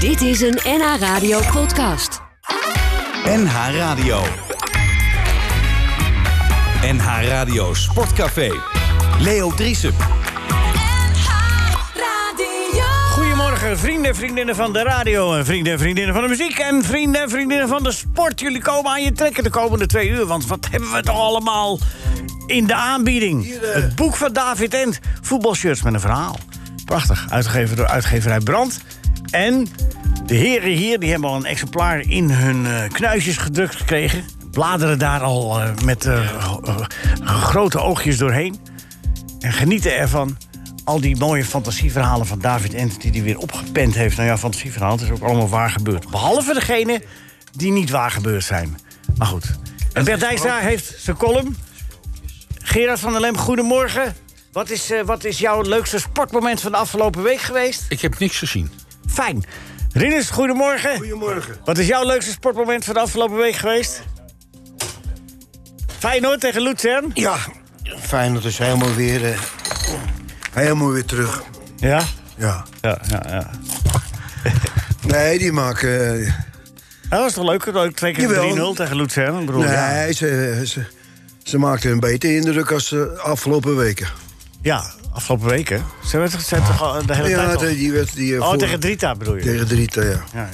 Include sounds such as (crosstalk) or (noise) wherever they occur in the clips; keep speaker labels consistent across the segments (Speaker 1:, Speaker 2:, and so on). Speaker 1: Dit is een NH Radio podcast.
Speaker 2: NH Radio. NH Radio Sportcafé. Leo Driessen.
Speaker 3: Goedemorgen, vrienden en vriendinnen van de radio... en vrienden en vriendinnen van de muziek... en vrienden en vriendinnen van de sport. Jullie komen aan je trekken de komende twee uur... want wat hebben we toch allemaal in de aanbieding? Het boek van David Ent, voetbalshirts met een verhaal. Prachtig, uitgegeven door uitgeverij Brand. En de heren hier die hebben al een exemplaar in hun eh, knuisjes gedrukt gekregen. Bladeren daar al eh, met eh, ho- ho- grote oogjes doorheen. En genieten ervan. Al die mooie fantasieverhalen van David Ent... die hij weer opgepend heeft. Nou ja, fantasieverhaal, het is ook allemaal waar gebeurd. Behalve degene die niet waar gebeurd zijn. Maar goed. En Bert Dijkstra heeft zijn column. Gerard van der Lem, goedemorgen. Wat is, eh, wat is jouw leukste sportmoment van de afgelopen week geweest?
Speaker 4: Ik heb niks gezien.
Speaker 3: Fijn. Rinus, goedemorgen.
Speaker 5: Goedemorgen.
Speaker 3: Wat is jouw leukste sportmoment van de afgelopen week geweest? Feyenoord tegen Luzern.
Speaker 5: Ja, fijn dat is helemaal weer, eh, helemaal weer terug.
Speaker 3: Ja.
Speaker 5: Ja.
Speaker 3: Ja, ja, ja.
Speaker 5: Nee, die maken... eh,
Speaker 3: Nou, Dat was toch leuk? Ook Twee keer
Speaker 5: Jawel.
Speaker 3: 3-0 tegen Luzern. Ik bedoel, ja.
Speaker 5: nee, ze, ze, ze maakten een beter indruk als de afgelopen weken.
Speaker 3: ja, afgelopen weken. Ze werd ze werd toch al de hele
Speaker 5: Ja,
Speaker 3: tijd al-
Speaker 5: die, die werd die... eh,
Speaker 3: Oh,
Speaker 5: voor-
Speaker 3: tegen Drita bedoel je?
Speaker 5: Tegen Drita, ja.
Speaker 3: Ja, ja.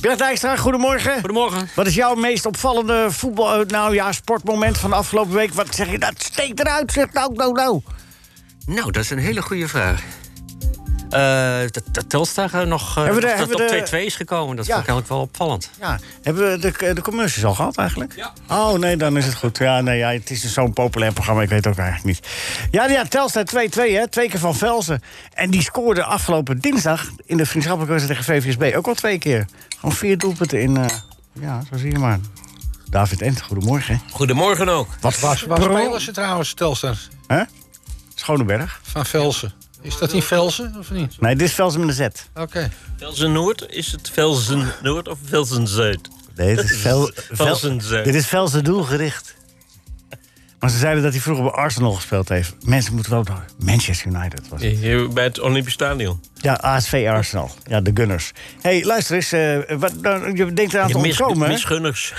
Speaker 3: Bert Dijkstra, goedemorgen.
Speaker 4: Goedemorgen.
Speaker 3: Wat is jouw meest opvallende voetbal, eh, nou ja, sportmoment van de afgelopen week? Wat zeg je, dat steekt eruit, zeg nou, nou, nou.
Speaker 4: Nou, dat is een hele goede vraag. Eh, dat, dat Telstar eh, nog eh,
Speaker 3: Hebben we de-
Speaker 4: dat- dat
Speaker 3: hebben we de-
Speaker 4: op 2-2 is gekomen, dat
Speaker 3: Ja.
Speaker 4: vond ik eigenlijk wel opvallend.
Speaker 3: Ja, hebben we de, de commercials al gehad eigenlijk? Ja. Oh, nee, dan is het goed. Ja, nee, ja, het is dus zo'n populair programma, ik weet het ook eigenlijk niet. Ja, ja Telstar 2-2, hè, twee keer van Velsen. En die scoorde afgelopen dinsdag in de vriendschappelijke wedstrijd tegen VVSB ook al twee keer. Gewoon vier doelpunten in, eh, ja, zo zie je maar. David Ent, goedemorgen.
Speaker 6: Goedemorgen ook.
Speaker 3: Wat
Speaker 7: Waar, waar
Speaker 3: Bro-
Speaker 7: spelen ze trouwens, Telstar?
Speaker 3: Hè? Schoneberg.
Speaker 7: Van Velsen. Is dat in Velsen of niet?
Speaker 3: Nee, dit is Velsen met een Z.
Speaker 7: Oké.
Speaker 6: Velsen Noord, is het Velsen Noord of Velsen Zuid?
Speaker 3: Nee, dit
Speaker 6: (laughs)
Speaker 3: is, vel, vel,
Speaker 6: Velsen zegt.
Speaker 3: dit is Velsen doelgericht. Maar ze zeiden dat hij vroeger bij Arsenal gespeeld heeft. Mensen moeten wel naar Manchester United. Was. het.
Speaker 6: Hier bij het Olympisch Stadion.
Speaker 3: Ja, ASV Arsenal. Ja, de Gunners. hey, luister eens. eh, wat, nou, je denkt eraan te
Speaker 6: De mis,
Speaker 3: ontkomen, hè?
Speaker 6: misgunners.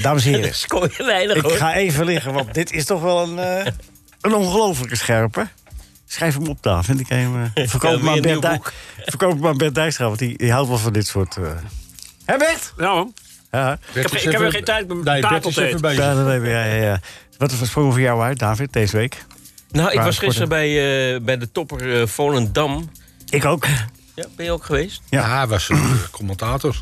Speaker 3: Dames en
Speaker 6: Daar
Speaker 3: heren.
Speaker 6: (laughs) scoor je weinig
Speaker 3: Ik
Speaker 6: hoor.
Speaker 3: ga even liggen, want dit is toch wel een, eh, een ongelofelijke scherpe. Schrijf hem op, Daaf. Ik hem, eh, verkoop,
Speaker 6: (laughs)
Speaker 3: hem
Speaker 6: Ja, weer
Speaker 3: aan
Speaker 6: een
Speaker 3: Bert
Speaker 6: nieuw
Speaker 3: Dij-
Speaker 6: boek.
Speaker 3: verkoop hem aan Bert Dijkstra, want die, die houdt wel van dit soort... eh Hè, Bert?
Speaker 8: Nou,
Speaker 3: Ja.
Speaker 7: Bert
Speaker 8: ik
Speaker 7: is
Speaker 8: heb
Speaker 7: even-
Speaker 8: weer geen tijd, mijn
Speaker 7: Nee, Bert is
Speaker 8: tafeltijd.
Speaker 7: even bezig.
Speaker 3: Ja, dat weet ik, ja, ja, ja. Wat is er sprong voor jou uit, David, deze week?
Speaker 6: Nou, ik
Speaker 3: Waar
Speaker 6: was
Speaker 3: scoort
Speaker 6: gisteren bij, eh, bij de topper eh, Volendam.
Speaker 3: Ik ook.
Speaker 6: Ja, ben je ook geweest?
Speaker 3: Ja.
Speaker 7: Ja, hij was een eh, commentator.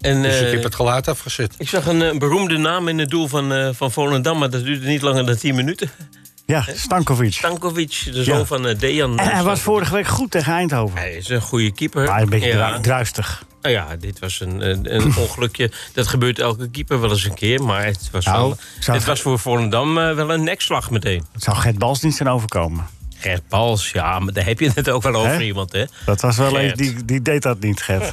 Speaker 6: En,
Speaker 7: Dus ik
Speaker 6: eh,
Speaker 7: heb het geluid afgezet.
Speaker 6: ik zag een, eh, beroemde naam in het doel van, eh, van Volendam, maar dat duurde niet langer dan 10 minuten.
Speaker 3: Ja, Stankovic.
Speaker 6: Stankovic, de zoon
Speaker 3: Ja.
Speaker 6: van eh, Dejan.
Speaker 3: En hij was
Speaker 6: Stankovic.
Speaker 3: vorige week goed tegen Eindhoven.
Speaker 6: Hij is een goede keeper.
Speaker 3: Maar een beetje
Speaker 6: Ja.
Speaker 3: dru- druistig.
Speaker 6: Nou ja, dit was een,
Speaker 3: (clears throat)
Speaker 6: een, een ongelukje. Dat gebeurt elke keeper wel eens een keer. Maar het was,
Speaker 3: Nou,
Speaker 6: wel,
Speaker 3: zou-
Speaker 6: het was voor Volendam eh, wel een nekslag meteen.
Speaker 3: Het zou Gert Bals niet zijn overkomen.
Speaker 6: Gert Pals, ja, maar daar heb je het ook wel over
Speaker 3: Hè?
Speaker 6: iemand, hè?
Speaker 3: Dat was wel eens,
Speaker 6: Gert.
Speaker 3: die, die deed dat niet, Gert.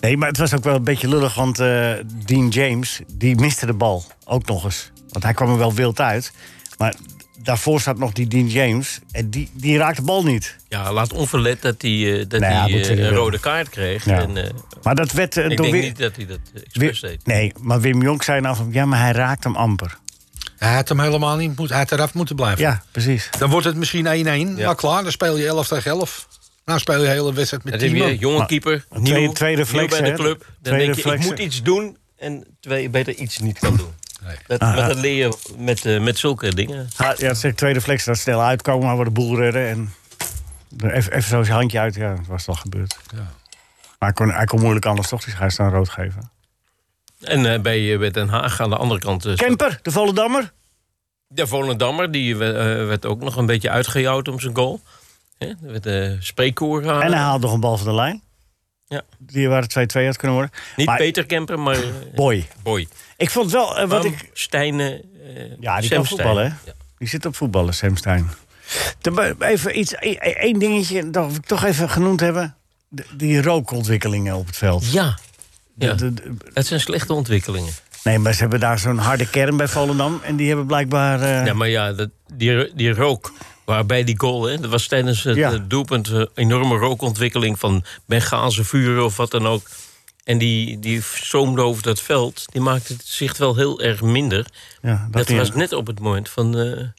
Speaker 3: Nee, maar het was ook wel een beetje lullig, want eh, Dean James... die miste de bal, ook nog eens. Want hij kwam er wel wild uit. Maar daarvoor staat nog die Dean James... en die, die raakt de bal niet.
Speaker 6: Ja, laat onverlet dat hij eh, dat
Speaker 3: Nee,
Speaker 6: hij,
Speaker 3: dat
Speaker 6: eh,
Speaker 3: Nou moet hij niet
Speaker 6: een
Speaker 3: doen.
Speaker 6: rode kaart kreeg.
Speaker 3: Ja.
Speaker 6: En, eh,
Speaker 3: Maar dat werd eh,
Speaker 6: ik
Speaker 3: door
Speaker 6: denk
Speaker 3: Wi-
Speaker 6: niet dat hij dat eh,
Speaker 3: Wi-
Speaker 6: expres deed.
Speaker 3: Nee, maar Wim Jonk zei nou van... ja, maar hij raakt hem amper.
Speaker 7: Hij had hem helemaal niet moeten, hij had eraf moeten blijven.
Speaker 3: Ja, precies.
Speaker 7: Dan wordt het misschien 1-1.
Speaker 6: Ja.
Speaker 7: Maar klaar, dan speel je 11 tegen 11. Nou speel je de hele wedstrijd met
Speaker 6: Dat heb
Speaker 7: 10
Speaker 6: je,
Speaker 7: man.
Speaker 6: jonge
Speaker 3: Maar-
Speaker 6: keeper,
Speaker 3: Twee-
Speaker 6: nieuw,
Speaker 3: tweede
Speaker 6: nieuw
Speaker 3: flex,
Speaker 6: bij
Speaker 3: hè?
Speaker 6: de club. Dan
Speaker 3: Tweede
Speaker 6: denk je,
Speaker 3: flex.
Speaker 6: ik moet iets doen. En terwijl je beter iets niet kan doen.
Speaker 7: Nee.
Speaker 6: Dat, maar dat leer je met, eh, met zulke dingen.
Speaker 3: Ah, ja, het zegt tweede flex, dat snel uitkomen, maar we de boel redden. En er even, even zo zijn handje uit, ja, dat was wel gebeurd.
Speaker 7: Ja.
Speaker 3: Maar hij kon, hij kon moeilijk anders toch, dus hij is dan rood geven.
Speaker 6: En eh, bij, eh, bij Den Haag aan de andere kant... eh,
Speaker 3: Kemper, de Volendammer.
Speaker 6: De Volendammer die, eh, werd ook nog een beetje uitgejouwd om zijn goal. Hè, Er werd eh spreekkoor gehaald.
Speaker 3: En hij haalt nog een bal van de lijn.
Speaker 6: Ja.
Speaker 3: Die waar het 2-2 had kunnen worden.
Speaker 6: Niet
Speaker 3: eh, maar-
Speaker 6: Peter Kemper, maar eh,
Speaker 3: Boy.
Speaker 6: Boy.
Speaker 3: Ik vond wel, eh, wat
Speaker 6: Bam,
Speaker 3: ik...
Speaker 6: Stijnen, eh,
Speaker 3: Ja, Ah, die
Speaker 6: Sam
Speaker 3: kan voetballen,
Speaker 6: Stijn.
Speaker 3: hè?
Speaker 6: Ja.
Speaker 3: Die zit op voetballen, Sam Stein. Te- maar Even iets, e, één dingetje, dat we toch even genoemd hebben. De- Die rookontwikkelingen op het veld.
Speaker 6: Ja. Ja.
Speaker 3: De- de-
Speaker 6: dat zijn slechte ontwikkelingen.
Speaker 3: nee, maar ze hebben daar zo'n harde kern bij Volendam. En die hebben blijkbaar... eh,
Speaker 6: Ja, maar ja, dat, die, die rook Waarbij die goal, hè, dat was tijdens het
Speaker 3: Ja.
Speaker 6: eh, doelpunt... eh, enorme rookontwikkeling van Bengaalse vuren of wat dan ook. En die, die zoomde over dat veld. Die maakte het zicht wel heel erg minder.
Speaker 3: Ja, dat
Speaker 6: dat
Speaker 3: die-
Speaker 6: was net op het moment van, eh van, die-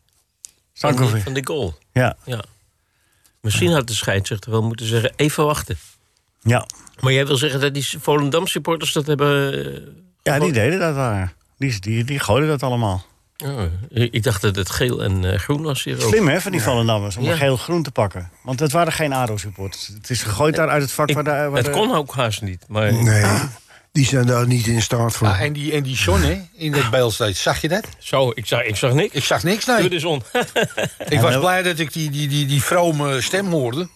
Speaker 3: Stankovic.
Speaker 6: van de goal.
Speaker 3: Ja,
Speaker 6: Ja. Misschien had de scheidsrechter wel moeten zeggen... even wachten.
Speaker 3: ja.
Speaker 6: Maar jij wil zeggen dat die Volendam supporters dat hebben... eh,
Speaker 3: ja die deden dat daar. Die, die, die gooiden dat allemaal.
Speaker 6: eh, oh, ik dacht dat het geel en eh, groen was hier ook.
Speaker 3: Slim hè, van die Volendammers, om
Speaker 6: Ja.
Speaker 3: geel-groen te pakken. Want het waren geen ADO-supporters. Het is gegooid daar uit het vak
Speaker 6: Ik-
Speaker 3: waar de... Waar
Speaker 6: het
Speaker 3: de-
Speaker 6: kon ook haast niet. Maar
Speaker 5: Nee,
Speaker 3: Ah.
Speaker 5: die zijn daar niet in staat
Speaker 6: Ah,
Speaker 5: voor.
Speaker 7: Ja, en die, en die John, hè, in dat beelsteed. Zag je dat?
Speaker 6: zo, ik, zag, ik zag niks.
Speaker 7: Ik zag niks, nee.
Speaker 6: Doe dus on.
Speaker 7: (laughs) Ik was
Speaker 3: maar-
Speaker 7: blij dat ik die, die, die, die vrome stem hoorde.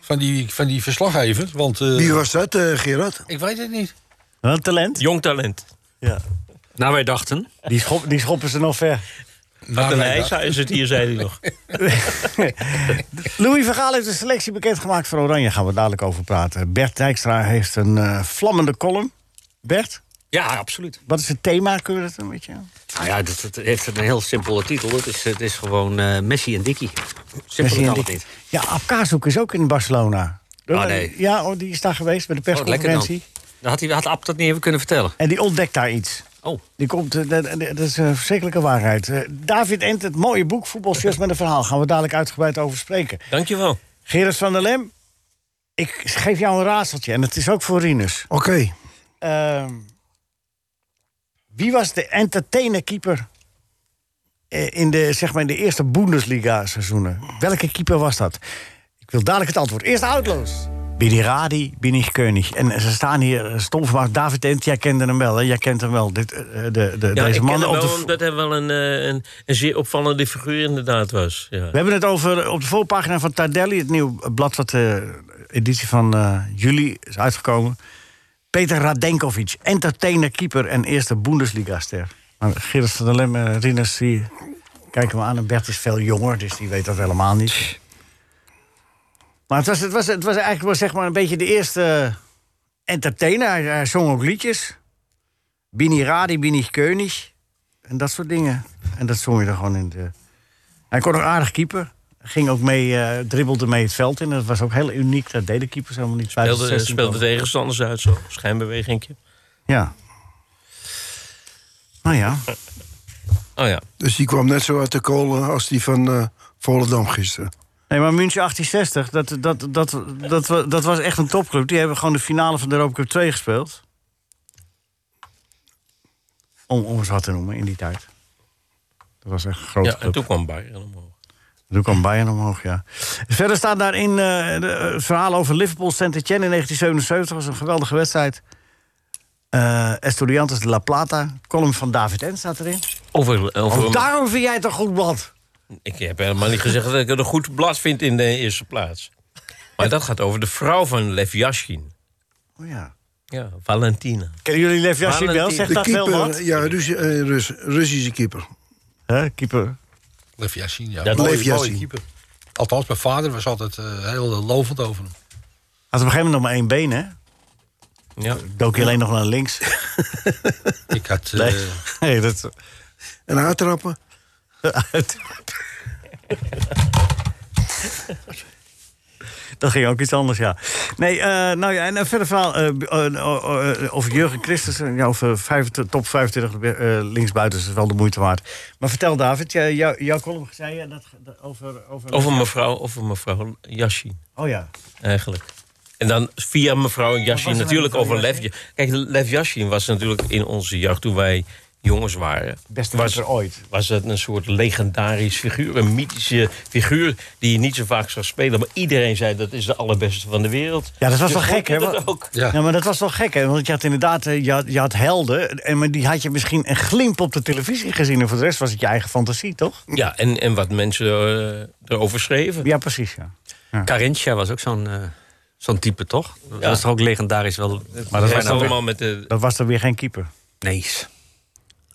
Speaker 7: Van die, van die verslaggever. Want eh,
Speaker 5: Wie was dat, eh, Gerard?
Speaker 7: ik weet het niet.
Speaker 3: Wel een talent.
Speaker 6: Jong talent.
Speaker 3: Ja.
Speaker 4: Nou, wij dachten.
Speaker 3: Die, schop, die schoppen ze nog ver.
Speaker 6: Wat
Speaker 7: Nou,
Speaker 6: een
Speaker 7: nee,
Speaker 6: ijs is het hier, zei hij nog.
Speaker 3: Louis Vergaal heeft de selectie bekendgemaakt voor Oranje. Gaan we dadelijk over praten. Bert Dijkstra heeft een eh, vlammende column. Bert,
Speaker 4: (laughs) Ja, absoluut.
Speaker 3: wat is het thema? Kunnen we dat een beetje...
Speaker 4: Nou ja, dat, dat heeft een heel simpele titel. Het is, het is gewoon eh, Messi en Dickie.
Speaker 3: Messi
Speaker 4: Simpel
Speaker 3: en
Speaker 4: kan het
Speaker 3: Dik-
Speaker 4: niet.
Speaker 3: Ja, Abkazhoek is ook in Barcelona.
Speaker 4: Ah, nee.
Speaker 3: Ja, oh, die is daar geweest bij de
Speaker 4: Oh, lekker dan.
Speaker 3: persconferentie.
Speaker 4: Dan had, hij, had Ab dat niet even kunnen vertellen.
Speaker 3: en die ontdekt daar iets.
Speaker 4: Oh,
Speaker 3: Die komt, eh, dat, dat- dat is een verschrikkelijke waarheid. Eh, David Ent, het mooie boek Voetbalshirts met een verhaal. Gaan we dadelijk uitgebreid over spreken.
Speaker 6: Dankjewel.
Speaker 3: Gerard van der Lem, ik geef jou een raadseltje. En het is ook voor Rinus.
Speaker 5: Oké,
Speaker 3: Ehm, wie was de entertainer keeper eh, in de, zeg maar, in de eerste Bundesliga seizoenen? Welke keeper was dat? Ik wil dadelijk het antwoord. Eerst Outlaws. Bin ich Radi, bin ich König. En ze staan hier eh, stom verbaasd. David Ent, jij kende hem wel, hè? Jij kent hem wel. Dit, eh, de, de,
Speaker 6: Ja,
Speaker 3: deze
Speaker 6: ik ken
Speaker 3: man
Speaker 6: hem
Speaker 3: op de...
Speaker 6: wel,
Speaker 3: vo-
Speaker 6: omdat hij wel een, eh, een, een zeer opvallende figuur inderdaad was. Ja.
Speaker 3: We hebben het over op de voorpagina van Tardelli, het nieuw blad wat de editie van eh, juli is uitgekomen. Peter Radenkovic, entertainer, keeper en eerste Bundesliga-ster. Maar Gerrit van der Lem, eh, Rinus, die kijken we aan. En Bert is veel jonger, dus die weet dat helemaal niet. Maar het was, het was, het was eigenlijk wel zeg maar een beetje de eerste entertainer. Hij, hij zong ook liedjes. Bini Radi, Bini König. En dat soort dingen. En dat zong je dan gewoon in de... Hij kon ook aardig keeper. Ging ook mee, eh, dribbelde mee het veld in. Dat was ook heel uniek. Dat deden keepers helemaal niet.
Speaker 6: Speelde,
Speaker 3: 16
Speaker 6: speelde tegenstanders uit, zo. Schijnbewegingje.
Speaker 3: Ja. Nou ja.
Speaker 6: Oh ja.
Speaker 5: dus die kwam net zo uit de kolen als die van eh, Volendam gisteren.
Speaker 3: Nee, maar München 1860, dat, dat, dat, dat, wa- dat was echt een topclub. Die hebben gewoon de finale van de Europa Cup 2 gespeeld. Om, om eens wat te noemen, in die tijd. Dat was echt een grote
Speaker 6: ja en
Speaker 3: club.
Speaker 6: toen kwam Bayern omhoog.
Speaker 3: Toen kwam Bayern omhoog, ja. Verder staat daarin eh, de- het verhaal over Liverpool Saint Etienne in 1977. was een geweldige wedstrijd. Eh Estudiantes de La Plata. Column van David N. staat erin.
Speaker 6: Over, over
Speaker 3: Oh, daarom vind jij het een goed blad.
Speaker 6: Ik heb helemaal niet gezegd dat ik het een goed blad vind in de eerste plaats. Maar dat gaat over de vrouw van Lev Yashin.
Speaker 3: Oh ja.
Speaker 6: Ja, Valentina.
Speaker 3: Kennen jullie Lev Yashin wel?
Speaker 6: Valentin.
Speaker 3: Zegt
Speaker 5: De
Speaker 3: dat veel wat?
Speaker 5: keeper, ja, Rus- eh, Rus- Russische keeper.
Speaker 3: Hè, keeper.
Speaker 7: Lev Yashin, ja.
Speaker 6: Dat
Speaker 7: Mooie-
Speaker 5: Lev Yashin.
Speaker 7: mooie keeper. Althans, mijn vader was altijd eh, heel eh, lovend over hem.
Speaker 3: Had op een gegeven moment nog maar één been, hè?
Speaker 6: Ja.
Speaker 3: Dook je alleen nog naar links.
Speaker 7: (laughs) Ik had... eh,
Speaker 3: Nee, nee dat...
Speaker 5: En aantrappen.
Speaker 3: (laughs) Dat ging ook iets anders, ja. Nee, eh, nou ja, en een verder verhaal eh, b- eh, eh, eh, over Jurgen Christensen. Ja, over vijf- top 25 eh, linksbuitens is wel de moeite waard. Maar vertel, David, jij- jou- jouw column zei je dat, dat over, over...
Speaker 6: Over mevrouw, over mevrouw Yashin,
Speaker 3: Oh ja.
Speaker 6: eigenlijk. En dan via mevrouw Yashin
Speaker 3: was er
Speaker 6: natuurlijk
Speaker 3: met
Speaker 6: over
Speaker 3: mevrouw
Speaker 6: Lev... Kijk, Lev Yashin was natuurlijk in onze jeugd, toen wij jongens waren...
Speaker 3: Beste
Speaker 6: was,
Speaker 3: keeper ooit.
Speaker 6: was dat een soort legendarisch figuur. Een mythische figuur die je niet zo vaak zag spelen. Maar iedereen zei, dat is de allerbeste van de wereld.
Speaker 3: Ja, dat was wel
Speaker 6: Dus
Speaker 3: gek, hè?
Speaker 6: vond je dat ook?
Speaker 7: ja.
Speaker 3: Ja, maar dat was wel gek, hè? Want je had inderdaad, eh, je had, je had helden... En, maar die had je misschien een glimp op de televisie gezien... en voor de rest was het je eigen fantasie, toch?
Speaker 6: Ja, en, en wat mensen eh, erover schreven.
Speaker 3: Ja, precies, ja.
Speaker 4: Carinthia was ook zo'n eh, zo'n type, toch? Dat
Speaker 6: Ja.
Speaker 4: was toch ook legendarisch wel. nou,
Speaker 3: Maar
Speaker 6: dat
Speaker 3: dat was, dan weer,
Speaker 6: allemaal met de.
Speaker 3: dat was dan weer geen keeper.
Speaker 4: Nee.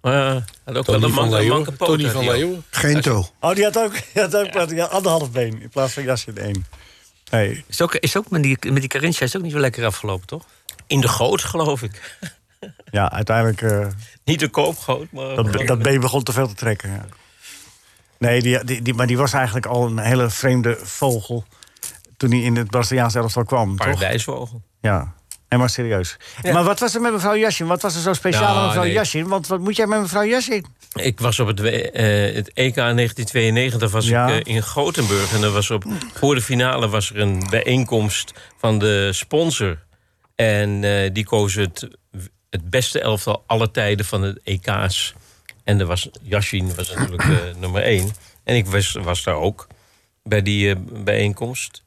Speaker 6: eh, had ook wel
Speaker 7: Tony
Speaker 6: een
Speaker 7: van
Speaker 6: man, een
Speaker 7: Leeuwen.
Speaker 6: manke poot.
Speaker 7: Tony
Speaker 6: had
Speaker 7: van
Speaker 6: hij ook.
Speaker 7: Leeuwen.
Speaker 5: Geen toe.
Speaker 3: Oh, die had ook, die had ook die had anderhalf been in plaats van jasje in één. Nee.
Speaker 4: Is ook, is ook met die, met die Carinthia is ook niet zo lekker afgelopen, toch?
Speaker 6: In de goot, geloof ik.
Speaker 3: Ja, uiteindelijk, eh,
Speaker 6: Niet de koopgoot, maar.
Speaker 3: dat, dat been begon te veel te trekken. Ja. Nee, die, die, die- maar die was eigenlijk al een hele vreemde vogel. toen hij in het Braziliaans elftal kwam. Toch?
Speaker 6: Paradijsvogel.
Speaker 3: Ja. En maar serieus. Maar wat was er met mevrouw Yashin? Wat was er zo speciaal
Speaker 6: Nou,
Speaker 3: aan mevrouw
Speaker 6: nee.
Speaker 3: Yashin? Want wat moet jij met mevrouw Yashin?
Speaker 6: Ik was op het, W- eh, het EK in 1992 was
Speaker 3: Ja.
Speaker 6: ik, eh, in Gothenburg. En er was op, voor de finale was er een bijeenkomst van de sponsor. En eh, die koos het, het beste elftal alle tijden van het EK's. En er was, Yashin was natuurlijk
Speaker 3: (clears throat)
Speaker 6: eh, nummer één. En ik was, was daar ook bij die eh, bijeenkomst.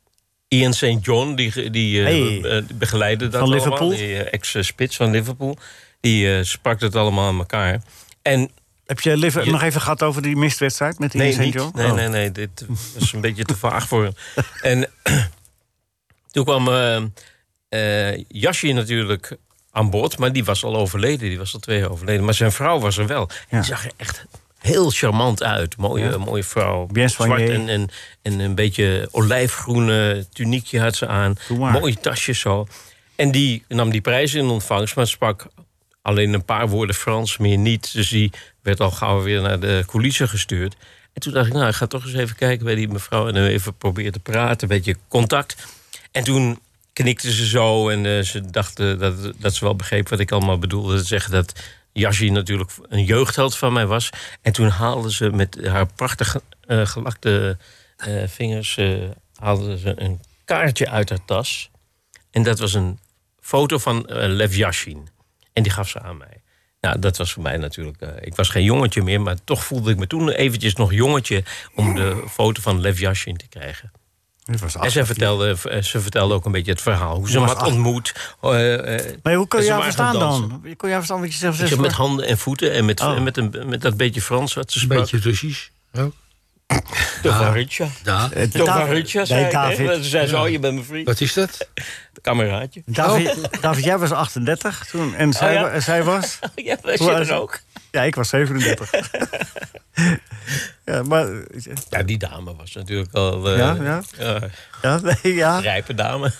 Speaker 6: Ian St. John, die, ge- die eh,
Speaker 3: Hey.
Speaker 6: eh, begeleidde dat
Speaker 3: Van
Speaker 6: allemaal.
Speaker 3: Liverpool?
Speaker 6: Die eh, ex-spits van Liverpool. Die eh, sprak dat allemaal aan elkaar. En
Speaker 3: Heb je, Liver-
Speaker 6: Je-
Speaker 3: nog even gehad over die mistwedstrijd met die
Speaker 6: Nee,
Speaker 3: St.
Speaker 6: niet.
Speaker 3: John?
Speaker 6: Nee,
Speaker 3: Oh.
Speaker 6: nee, nee, dit is een beetje te vaag voor hem. En (clears throat) toen kwam eh eh, Yashi natuurlijk aan boord, maar die was al overleden. Die was al twee jaar overleden. Maar zijn vrouw was er wel. En
Speaker 3: Ja.
Speaker 6: die zag er echt heel charmant uit. Mooie, mooie vrouw.
Speaker 3: Bien
Speaker 6: Zwart
Speaker 3: soigné.
Speaker 6: en, en, en een beetje olijfgroene tuniekje had ze aan.
Speaker 3: Doe maar.
Speaker 6: Mooie tasjes zo. En die nam die prijs in ontvangst, maar sprak alleen een paar woorden Frans, meer niet. Dus die werd al gauw weer naar de coulissen gestuurd. En toen dacht ik, nou, ik ga toch eens even kijken bij die mevrouw... en dan even proberen te praten, een beetje contact. En toen knikte ze zo en eh, ze dacht eh, dat, dat ze wel begreep wat ik allemaal bedoelde. Ze zeggen dat Yashi natuurlijk een jeugdheld van mij was. En toen haalde ze met haar prachtig eh, gelakte eh, vingers... eh, haalde ze een kaartje uit haar tas. En dat was een foto van eh, Lev Yashin. En die gaf ze aan mij. Nou, dat was voor mij natuurlijk... eh, ik was geen jongetje meer, maar toch voelde ik me toen eventjes nog jongetje... om de foto van Lev Yashin te krijgen.
Speaker 3: Dat was
Speaker 6: En
Speaker 3: af.
Speaker 6: ze vertelde, eh, ze vertelde ook een beetje het verhaal. Hoe ze hem had ontmoet. eh, eh,
Speaker 3: Maar hoe kon
Speaker 6: en
Speaker 3: je
Speaker 6: ze
Speaker 3: haar
Speaker 6: waren
Speaker 3: verstaan
Speaker 6: gaan dansen.
Speaker 3: dan? Hoe Kon je haar verstaan wat je zelf
Speaker 6: Dus
Speaker 3: zegt?
Speaker 6: met handen en voeten en met,
Speaker 3: Oh.
Speaker 6: en met, een, met dat beetje Frans wat ze
Speaker 7: Een
Speaker 6: sprak.
Speaker 7: beetje Russisch.
Speaker 6: (laughs)
Speaker 7: Ja.
Speaker 6: Tovarutja.
Speaker 7: Ja.
Speaker 6: Tovarutja, Eh, zei
Speaker 3: Nee,
Speaker 6: ik, hè.
Speaker 3: David. Oh.
Speaker 6: Ze zei zo, "Oh, je bent mijn vriend.
Speaker 7: Wat is dat?
Speaker 6: (laughs) Kameraadje.
Speaker 3: David, David, jij was 38 toen en zij,
Speaker 6: Oh. ja.
Speaker 3: wa- en zij
Speaker 6: (laughs)
Speaker 3: was...
Speaker 6: Ja, dat
Speaker 3: Hoe
Speaker 6: zit
Speaker 3: oud-
Speaker 6: er ook.
Speaker 3: Ja, ik was
Speaker 6: (laughs)
Speaker 3: 37. ja, maar...
Speaker 6: Ja, die dame was natuurlijk al... eh,
Speaker 3: Ja, ja. Ja, nee, ja.
Speaker 6: rijpe dame.
Speaker 3: (laughs)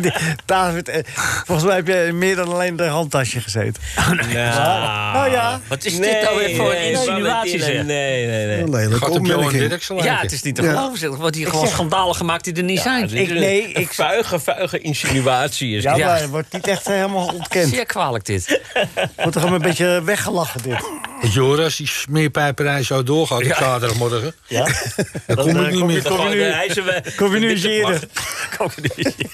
Speaker 3: Die- David, eh, volgens mij heb je meer dan alleen de handtasje gezeten.
Speaker 6: Oh,
Speaker 3: Nou ja.
Speaker 4: Wat is dit nou weer voor een insinuatie,
Speaker 6: Nee,
Speaker 4: zeg?
Speaker 6: nee, nee. nee.
Speaker 5: Een lelijke
Speaker 7: Gaat op Johan
Speaker 5: opmerking.
Speaker 7: Derksen
Speaker 4: Ja,
Speaker 7: lijken.
Speaker 4: het is niet te geloven, zeg. Wordt hier gewoon schandalen gemaakt die er niet zijn.
Speaker 6: Dit is een-
Speaker 3: nee,
Speaker 6: een
Speaker 3: ik-
Speaker 6: vuige, vuige insinuatie is
Speaker 3: Ja,
Speaker 6: dit.
Speaker 3: maar het wordt niet echt eh, helemaal ontkend.
Speaker 4: Zeer kwalijk dit.
Speaker 3: Wordt toch een beetje weggelachen dit.
Speaker 7: Want Joris, die smeerpijperij zo doorgaat op zaterdagmorgen.
Speaker 3: Ja? Dan
Speaker 7: kom ik
Speaker 3: eh,
Speaker 7: niet meer.
Speaker 3: je- Kom je
Speaker 6: Gewoon de
Speaker 3: nu,
Speaker 6: ijzeren-
Speaker 3: (laughs) kom je nu
Speaker 6: witte
Speaker 3: geren.
Speaker 6: vlag. Kom je nu geren.
Speaker 5: (laughs)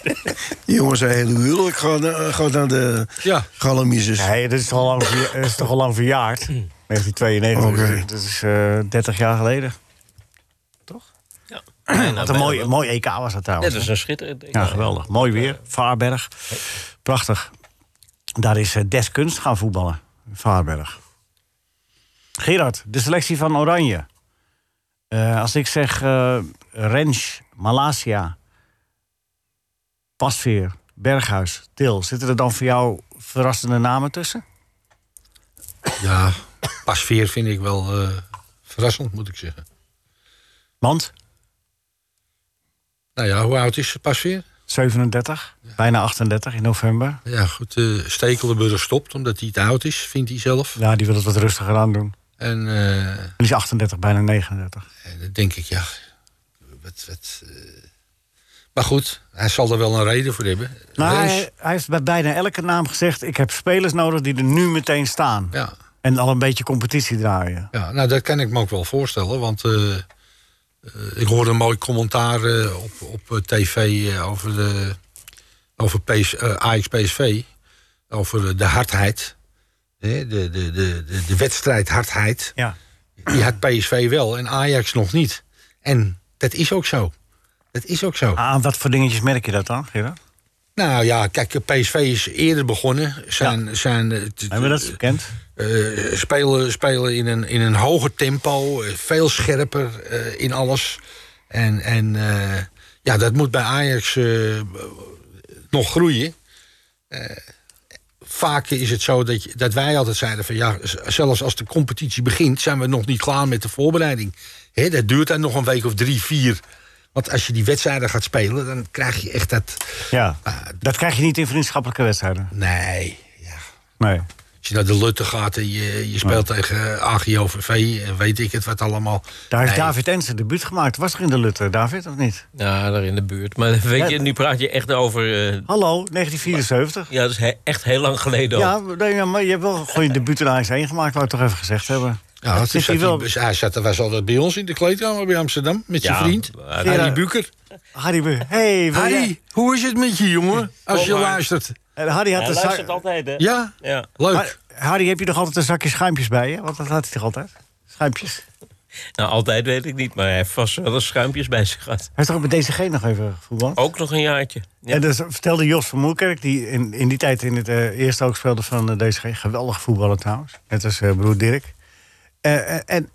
Speaker 5: Die jongen zijn hele huwelijk gaat, eh, gaat naar de
Speaker 7: Ja.
Speaker 5: galamieses.
Speaker 3: Nee, dat is toch al lang, verja- dat is toch al lang verjaard. 1992,
Speaker 5: Oké.
Speaker 3: dat is eh, 30 jaar geleden.
Speaker 6: Nee,
Speaker 3: Wat
Speaker 6: nou,
Speaker 3: een mooi, mooi EK was dat trouwens.
Speaker 6: Dit is een schitterend.
Speaker 3: Ja, geweldig. Mooi weer. Vaarberg. Prachtig. Daar is eh, Des Kunst gaan voetballen. Vaarberg. Gerard, de selectie van Oranje. Eh, als ik zeg eh Rens, Malasia, Pasveer, Berghuis, Til... zitten er dan voor jou verrassende namen tussen?
Speaker 7: Ja, pasveer vind ik wel eh, verrassend, moet ik zeggen.
Speaker 3: Want
Speaker 7: Nou ja, hoe oud is pasveer?
Speaker 3: 37, bijna 38 in november.
Speaker 7: Ja, goed. eh, Stekelenburg stopt omdat hij te oud is, vindt hij zelf.
Speaker 3: Ja, die wil het wat rustiger aan doen.
Speaker 7: En eh,
Speaker 3: Die is 38, bijna 39.
Speaker 7: En dan denk ik, ja. Wat, wat, eh. Maar goed, hij zal er wel een reden voor hebben.
Speaker 3: Nou,
Speaker 7: Rens,
Speaker 3: hij, hij heeft bij bijna elke naam gezegd... ik heb spelers nodig die er nu meteen staan.
Speaker 7: ja,
Speaker 3: En al een beetje competitie draaien.
Speaker 7: ja, nou, dat kan ik me ook wel voorstellen. Want eh, eh, ik hoorde een mooi commentaar eh, op, op eh, tv eh, over, de, over PS, eh, Ajax PSV. Over eh, de hardheid. Hè, de, de, de, de, de wedstrijd hardheid.
Speaker 3: Ja.
Speaker 7: Die had PSV wel en Ajax nog niet. En dat is ook zo. Dat is ook zo.
Speaker 3: Ah, Aan wat voor dingetjes merk je dat dan, Gerard?
Speaker 7: Nou ja, kijk, PSV is eerder begonnen. Zijn, zijn, eh, t-
Speaker 3: Hebben we dat bekend?
Speaker 7: eh, spelen, spelen in, een, in een hoger tempo, eh, veel scherper eh, in alles. En, en eh, ja, dat moet bij Ajax eh, nog groeien. Eh, vaak is het zo dat, je, dat wij altijd zeiden van ja, z- zelfs als de competitie begint, zijn we nog niet klaar met de voorbereiding. Hè, dat duurt dan nog een week of drie, vier. Want als je die wedstrijden gaat spelen, dan krijg je echt dat.
Speaker 3: Ja.
Speaker 7: Ah,
Speaker 3: Dat krijg je niet in vriendschappelijke wedstrijden.
Speaker 7: Nee, ja.
Speaker 3: Nee.
Speaker 7: Als je naar de Lutte gaat en je, je speelt tegen AGOVV en eh, weet ik het wat allemaal.
Speaker 3: Daar heeft
Speaker 7: Nee.
Speaker 3: David Ensen debuut gemaakt. Was er in de Lutter, David, of niet?
Speaker 6: Ja, daar in de buurt. Maar weet je, nu praat je echt over... eh,
Speaker 3: Hallo, 1974.
Speaker 6: ja, dat is he- echt heel lang geleden al.
Speaker 3: Ja, nee, ja, maar je hebt wel een
Speaker 7: (laughs)
Speaker 3: goede debuut in AX1 gemaakt, wou ik toch even gezegd hebben.
Speaker 7: Ja, dat
Speaker 3: Zit
Speaker 7: zat
Speaker 3: hij
Speaker 7: hij,
Speaker 3: wel-
Speaker 7: bij- hij zat, was altijd bij ons in de kleedkamer bij Amsterdam met zijn
Speaker 6: Ja, eh,
Speaker 7: vriend.
Speaker 6: maar-
Speaker 7: Harry Buker.
Speaker 3: Harry, Be- hey, wil jij-
Speaker 7: Harry, hoe is het met je,
Speaker 3: (laughs)
Speaker 7: jongen? Als je
Speaker 6: maar.
Speaker 7: luistert.
Speaker 3: En Harry had
Speaker 6: Hij
Speaker 3: een zak-
Speaker 6: luistert altijd, hè?
Speaker 7: Ja,
Speaker 6: Ja.
Speaker 7: leuk.
Speaker 3: Har- Harry, heb je toch altijd een zakje schuimpjes bij je? Want dat had hij toch altijd? Schuimpjes. Hij
Speaker 6: Nou, altijd weet ik niet, maar hij heeft vast wel eens schuimpjes bij zich gehad.
Speaker 3: is toch ook met DCG nog even voetbal?
Speaker 6: Ook nog een jaartje. Ja.
Speaker 3: En dus vertelde Jos van Moerkerk, die in, in die tijd in het eh, eerste ook speelde van eh, DCG. Geweldig voetballer trouwens. Net als eh, broer Dirk. Eh, eh, en,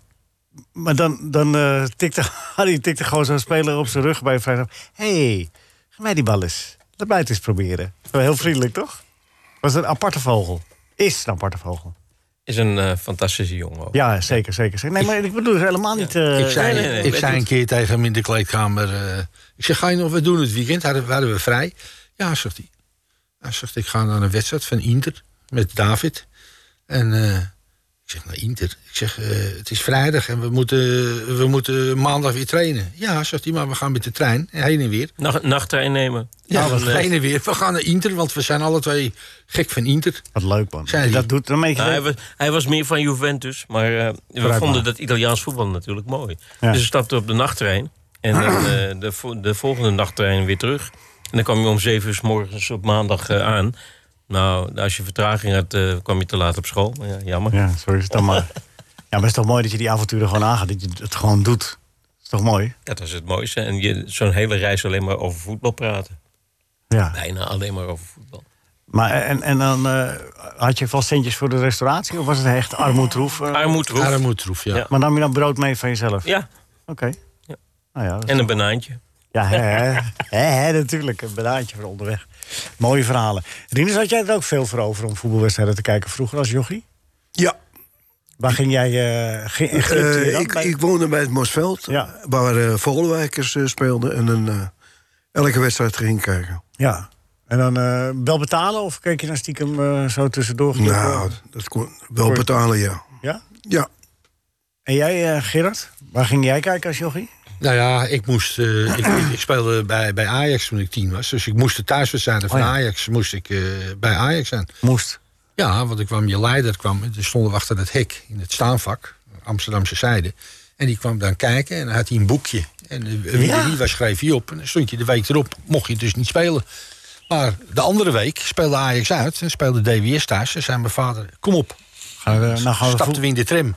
Speaker 3: maar dan, dan eh, tikte (laughs) Harry tikte gewoon zo'n speler op zijn rug bij een vrijdag. Hé, hey, geef mij die bal eens. Laat mij het eens proberen. Wel Heel vriendelijk, toch? Was een aparte vogel. Is een aparte vogel.
Speaker 6: Is een eh, fantastische jongen ook.
Speaker 3: Ja, zeker, zeker. zeker. Nee, maar ik bedoel helemaal niet... eh,
Speaker 7: Ik zei,
Speaker 6: nee, nee, nee,
Speaker 7: ik
Speaker 6: weet
Speaker 7: zei
Speaker 6: niet.
Speaker 7: een keer tegen hem in de kleedkamer... eh, ik zeg, ga je nog wat doen het weekend? Hadden, waren we vrij? Ja, zegt hij. Hij zegt, ik ga naar een wedstrijd van Inter met David. En eh, ik zeg, naar Inter? Ik zeg, eh, het is vrijdag en we moeten, we moeten maandag weer trainen. Ja, zegt hij, maar we gaan met de trein heen en weer.
Speaker 6: Nacht, nachttrein nemen.
Speaker 7: Ja,
Speaker 6: Dan,
Speaker 7: we
Speaker 6: eh,
Speaker 7: gaan heen en weer. We gaan naar Inter, want we zijn alle twee gek van Inter.
Speaker 3: Wat leuk, man.
Speaker 7: Zei die.
Speaker 3: Dat doet, dan merk je
Speaker 6: nou, hij,
Speaker 3: dat-
Speaker 6: was, hij was meer van Juventus, maar eh, we
Speaker 3: maar.
Speaker 6: vonden dat Italiaans voetbal natuurlijk mooi.
Speaker 3: Ja.
Speaker 6: Dus we stapten op de nachttrein
Speaker 3: (clears throat)
Speaker 6: en dan, eh, de, vo- de volgende nachttrein weer terug. En dan kwam je om zeven uur 's morgens op maandag eh, aan. Nou, als je vertraging had, eh, kwam je te laat op school. Maar Ja, jammer.
Speaker 3: Ja, zo is het dan maar. Ja, maar het is toch mooi dat je die avonturen gewoon aangaat. Dat je het gewoon doet. Dat is toch mooi?
Speaker 6: Dat was het mooiste. En je- zo'n hele reis alleen maar over voetbal praten.
Speaker 3: Ja.
Speaker 6: Bijna alleen maar over voetbal.
Speaker 3: Maar en, en dan eh, had je vast centjes voor de restauratie? Of was het echt armoedroef? eh?
Speaker 6: Armoedroef.
Speaker 7: Armoedroef, ja.
Speaker 6: Ja.
Speaker 3: maar nam je dan brood mee van jezelf?
Speaker 6: Ja,
Speaker 3: Oké. Nou ja, dat is-
Speaker 6: en een banaantje.
Speaker 3: ja hè, hè, hè, hè, natuurlijk. Een banaantje voor onderweg. Mooie verhalen. Rinus, had jij er ook veel voor over om voetbalwedstrijden te kijken vroeger als jochie?
Speaker 5: Ja,
Speaker 3: Waar ging jij... eh, ging, glipte je
Speaker 5: eh,
Speaker 3: dan
Speaker 5: ik,
Speaker 3: bij-
Speaker 5: ik woonde bij het Mosveld,
Speaker 3: Ja.
Speaker 5: waar eh Volwijkers eh, speelden. En een, eh, elke wedstrijd ging ik kijken.
Speaker 3: Ja. En dan eh, wel betalen of keek je dan stiekem eh, zo tussendoor? gelopen?
Speaker 5: Nou, dat kon wel betalen, ja.
Speaker 3: Ja?
Speaker 5: Ja,
Speaker 3: En jij, eh, Gerard? Waar ging jij kijken als jochie?
Speaker 7: Nou ja, ik moest. eh, ik, ik- ik speelde bij, bij Ajax toen ik tien was. Dus ik moest de thuiswedstrijden van
Speaker 3: Oh ja.
Speaker 7: Ajax moest ik, eh, bij Ajax zijn.
Speaker 3: Moest.
Speaker 7: Ja, want ik kwam je leider kwam. en Dus stonden we achter het hek in het staanvak, Amsterdamse zijde. En die kwam dan kijken en dan had hij een boekje. En eh, wie
Speaker 3: Ja.
Speaker 7: er niet was, schreef hij op. En dan stond je de week erop, mocht je dus niet spelen. Maar de andere week speelde Ajax uit en speelde DWS thuis. En zei mijn vader: Kom op,
Speaker 3: Gaan we, nou gaan we
Speaker 7: stapten
Speaker 3: voet-
Speaker 7: we in de tram.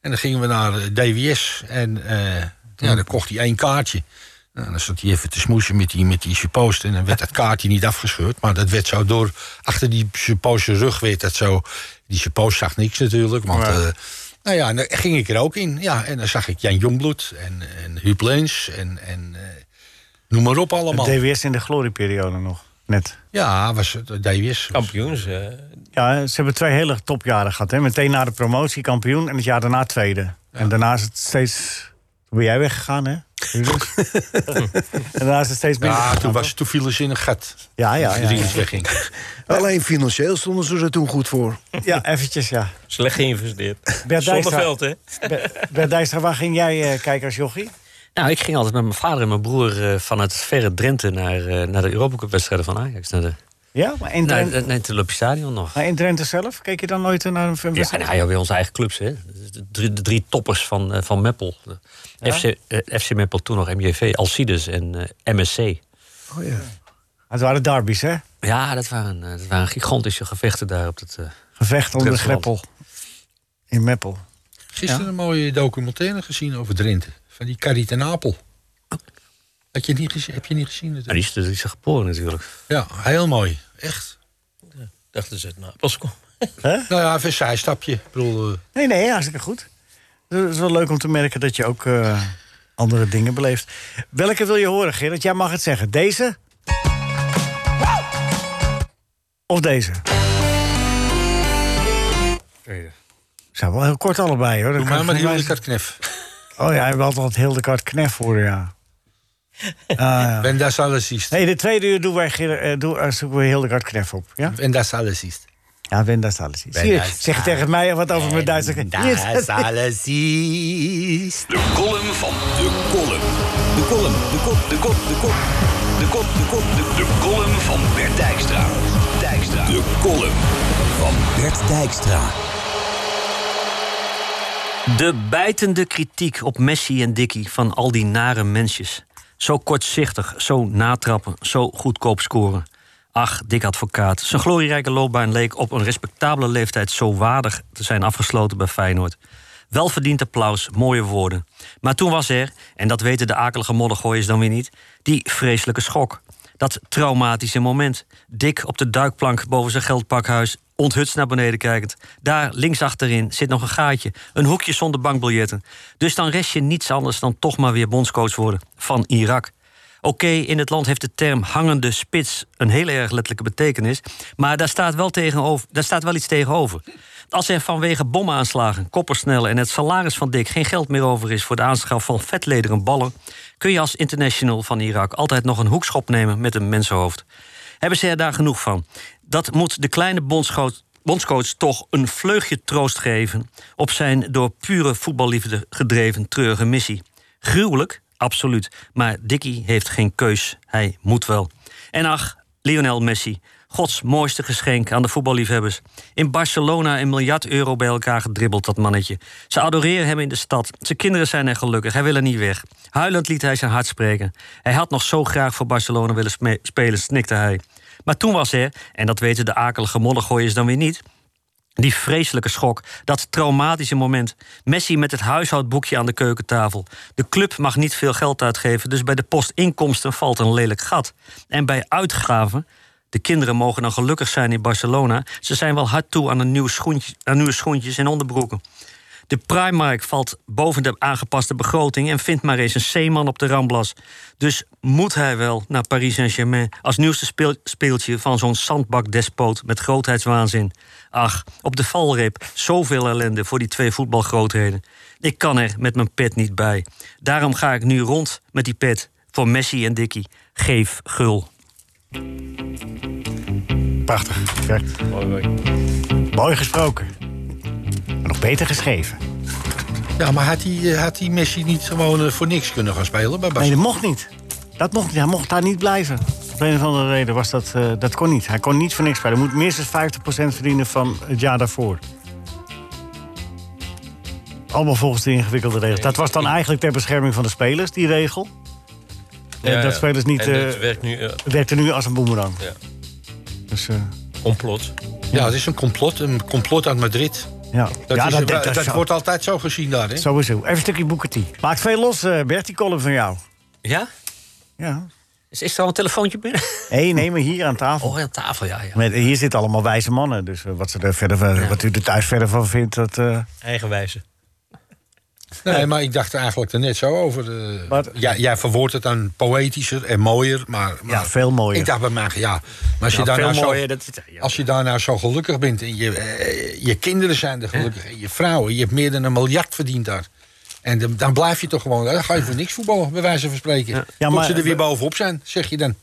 Speaker 7: En dan gingen we naar eh, DWS. En eh, ja, dan kocht hij één kaartje. Nou, dan zat hij even te smoesje met die, met die suppost. En
Speaker 3: (laughs)
Speaker 7: dan werd dat kaartje niet afgescheurd. Maar dat werd zo door... Achter die suppoos rug werd dat zo... Die suppoos zag niks natuurlijk. Want, eh, nou ja, en dan ging ik er ook in. Ja, en dan zag ik Jan Jongbloed en, en Huub Leens en... en eh, Noem maar op allemaal.
Speaker 3: DWS in de glorieperiode nog, net.
Speaker 7: Ja, was het eh, DWS.
Speaker 6: Kampioens. eh,
Speaker 3: Ja, ze hebben twee hele topjaren gehad. Hè? Meteen na de promotie kampioen en het jaar daarna tweede. En daarna is het steeds... Toen ben jij weggegaan, hè? Julius?
Speaker 7: (laughs)
Speaker 3: en daarna is het steeds minder
Speaker 7: Ja,
Speaker 3: gegaan,
Speaker 7: toen, was,
Speaker 3: toch?
Speaker 7: toen vielen ze in een gat.
Speaker 3: Ja, ja,
Speaker 7: Toen
Speaker 3: ja, ja.
Speaker 7: Rinus wegging.
Speaker 5: (laughs) alleen financieel stonden ze er toen goed voor.
Speaker 3: ja eventjes, ja.
Speaker 6: Slecht
Speaker 3: (laughs)
Speaker 6: geïnvesteerd.
Speaker 3: Bert Dijkstra,
Speaker 6: Zonneveld, hè?
Speaker 3: Bert- Bert Dijkstra, waar ging jij eh, kijken als jochie?
Speaker 4: Nou, ik ging altijd met mijn vader en mijn broer eh, vanuit het verre Drenthe naar, eh, naar de Europacupwedstrijden van Ajax. Naar de,
Speaker 3: Ja, maar in,
Speaker 4: naar,
Speaker 3: Drenthe,
Speaker 4: naar het Olympisch Stadion nog.
Speaker 3: maar in Drenthe zelf? Keek je dan nooit eh, naar een film?
Speaker 4: Ja, nou ja, bij onze eigen clubs. Hè. De drie, de drie toppers van, eh, van Meppel. De FC, eh, FC Meppel, toen nog MJV, Alcides en eh, MSC.
Speaker 5: Oh ja.
Speaker 3: Ah, Het waren derbies, hè?
Speaker 4: Ja, dat waren, eh, dat waren gigantische gevechten daar op dat... eh,
Speaker 3: Gevecht onder de greppel.
Speaker 4: Drenthe-land.
Speaker 3: In Meppel.
Speaker 7: Gisteren een mooie documentaire gezien over Drenthe. Van die Carrie ten Apel. Had je niet gezien, heb je niet gezien?
Speaker 4: nou,
Speaker 7: natuurlijk?
Speaker 4: die is, die is er geboren natuurlijk.
Speaker 7: Ja, heel mooi. Echt.
Speaker 6: Dachten ze het Napels kwam.
Speaker 7: (laughs) Nou ja, even een zijstapje. Ik bedoel, eh,
Speaker 3: Nee, nee, hartstikke goed. Het is wel leuk om te merken dat je ook eh, andere dingen beleeft. Welke wil je horen, Gerrit? Jij mag het zeggen. Deze? Of deze? Zijn wel heel kort allebei, hoor. Dan
Speaker 7: doe
Speaker 3: kan
Speaker 7: maar
Speaker 3: ik
Speaker 7: maar
Speaker 3: geen
Speaker 7: die
Speaker 3: wijze-
Speaker 7: Hildegard Knef.
Speaker 3: Oh ja, hij heeft altijd heel de kart knef voor, ja. Ah, ja.
Speaker 7: Ben das alles ist.
Speaker 3: Nee, de tweede uur doen wij, Gerrit, eh, doen, eh, zoeken we heel de kart knef op, ja?
Speaker 7: Ben das alles ist.
Speaker 3: Ja, wenn das alles ist. Hier, zeg tegen mij wat over mijn Duitse... Hier, dat- (laughs)
Speaker 5: alles is.
Speaker 2: De column van de column. De column, de kop, de kop, de kop. De kop, de kop, de De column van Bert Dijkstra. Dijkstra. De column van Bert Dijkstra.
Speaker 4: De bijtende kritiek op Messi en Dikkie van al die nare mensjes. Zo kortzichtig, zo natrappen, zo goedkoop scoren. Ach, dik advocaat. Zijn glorierijke loopbaan leek op een respectabele leeftijd zo waardig te zijn afgesloten bij Feyenoord. Welverdiend applaus, mooie woorden. Maar toen was er, en dat weten de akelige moddergooiers dan weer niet, die vreselijke schok. Dat traumatische moment. Dik op de duikplank boven zijn geldpakhuis, onthutst naar beneden kijkend. Daar links achterin zit nog een gaatje, een hoekje zonder bankbiljetten. Dus dan rest je niets anders dan toch maar weer bondscoach worden van Irak. Oké, in het land heeft de term hangende spits een heel erg letterlijke betekenis. Maar daar staat wel, tegenover, daar staat wel iets tegenover. Als er vanwege bomaanslagen, koppersnellen en het salaris van Dick geen geld meer over is voor de aanschaf van vetlederen ballen, kun je als international van Irak altijd nog een hoekschop nemen met een mensenhoofd. Hebben ze er daar genoeg van? Dat moet de kleine bondscoach, bondscoach toch een vleugje troost geven op zijn door pure voetballiefde gedreven treurige missie. Gruwelijk, absoluut. Maar Dickie heeft geen keus. Hij moet wel. En ach, Lionel Messi. Gods mooiste geschenk aan de voetballiefhebbers. In Barcelona een miljard euro bij elkaar gedribbeld, dat mannetje. Ze adoreren hem in de stad. Zijn kinderen zijn er gelukkig. Hij wil er niet weg. Huilend liet hij zijn hart spreken. Hij had nog zo graag voor Barcelona willen sme- spelen, snikte hij. Maar toen was er, en dat weten de akelige moddergooiers dan weer niet... Die vreselijke schok, dat traumatische moment. Messi met het huishoudboekje aan de keukentafel. De club mag niet veel geld uitgeven, dus bij de post inkomsten valt een lelijk gat. En bij uitgaven, de kinderen mogen dan gelukkig zijn in Barcelona, ze zijn wel hard toe aan, een nieuw schoentje, aan nieuwe schoentjes en onderbroeken. De Primark valt boven de aangepaste begroting en vindt maar eens een zeeman op de Ramblas. Dus moet hij wel naar Paris Saint-Germain als nieuwste speel- speeltje van zo'n zandbakdespoot met grootheidswaanzin. Ach, op de valreep zoveel ellende voor die twee voetbalgrootheden. Ik kan er met mijn pet niet bij. Daarom ga ik nu rond met die pet voor Messi en Dickie. Geef gul.
Speaker 3: Prachtig. Bert.
Speaker 7: eh,
Speaker 3: Mooi gesproken. Maar nog beter geschreven.
Speaker 7: Ja, maar had die, eh, had die Messi niet gewoon eh, voor niks kunnen gaan spelen bij
Speaker 3: Nee,
Speaker 7: Barcelona?
Speaker 3: dat mocht niet. Dat mocht niet. Hij mocht daar niet blijven. Op een of andere reden was dat... eh, dat kon niet. Hij kon niet voor niks spelen. Hij moet minstens 50% verdienen van het jaar daarvoor. Allemaal volgens de ingewikkelde regels. Dat was dan eigenlijk ter bescherming van de spelers, die regel. Eh, dat spelers niet...
Speaker 6: En dat
Speaker 3: eh,
Speaker 6: werkt nu eh,
Speaker 3: werkte nu als een boemerang.
Speaker 6: Ja.
Speaker 3: Dus, eh,
Speaker 6: ontplot.
Speaker 7: Ja, het is een complot, een complot aan Madrid.
Speaker 3: ja.
Speaker 7: Dat,
Speaker 3: ja,
Speaker 7: is-
Speaker 3: dat, dat-
Speaker 7: dat
Speaker 3: dat-
Speaker 7: wordt altijd zo gezien daar, hè?
Speaker 3: Sowieso. Even een stukje boekertie. Maakt veel los, eh, Bert, die column van jou.
Speaker 4: Ja?
Speaker 3: Ja.
Speaker 4: Is, is er al een telefoontje binnen?
Speaker 3: Hé,
Speaker 7: Hm.
Speaker 3: neem me hier aan tafel.
Speaker 4: Oh, aan tafel, ja. ja.
Speaker 3: Met, hier zitten allemaal wijze mannen. Dus eh, wat, ze er verder, van- wat u er thuis verder van vindt, dat... eh,
Speaker 6: Eigenwijze.
Speaker 7: Nee, maar ik dacht er eigenlijk er net zo over. eh,
Speaker 3: Wat?
Speaker 7: ja, jij verwoordt het dan poëtischer en mooier, maar... maar
Speaker 3: Ja, veel mooier.
Speaker 7: Ik dacht bij mij, ja, maar als je,
Speaker 4: Ja,
Speaker 7: daar
Speaker 4: veel
Speaker 7: nou
Speaker 4: mooier,
Speaker 7: zo,
Speaker 4: dat is- ja.
Speaker 7: als je daar nou zo gelukkig bent... en je, eh, je kinderen zijn er gelukkig, en je vrouwen... je hebt meer dan een miljard verdiend daar... En dan, dan blijf je toch gewoon, dan ga je voor niks voetballen, bij wijze van spreken.
Speaker 3: Ja,
Speaker 7: Tot
Speaker 3: maar-
Speaker 7: ze er weer bovenop zijn, zeg je dan.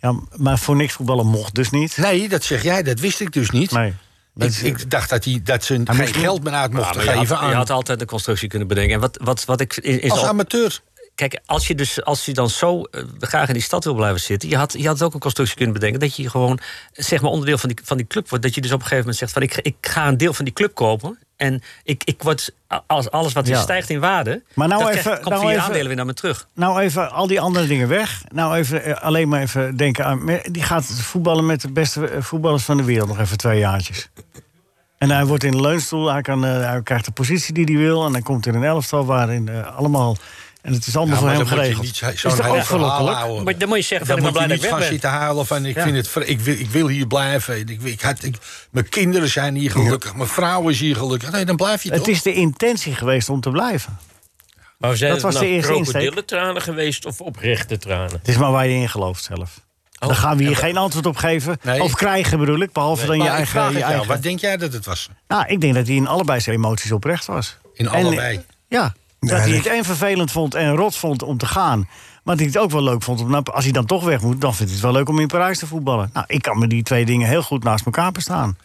Speaker 3: Ja, maar voor niks voetballen mocht dus niet.
Speaker 7: Nee, dat zeg jij, dat wist ik dus niet.
Speaker 3: Nee.
Speaker 7: ik, ik dacht dat, die, dat ze geen
Speaker 3: moest doen.
Speaker 7: geld meer uit
Speaker 4: Ja,
Speaker 7: mochten
Speaker 4: maar je,
Speaker 7: geven
Speaker 4: had, je
Speaker 7: aan...
Speaker 4: had altijd een constructie kunnen bedenken. En wat, wat, wat ik, is, is
Speaker 7: als
Speaker 4: al-
Speaker 7: amateur.
Speaker 4: Kijk, als je, dus, als je dan zo eh, graag in die stad wil blijven zitten... Je had, je had ook een constructie kunnen bedenken... dat je gewoon zeg maar onderdeel van die, van die club wordt. Dat je dus op een gegeven moment zegt... Van, ik, ga- ik ga een deel van die club kopen... en ik, ik word, als, alles wat hier
Speaker 3: Ja.
Speaker 4: stijgt in waarde...
Speaker 3: Maar nou
Speaker 4: dat
Speaker 3: even-
Speaker 4: krijg- komt
Speaker 3: nou
Speaker 4: via
Speaker 3: even-
Speaker 4: aandelen weer naar me terug.
Speaker 3: Nou even al die andere dingen weg. Nou even eh, alleen maar even denken aan... Me- Die gaat voetballen met de beste eh, voetballers van de wereld. Nog even twee jaartjes. En hij wordt in de leunstoel. Hij, kan, eh, hij krijgt de positie die hij wil. En hij komt in een elftal waarin eh, allemaal... En het is allemaal
Speaker 7: Ja,
Speaker 3: voor
Speaker 7: maar
Speaker 3: hem
Speaker 7: dan moet je
Speaker 3: geregeld.
Speaker 7: niet zo-
Speaker 3: Is
Speaker 7: zo'n
Speaker 3: toch
Speaker 7: heel
Speaker 3: ook
Speaker 7: verhaal
Speaker 3: verlokkelijk?
Speaker 7: houden.
Speaker 4: Maar dan moet je zeggen...
Speaker 7: Dan
Speaker 4: van, ik
Speaker 7: moet
Speaker 4: ben
Speaker 7: je
Speaker 4: blij
Speaker 7: niet
Speaker 4: dat ik
Speaker 7: vast
Speaker 4: weg ben.
Speaker 7: zitten huilen van ik, vind het, vre- ik, wil, ik wil hier blijven. en Ik, wil- ik had, ik, mijn kinderen zijn hier gelukkig, mijn vrouw is hier gelukkig. Nee, dan blijf je toch?
Speaker 3: Het is de intentie geweest om te blijven.
Speaker 6: Maar zijn
Speaker 3: Dat
Speaker 6: het
Speaker 3: was de
Speaker 6: nou
Speaker 3: eerste insteek.
Speaker 6: krokodillentranen geweest of oprechte tranen?
Speaker 3: Het is maar waar je in gelooft zelf. Daar gaan we hier geen antwoord op geven.
Speaker 7: Oh. Nee.
Speaker 3: Of krijgen bedoel ik, behalve dan je
Speaker 7: Maar ik
Speaker 3: eigen...
Speaker 7: vraag
Speaker 3: je
Speaker 7: het jou,
Speaker 3: eigen...
Speaker 7: wat denk jij dat het was?
Speaker 3: Nou, ik denk dat hij in allebei zijn emoties oprecht was.
Speaker 7: In
Speaker 3: En,
Speaker 7: allebei?
Speaker 3: eh, Ja. dat
Speaker 5: dat-
Speaker 3: hij het en vervelend vond en rot vond om te gaan. Maar dat hij het ook wel leuk vond. Om, naar- als hij dan toch weg moet, dan vindt hij het wel leuk om in Parijs te voetballen. Nou, ik kan me die twee dingen heel goed naast elkaar bestaan.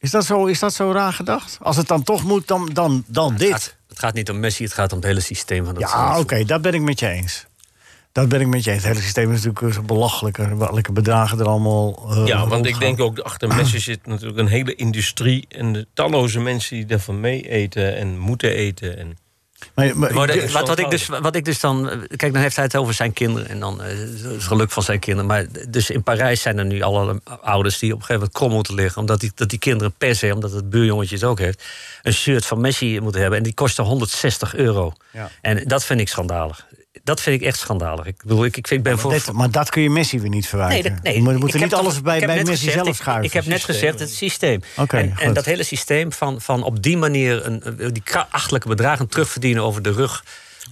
Speaker 3: Is dat zo, is dat zo raar gedacht? Als het dan toch moet, dan, dan, dan
Speaker 4: Het
Speaker 3: dit.
Speaker 4: gaat, het gaat niet om Messi, het gaat om het hele systeem van dat
Speaker 3: Ja, oké,
Speaker 4: voetbal.
Speaker 3: dat ben ik met je eens. Dat ben ik met je eens. Het hele systeem is natuurlijk zo belachelijk. hè, Welke bedragen er allemaal. eh,
Speaker 6: Ja, want ik
Speaker 3: rondgaan.
Speaker 6: denk ook achter (clears throat) Messi zit natuurlijk een hele industrie. En de talloze mensen die daarvan mee eten en moeten eten. En
Speaker 3: Maar, maar-
Speaker 4: Maar de-
Speaker 6: Ja, dat is
Speaker 4: wat, wat,
Speaker 6: wel
Speaker 4: ik dus, wat ik dus dan. Kijk, dan heeft hij het over zijn kinderen en dan eh, het geluk van zijn kinderen. Maar dus in Parijs zijn er nu alle ouders die op een gegeven moment krom moeten liggen. Omdat die, dat die kinderen per se, omdat het buurjongetje het ook heeft, een shirt van Messi moeten hebben. En die kostte 160 euro.
Speaker 3: Ja.
Speaker 4: En dat vind ik schandalig. Dat vind ik echt schandalig. Ik bedoel, ik, ik vind, ik ben voor.
Speaker 3: dit- maar dat kun je Messi weer niet verwijten.
Speaker 4: dat-
Speaker 3: Je moet- we
Speaker 4: ik
Speaker 3: moeten
Speaker 4: heb
Speaker 3: niet alles
Speaker 4: toch-
Speaker 3: bij,
Speaker 4: ik heb
Speaker 3: bij
Speaker 4: net
Speaker 3: Messi
Speaker 4: gezegd,
Speaker 3: zelf
Speaker 4: ik-
Speaker 3: schuiven.
Speaker 4: Ik, heb net gezegd, het systeem.
Speaker 3: Oké,
Speaker 4: en, en
Speaker 3: goed.
Speaker 4: dat hele systeem van, van op die manier een, eh, die kra- achtelijke bedragen terugverdienen over de rug.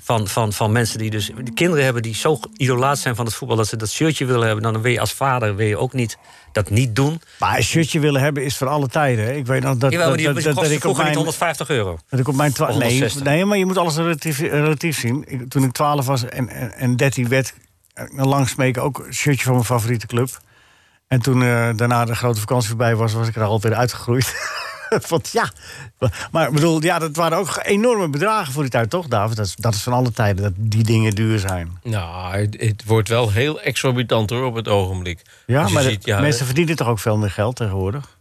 Speaker 4: Van, van, van mensen die dus die kinderen hebben die zo idolaat zijn van het voetbal dat ze dat shirtje willen hebben. Dan wil je als vader wil je ook niet dat niet doen.
Speaker 3: Maar een shirtje willen hebben is voor alle tijden. hè. Ik weet nog dat,
Speaker 4: Jawel, maar
Speaker 3: dat,
Speaker 4: die
Speaker 3: dat,
Speaker 4: dat,
Speaker 3: dat ik
Speaker 4: vroeger
Speaker 3: op
Speaker 4: niet
Speaker 3: mijn...
Speaker 4: 150 euro.
Speaker 3: Dat ik op mijn twa- nee,
Speaker 4: 160.
Speaker 3: nee, maar je moet alles relatief, relatief zien. Ik- toen ik 12 was en, en, en 13 werd, eh, langs smeken ook een shirtje van mijn favoriete club. En toen eh, daarna de grote vakantie voorbij was, was ik er altijd uitgegroeid. (laughs) Want ja, maar ik bedoel, ja, dat waren ook enorme bedragen voor die tijd, toch, David? Dat is, dat is van alle tijden dat die dingen duur zijn.
Speaker 6: nou, het, het wordt wel heel exorbitant hoor op het ogenblik.
Speaker 3: Ja,
Speaker 6: Als Dus je
Speaker 3: maar
Speaker 6: ziet, eh,
Speaker 3: de- mensen verdienen toch ook veel meer geld tegenwoordig?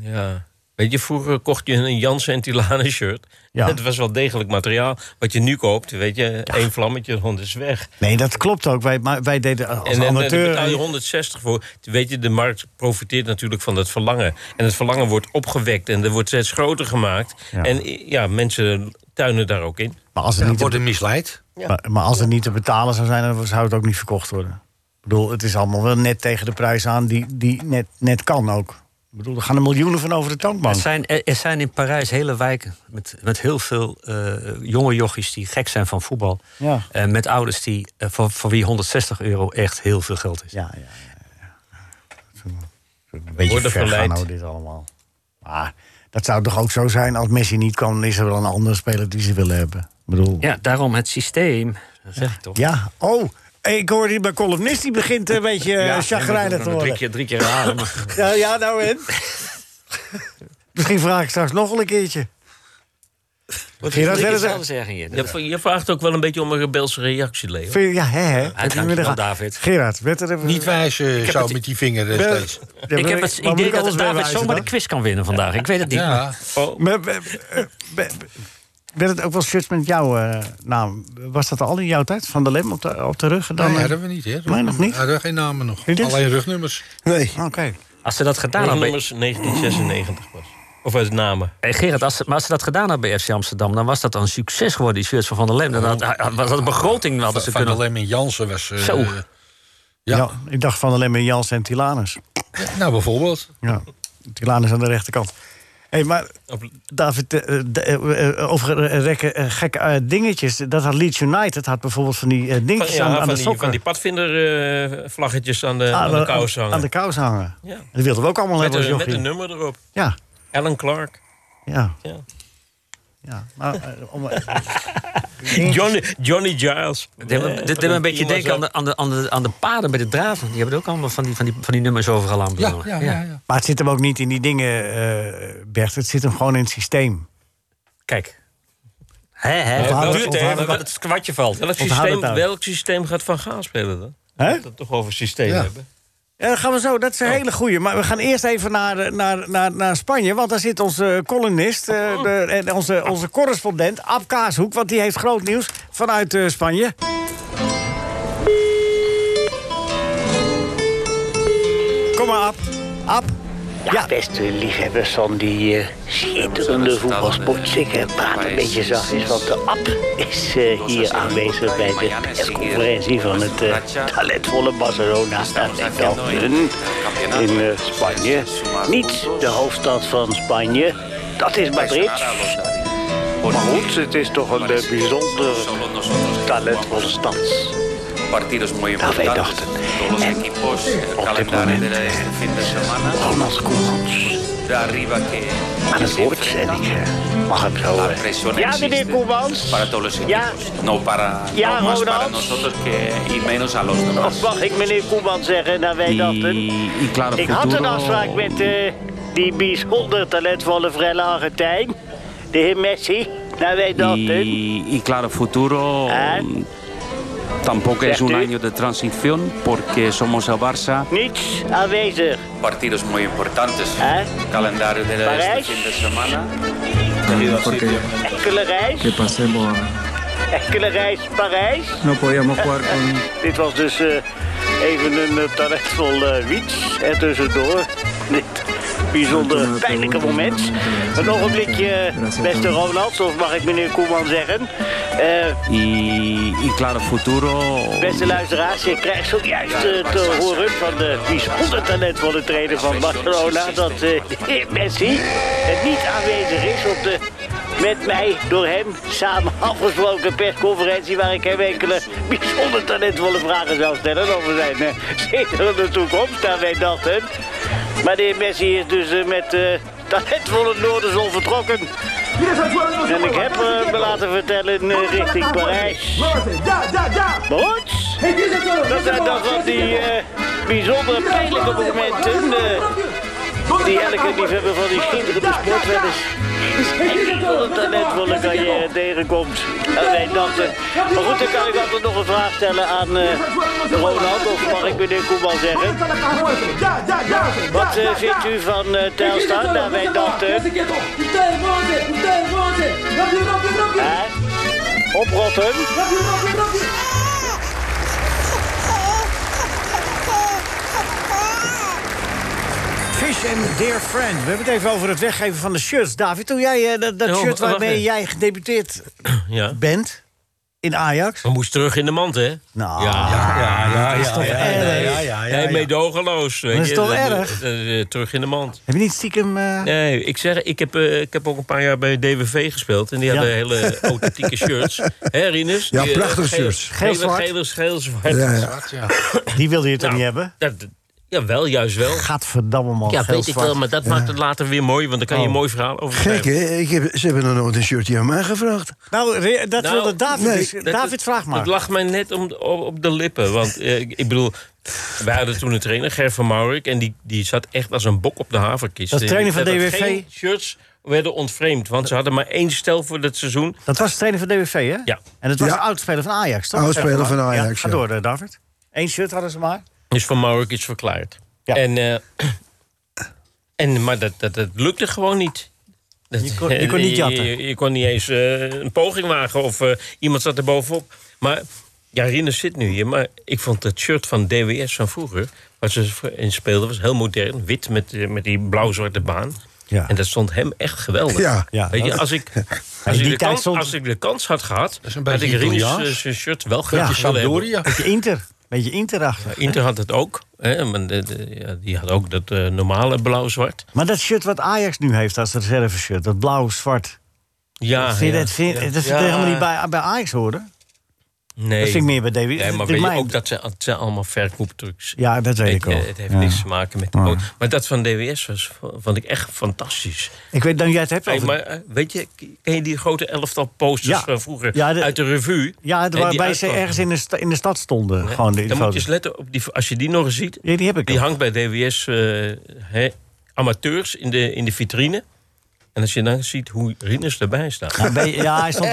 Speaker 6: Ja. Weet je, vroeger kocht je een Jansen en Tilane shirt. (laughs)
Speaker 3: Ja.
Speaker 6: Het was wel degelijk materiaal. Wat je nu koopt, weet je, één vlammetje, dan is weg.
Speaker 3: Nee, dat klopt ook. Wij, maar wij deden als
Speaker 6: en en- en daar
Speaker 3: amateur.
Speaker 6: betaal je 160 voor. Weet je, de markt profiteert natuurlijk van dat verlangen. En het verlangen wordt opgewekt en er wordt steeds groter gemaakt.
Speaker 3: Ja.
Speaker 6: En i- ja, mensen tuinen daar ook in.
Speaker 3: maar als het
Speaker 7: Ja,
Speaker 3: niet
Speaker 7: worden misleid.
Speaker 6: Ja.
Speaker 3: Maar, maar als het niet te betalen zou zijn, dan zou het ook niet verkocht worden. Ik bedoel, het is allemaal wel net tegen de prijs aan die, die net, net kan ook. Ik bedoel, er gaan er miljoenen van over de
Speaker 4: Er
Speaker 3: tankbank.
Speaker 4: zijn, er er zijn in Parijs hele wijken met, met heel veel eh, jonge jochies die gek zijn van voetbal.
Speaker 3: Ja.
Speaker 4: En met ouders die, eh, voor, voor wie 160 euro echt heel veel geld is.
Speaker 3: Ja, ja, ja. ja. Een beetje
Speaker 6: Worden
Speaker 3: ver gaan
Speaker 6: verleid.
Speaker 3: nou dit allemaal. Maar dat zou toch ook zo zijn, als Messi niet kan, dan is er wel een andere speler die ze willen hebben. Ik bedoel,
Speaker 4: Ja, daarom het systeem. Dat zeg ik toch.
Speaker 3: ja. Oh, ik hoor hier bij columnist, die begint een beetje ja, Eh, chagrijnig te
Speaker 4: Drie
Speaker 3: worden.
Speaker 4: keer, drie keer herhalen, maar-
Speaker 3: Ja, ja, nou in. Misschien vraag ik straks nog wel een keertje. Gerard
Speaker 4: Drie keer
Speaker 3: verder zeggen.
Speaker 4: hetzelfde zeggen je.
Speaker 6: Je, je vraagt ook wel een beetje om een rebelse reactie, Leo.
Speaker 3: Vind je- ja, hè, hè.
Speaker 4: Ja,
Speaker 3: Heb je me
Speaker 4: dankjewel,
Speaker 3: eraan-
Speaker 4: David.
Speaker 3: Gerard, (laughs) werd er even...
Speaker 7: Niet wijzen zo
Speaker 4: het-
Speaker 7: met die vinger eh,
Speaker 3: Wel-
Speaker 7: steeds.
Speaker 3: Ja,
Speaker 4: Ik heb
Speaker 3: maar-
Speaker 4: het
Speaker 3: maar moet
Speaker 4: idee
Speaker 3: ik
Speaker 4: dat
Speaker 3: alles
Speaker 4: David
Speaker 3: bijwijzen
Speaker 4: zomaar de
Speaker 3: dan?
Speaker 4: quiz kan winnen vandaag. Ik weet het niet.
Speaker 7: Ja.
Speaker 3: Maar- maar- eh, be- be- Werd het ook wel shirts met jouw eh, naam? Was dat al in jouw tijd? Van de Lem op de, op de rug? en Dan,
Speaker 7: Dan
Speaker 3: eh,
Speaker 7: hebben we niet, hè?
Speaker 3: Nee, nog niet.
Speaker 7: We hadden geen namen nog.
Speaker 3: Niet eens?
Speaker 7: Alleen rugnummers.
Speaker 5: Nee.
Speaker 7: Oh.
Speaker 3: Oké.
Speaker 4: Als ze dat gedaan
Speaker 6: Daarom
Speaker 4: hadden.
Speaker 6: nummers 1996 was. Of uit namen.
Speaker 4: bij- eh, Gerard, als ze, maar als ze dat gedaan hadden bij FC Amsterdam, dan was dat een succes geworden, die shirts van Van der Lem. Dan had, had- was dat een begroting hadden ze
Speaker 7: Van der
Speaker 4: kunnen.
Speaker 7: Lem en Jansen was... eh,
Speaker 4: Zo.
Speaker 7: eh,
Speaker 3: Ja.
Speaker 7: Ja.
Speaker 3: ik dacht Van de Lem en Jans en Tilanus.
Speaker 7: nou, bijvoorbeeld.
Speaker 3: Ja. Tilanus aan de rechterkant. Hé, maar
Speaker 6: Op-
Speaker 3: David, eh, eh, de- eh, eh, over eh, rekke, eh, gekke eh, dingetjes. Dat had Leeds United, had bijvoorbeeld van die eh,
Speaker 6: Van,
Speaker 3: dingetjes
Speaker 6: ja,
Speaker 3: aan, aan
Speaker 6: van,
Speaker 3: de
Speaker 6: die,
Speaker 3: sokken. Ah,
Speaker 6: van die padvindervlaggetjes aan de, aan de kous hangen.
Speaker 3: Aan de kous hangen.
Speaker 6: Ja.
Speaker 3: Dat wilden we ook allemaal
Speaker 6: Met,
Speaker 3: hebben als
Speaker 6: een, met
Speaker 3: jochie.
Speaker 6: een nummer erop.
Speaker 3: Ja,
Speaker 6: Alan Clark.
Speaker 3: ja,
Speaker 6: Ja.
Speaker 3: ja. Maar, eh,
Speaker 6: (laughs)
Speaker 3: om, eh,
Speaker 6: Johnny, Johnny Giles.
Speaker 4: Dit deed me- dit deed me een beetje denken aan de, aan, de, aan, de, aan de paden bij de draven. Die hebben er ook allemaal van die, van die, van die nummers overal aan
Speaker 7: Ja,
Speaker 4: bedoeld.
Speaker 7: ja, ja. ja.
Speaker 3: maar het zit hem ook niet in die dingen, eh, Bert. Het zit hem gewoon in het systeem.
Speaker 4: Kijk. Hè, hè.
Speaker 3: Onthoud het,
Speaker 6: duurt even,
Speaker 4: wat
Speaker 6: wat
Speaker 4: het kwartje valt.
Speaker 6: Welk
Speaker 3: Onthoud
Speaker 6: systeem,
Speaker 3: het uit.
Speaker 6: welk systeem gaat Van Gaal spelen dan?
Speaker 3: Hè?
Speaker 6: Dat we het toch over systeem
Speaker 7: Ja.
Speaker 6: hebben. (clears throat)
Speaker 3: Ja, dan gaan we zo. Dat
Speaker 6: Oh.
Speaker 3: is een hele goeie. Maar we gaan eerst even naar, eh, naar, naar, naar Spanje. Want daar zit onze columnist, eh, de- en onze, onze correspondent, Ab Kaashoek. Want die heeft groot nieuws vanuit eh, Spanje. Kom maar, Ab. Ab. Ja,
Speaker 8: Beste liefhebbers van die eh, schitterende voetbalsport. Ik eh, praat een beetje zachtjes, want de app is eh, hier aanwezig bij de persconferentie van het eh, talentvolle Barcelona. Talenten in eh, Spanje. Niet de hoofdstad van Spanje, dat is Madrid. Maar goed, het is toch een eh, bijzonder talentvolle stad. Nou, wij dachten. En op dit moment
Speaker 9: este
Speaker 8: eh, Ronald Koemans aan het woord. En ik eh, mag hem zo... eh, Ja, meneer Koemans. Ja,
Speaker 9: No para,
Speaker 8: Ja,
Speaker 9: no más
Speaker 8: Ronald.
Speaker 9: para nosotros que, y menos a los demás.
Speaker 8: of mag ik meneer Koemans zeggen? Nou, wij dachten.
Speaker 9: claro,
Speaker 8: Ik had een afspraak met eh, die bijzonder talentvolle Frelle Argentijn, de heer Messi, naar wij dachten.
Speaker 9: Y, y claro, futuro
Speaker 8: Ah.
Speaker 9: mm, tampoco es
Speaker 8: Zegt
Speaker 9: un
Speaker 8: u?
Speaker 9: año de transición porque somos el Barça.
Speaker 8: Niets aanwezig.
Speaker 9: Partidos muy importantes.
Speaker 8: Ah.
Speaker 9: Calendario de
Speaker 8: este Parijs. fin de
Speaker 9: semana.
Speaker 8: Enkele reis. Que pasemos. Enkele reis Parijs.
Speaker 10: No podíamos jugar con,
Speaker 8: (laughs) Dit was dus eh, even een eh, talentvol eh, wiets er tussendoor. Dit bijzonder pijnlijke moment. Een ogenblikje, eh, beste Ronald, of mag ik meneer Koeman zeggen. Eh,
Speaker 9: Y, y claro, futuro.
Speaker 8: beste luisteraars, je krijgt zojuist eh, te horen van de bijzonder talentvolle trainer van Barcelona... dat eh, (laughs) de heer Messi eh, niet aanwezig is op de... Met mij, door hem, samen (laughs) afgesproken persconferentie... waar ik hem enkele bijzonder talentvolle vragen zou stellen... over zijn eh, zekerende toekomst, aan wij dachten. Maar de heer Messi is dus eh, met eh talentvolle Noorderzon vertrokken. En ik heb eh, me laten vertellen eh, richting Parijs. Maar goed, dat zijn dan van die eh, bijzonder pijnlijke momenten... eh, die elke liefhebber van die schitterende sport wel eens... Ik wil het talentvolle carrière tegenkomt. En wij dachten. Maar goed, dan kan ik altijd nog een vraag stellen aan eh Ronald, of mag ik meneer Koeman zeggen. eh, Wat eh, vindt u van eh, Telstar? Nou, wij dachten. Hè? Oprotten.
Speaker 3: Fish and Dear Friend. We hebben het even over het weggeven van de shirts. David, toen jij eh, dat, dat
Speaker 6: Oh,
Speaker 3: shirt
Speaker 6: wacht
Speaker 3: waarmee
Speaker 6: even.
Speaker 3: jij gedebuteerd
Speaker 6: Ja.
Speaker 3: bent in Ajax.
Speaker 6: We moesten terug in de mand, hè?
Speaker 3: Nou,
Speaker 6: ja, ja, ja. ja,
Speaker 3: toch erg?
Speaker 6: Nee, meedogenloos. weet
Speaker 3: Dat is
Speaker 6: je.
Speaker 3: toch erg?
Speaker 6: eh, eh, Terug in de mand.
Speaker 3: heb je niet stiekem... eh,
Speaker 6: Nee, ik zeg, ik heb, eh, ik heb ook een paar jaar bij DWV gespeeld. En die
Speaker 3: Ja.
Speaker 6: hadden hele authentieke shirts. Hé, Rinus?
Speaker 5: Ja,
Speaker 6: Die, eh,
Speaker 5: prachtige
Speaker 6: geel-
Speaker 5: shirts.
Speaker 6: Geel, geel,
Speaker 3: Geel-zwart.
Speaker 6: geel, geel, zwart.
Speaker 5: Ja, ja.
Speaker 3: Die wilde je toch
Speaker 6: Nou,
Speaker 3: niet hebben?
Speaker 6: Dat, ja, wel, juist wel.
Speaker 3: Gaat verdamme man.
Speaker 6: Ja,
Speaker 3: geel,
Speaker 6: weet ik
Speaker 3: zwart.
Speaker 6: wel, maar dat maakt het later weer mooi. Want dan kan je
Speaker 3: Oh.
Speaker 6: een mooi verhaal over
Speaker 5: Gek,
Speaker 6: schrijven.
Speaker 5: hè? Ik heb, ze hebben nog nooit een shirtje aan mij gevraagd.
Speaker 3: Nou, Re- dat
Speaker 6: Nou,
Speaker 3: wilde David.
Speaker 5: nee.
Speaker 3: dus.
Speaker 6: Dat-
Speaker 3: David, vraag maar.
Speaker 6: Het lag mij net om, op, op de lippen. Want eh, ik ik bedoel, wij hadden toen een trainer, Ger van Maurik... en die, die zat echt als een bok op de haverkist. Eh,
Speaker 3: Dat is trainer van
Speaker 6: Er werden
Speaker 3: DWV?
Speaker 6: Geen shirts werden ontvreemd, want ze hadden maar één stel voor dat seizoen.
Speaker 3: Dat was de trainer van DWV, hè?
Speaker 6: Ja.
Speaker 3: En dat was
Speaker 5: Ja.
Speaker 3: een oudspeler van Ajax, toch?
Speaker 5: Oudspeler
Speaker 3: Zeg maar.
Speaker 5: Oh, van Ajax,
Speaker 3: Ga
Speaker 5: ja.
Speaker 3: door, eh, David. Eén shirt hadden ze maar.
Speaker 6: Dus van Maurik is verklaard.
Speaker 3: Ja.
Speaker 6: En, eh, (clears throat) en, maar dat, dat, dat lukte gewoon niet. Dat-
Speaker 3: Je kon- je kon niet jatten.
Speaker 6: (laughs) Je, je kon niet eens eh, een poging wagen of eh, iemand zat er bovenop. Maar ja, Rinus zit nu hier. Maar ik vond het shirt van DWS van vroeger, waar ze in speelden, was heel modern. Wit met, eh, met die blauw-zwarte baan.
Speaker 3: Ja.
Speaker 6: En dat stond hem echt geweldig.
Speaker 5: Ja.
Speaker 3: Ja,
Speaker 6: Weet je,
Speaker 3: dat-
Speaker 6: als,
Speaker 3: (laughs)
Speaker 6: ik, als,
Speaker 3: die
Speaker 6: ik de
Speaker 3: tijd
Speaker 6: kans,
Speaker 3: stond-
Speaker 6: als ik de kans had gehad,
Speaker 7: is een
Speaker 6: had ik
Speaker 7: beetje
Speaker 6: Rinus
Speaker 7: Italiaans.
Speaker 6: eh, zijn shirt wel
Speaker 3: Ja.
Speaker 6: gratis willen hebben.
Speaker 7: Sampdoria.
Speaker 3: Beetje Inter. Beetje Interachtig.
Speaker 6: Inter had het ook. Hè, maar de- de- ja, die had ook dat eh, normale blauw-zwart.
Speaker 3: Maar dat shirt wat Ajax nu heeft als reserve-shirt, dat blauw-zwart.
Speaker 6: Ja,
Speaker 3: vind je
Speaker 6: ja.
Speaker 3: dat, vind, dat vind
Speaker 6: Ja.
Speaker 3: je helemaal niet bij, bij Ajax horen?
Speaker 6: Nee.
Speaker 3: Dat vind ik meer bij David.
Speaker 6: Nee, maar
Speaker 3: dat
Speaker 6: weet je
Speaker 3: mijn-
Speaker 6: ook dat ze, het zijn allemaal verkooptrucs.
Speaker 3: Ja, dat weet ik
Speaker 6: Weet je,
Speaker 3: ook.
Speaker 6: het heeft
Speaker 3: Ja.
Speaker 6: niks te maken met de
Speaker 3: Ja.
Speaker 6: boot. Maar dat van DWS was, vond ik echt fantastisch.
Speaker 3: Ik weet dat jij het hebt
Speaker 6: Hey,
Speaker 3: over...
Speaker 6: maar eh, weet je, ken je die grote elftal posters
Speaker 3: Ja.
Speaker 6: van vroeger
Speaker 3: Ja, de-
Speaker 6: uit de revue?
Speaker 3: ja,
Speaker 6: die
Speaker 3: waarbij ze
Speaker 6: uitkwamen.
Speaker 3: ergens in de, sta- in de stad stonden. Gewoon de,
Speaker 6: Dan moet je
Speaker 3: foto's.
Speaker 6: eens letten op die, als je die nog eens ziet.
Speaker 3: Ja, die heb ik
Speaker 6: Die
Speaker 3: al.
Speaker 6: hangt bij DWS eh, hè, amateurs in de, in de vitrine. En als je dan ziet hoe Rinus erbij staat.
Speaker 3: Ja, ben je- Nou, ja,
Speaker 5: (laughs)
Speaker 3: hij stond...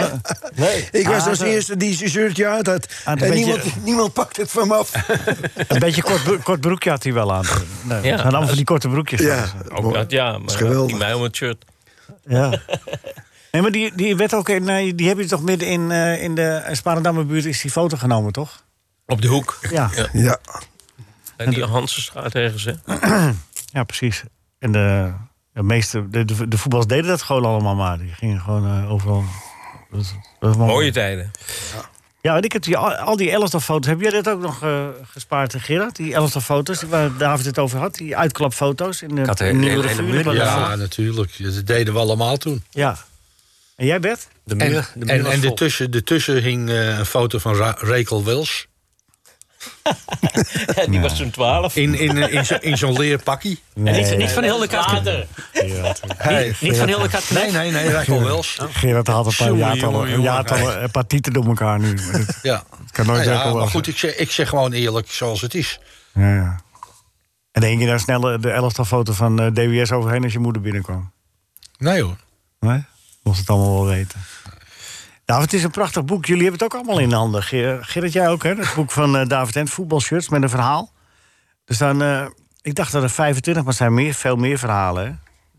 Speaker 5: Ik was
Speaker 3: Ah,
Speaker 5: als
Speaker 3: zo.
Speaker 5: eerste die zijn shirtje uit had.
Speaker 3: Ah,
Speaker 5: En
Speaker 3: dat weet je-
Speaker 5: niemand, niemand pakt het van me af.
Speaker 3: Een beetje kort, broek- kort broekje had hij wel aan. Nee,
Speaker 6: Ja.
Speaker 3: ja. allemaal van die korte broekjes.
Speaker 5: Ja,
Speaker 3: hadden
Speaker 6: Ook dat, ja. Maar
Speaker 5: geweldig.
Speaker 6: niet mij om het shirt.
Speaker 3: ze. ja. Nee, maar die, die, werd ook in, eh, die heb je toch midden in, eh, in de Sparendammerbuurt is die foto genomen, toch?
Speaker 6: Op de hoek.
Speaker 3: Ja, ja.
Speaker 6: Ja.
Speaker 5: ja.
Speaker 6: En die Hansenstraat ergens, hè?
Speaker 3: (clears throat) precies. En de, de meeste, de, de, de voetballers deden dat gewoon allemaal maar. Die gingen gewoon eh, overal... Dat, dat was
Speaker 6: Mooie tijden.
Speaker 3: Ja, en ik heb die, al al die elftalfoto's. Heb jij dat ook nog eh, gespaard, Gerard? Die elftalfoto's waar David het over had. Die uitklapfoto's in de,
Speaker 4: Ik had er
Speaker 3: in de
Speaker 4: hele-
Speaker 3: nieuwe
Speaker 4: hele
Speaker 3: revue.
Speaker 4: muur
Speaker 3: Dat was-
Speaker 7: Ja, natuurlijk. Dat deden we allemaal toen.
Speaker 3: ja. En jij, Bert?
Speaker 4: De
Speaker 7: En,
Speaker 4: muur, de muur
Speaker 7: en,
Speaker 4: was
Speaker 7: en
Speaker 4: vol.
Speaker 7: ertussen, ertussen hing eh, een foto van Ra Rakel Wils.
Speaker 6: (laughs) Ja, die was toen 12.
Speaker 7: In, in, eh, in, zo- in zo'n leerpakkie.
Speaker 4: En niet, niet van heel de kaart.
Speaker 6: Later.
Speaker 7: Hey.
Speaker 4: Niet van heel de kaart.
Speaker 7: Nee, nee, nee, Rakel Wils.
Speaker 3: Gerard had een paar
Speaker 7: Jongen,
Speaker 3: jaartallen,
Speaker 7: jongen, jongen.
Speaker 3: jaartallen, een paar tieten door elkaar nu. Maar dat
Speaker 7: Ja.
Speaker 3: kan nooit
Speaker 7: Nou ja,
Speaker 3: zeggen wel.
Speaker 7: maar goed, ik zeg, ik zeg gewoon eerlijk zoals het is.
Speaker 3: Ja, ja. En de hing je daar snel eh, de elftalfoto van eh, DWS overheen als je moeder binnenkwam?
Speaker 7: Nee hoor.
Speaker 3: Nee? Mocht het allemaal wel weten. Nou, het is een prachtig boek. Jullie hebben het ook allemaal in handen. Ger- Gerrit, jij ook, hè? Het boek van eh, David Ent, voetbalshirts met een verhaal. Dus dan, eh, ik dacht dat er 25, maar er zijn meer, veel meer verhalen, hè?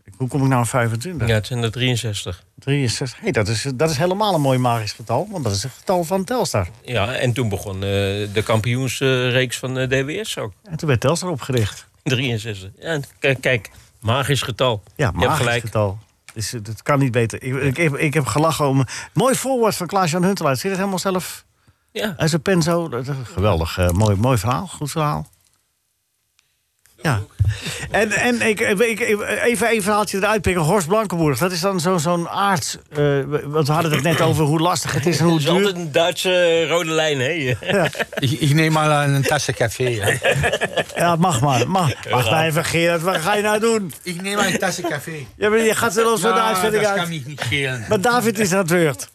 Speaker 3: Ik- Hoe kom ik nou aan 25?
Speaker 6: Ja, het zijn er 63.
Speaker 3: 63. Hey, dat, is, dat is helemaal een mooi magisch getal, want dat is het getal van Telstar.
Speaker 6: Ja, en toen begon eh, de kampioensreeks van eh, DWS ook.
Speaker 3: En toen werd Telstar opgericht.
Speaker 6: 63. Ja, kijk, kijk, magisch getal.
Speaker 3: Ja,
Speaker 6: Je hebt
Speaker 3: magisch
Speaker 6: gelijk.
Speaker 3: getal. Dus eh, dat kan niet beter. Ik, ik, heb- ik heb gelachen om... Mooi voorwoord van Klaas-Jan Huntelaar. Zit het helemaal zelf
Speaker 6: Ja.
Speaker 3: uit zijn pen zo? Dat- dat- Geweldig. eh, mooi, mooi verhaal. Goed verhaal. Ja. En, en ik, ik, even één verhaaltje eruit pikken. Horst Blankenburg. Dat is dan zo'n zo'n aards... eh, we- want we hadden het net over hoe lastig het is en hoe
Speaker 7: (laughs)
Speaker 6: Het is
Speaker 3: duur.
Speaker 6: altijd een Duitse rode lijn, hè?
Speaker 7: Ik, ik neem maar een tasse café.
Speaker 6: (laughs)
Speaker 7: Ja.
Speaker 3: Ja, mag maar. Mag. Wacht nou even, Gerard. Wat ga je nou doen?
Speaker 7: ik neem maar een tasse café.
Speaker 3: Je, bent- je gaat er los van de uitzending
Speaker 7: Nou, dat kan
Speaker 3: uit.
Speaker 7: ik niet schelen.
Speaker 3: (laughs) Maar David is aan het beurt.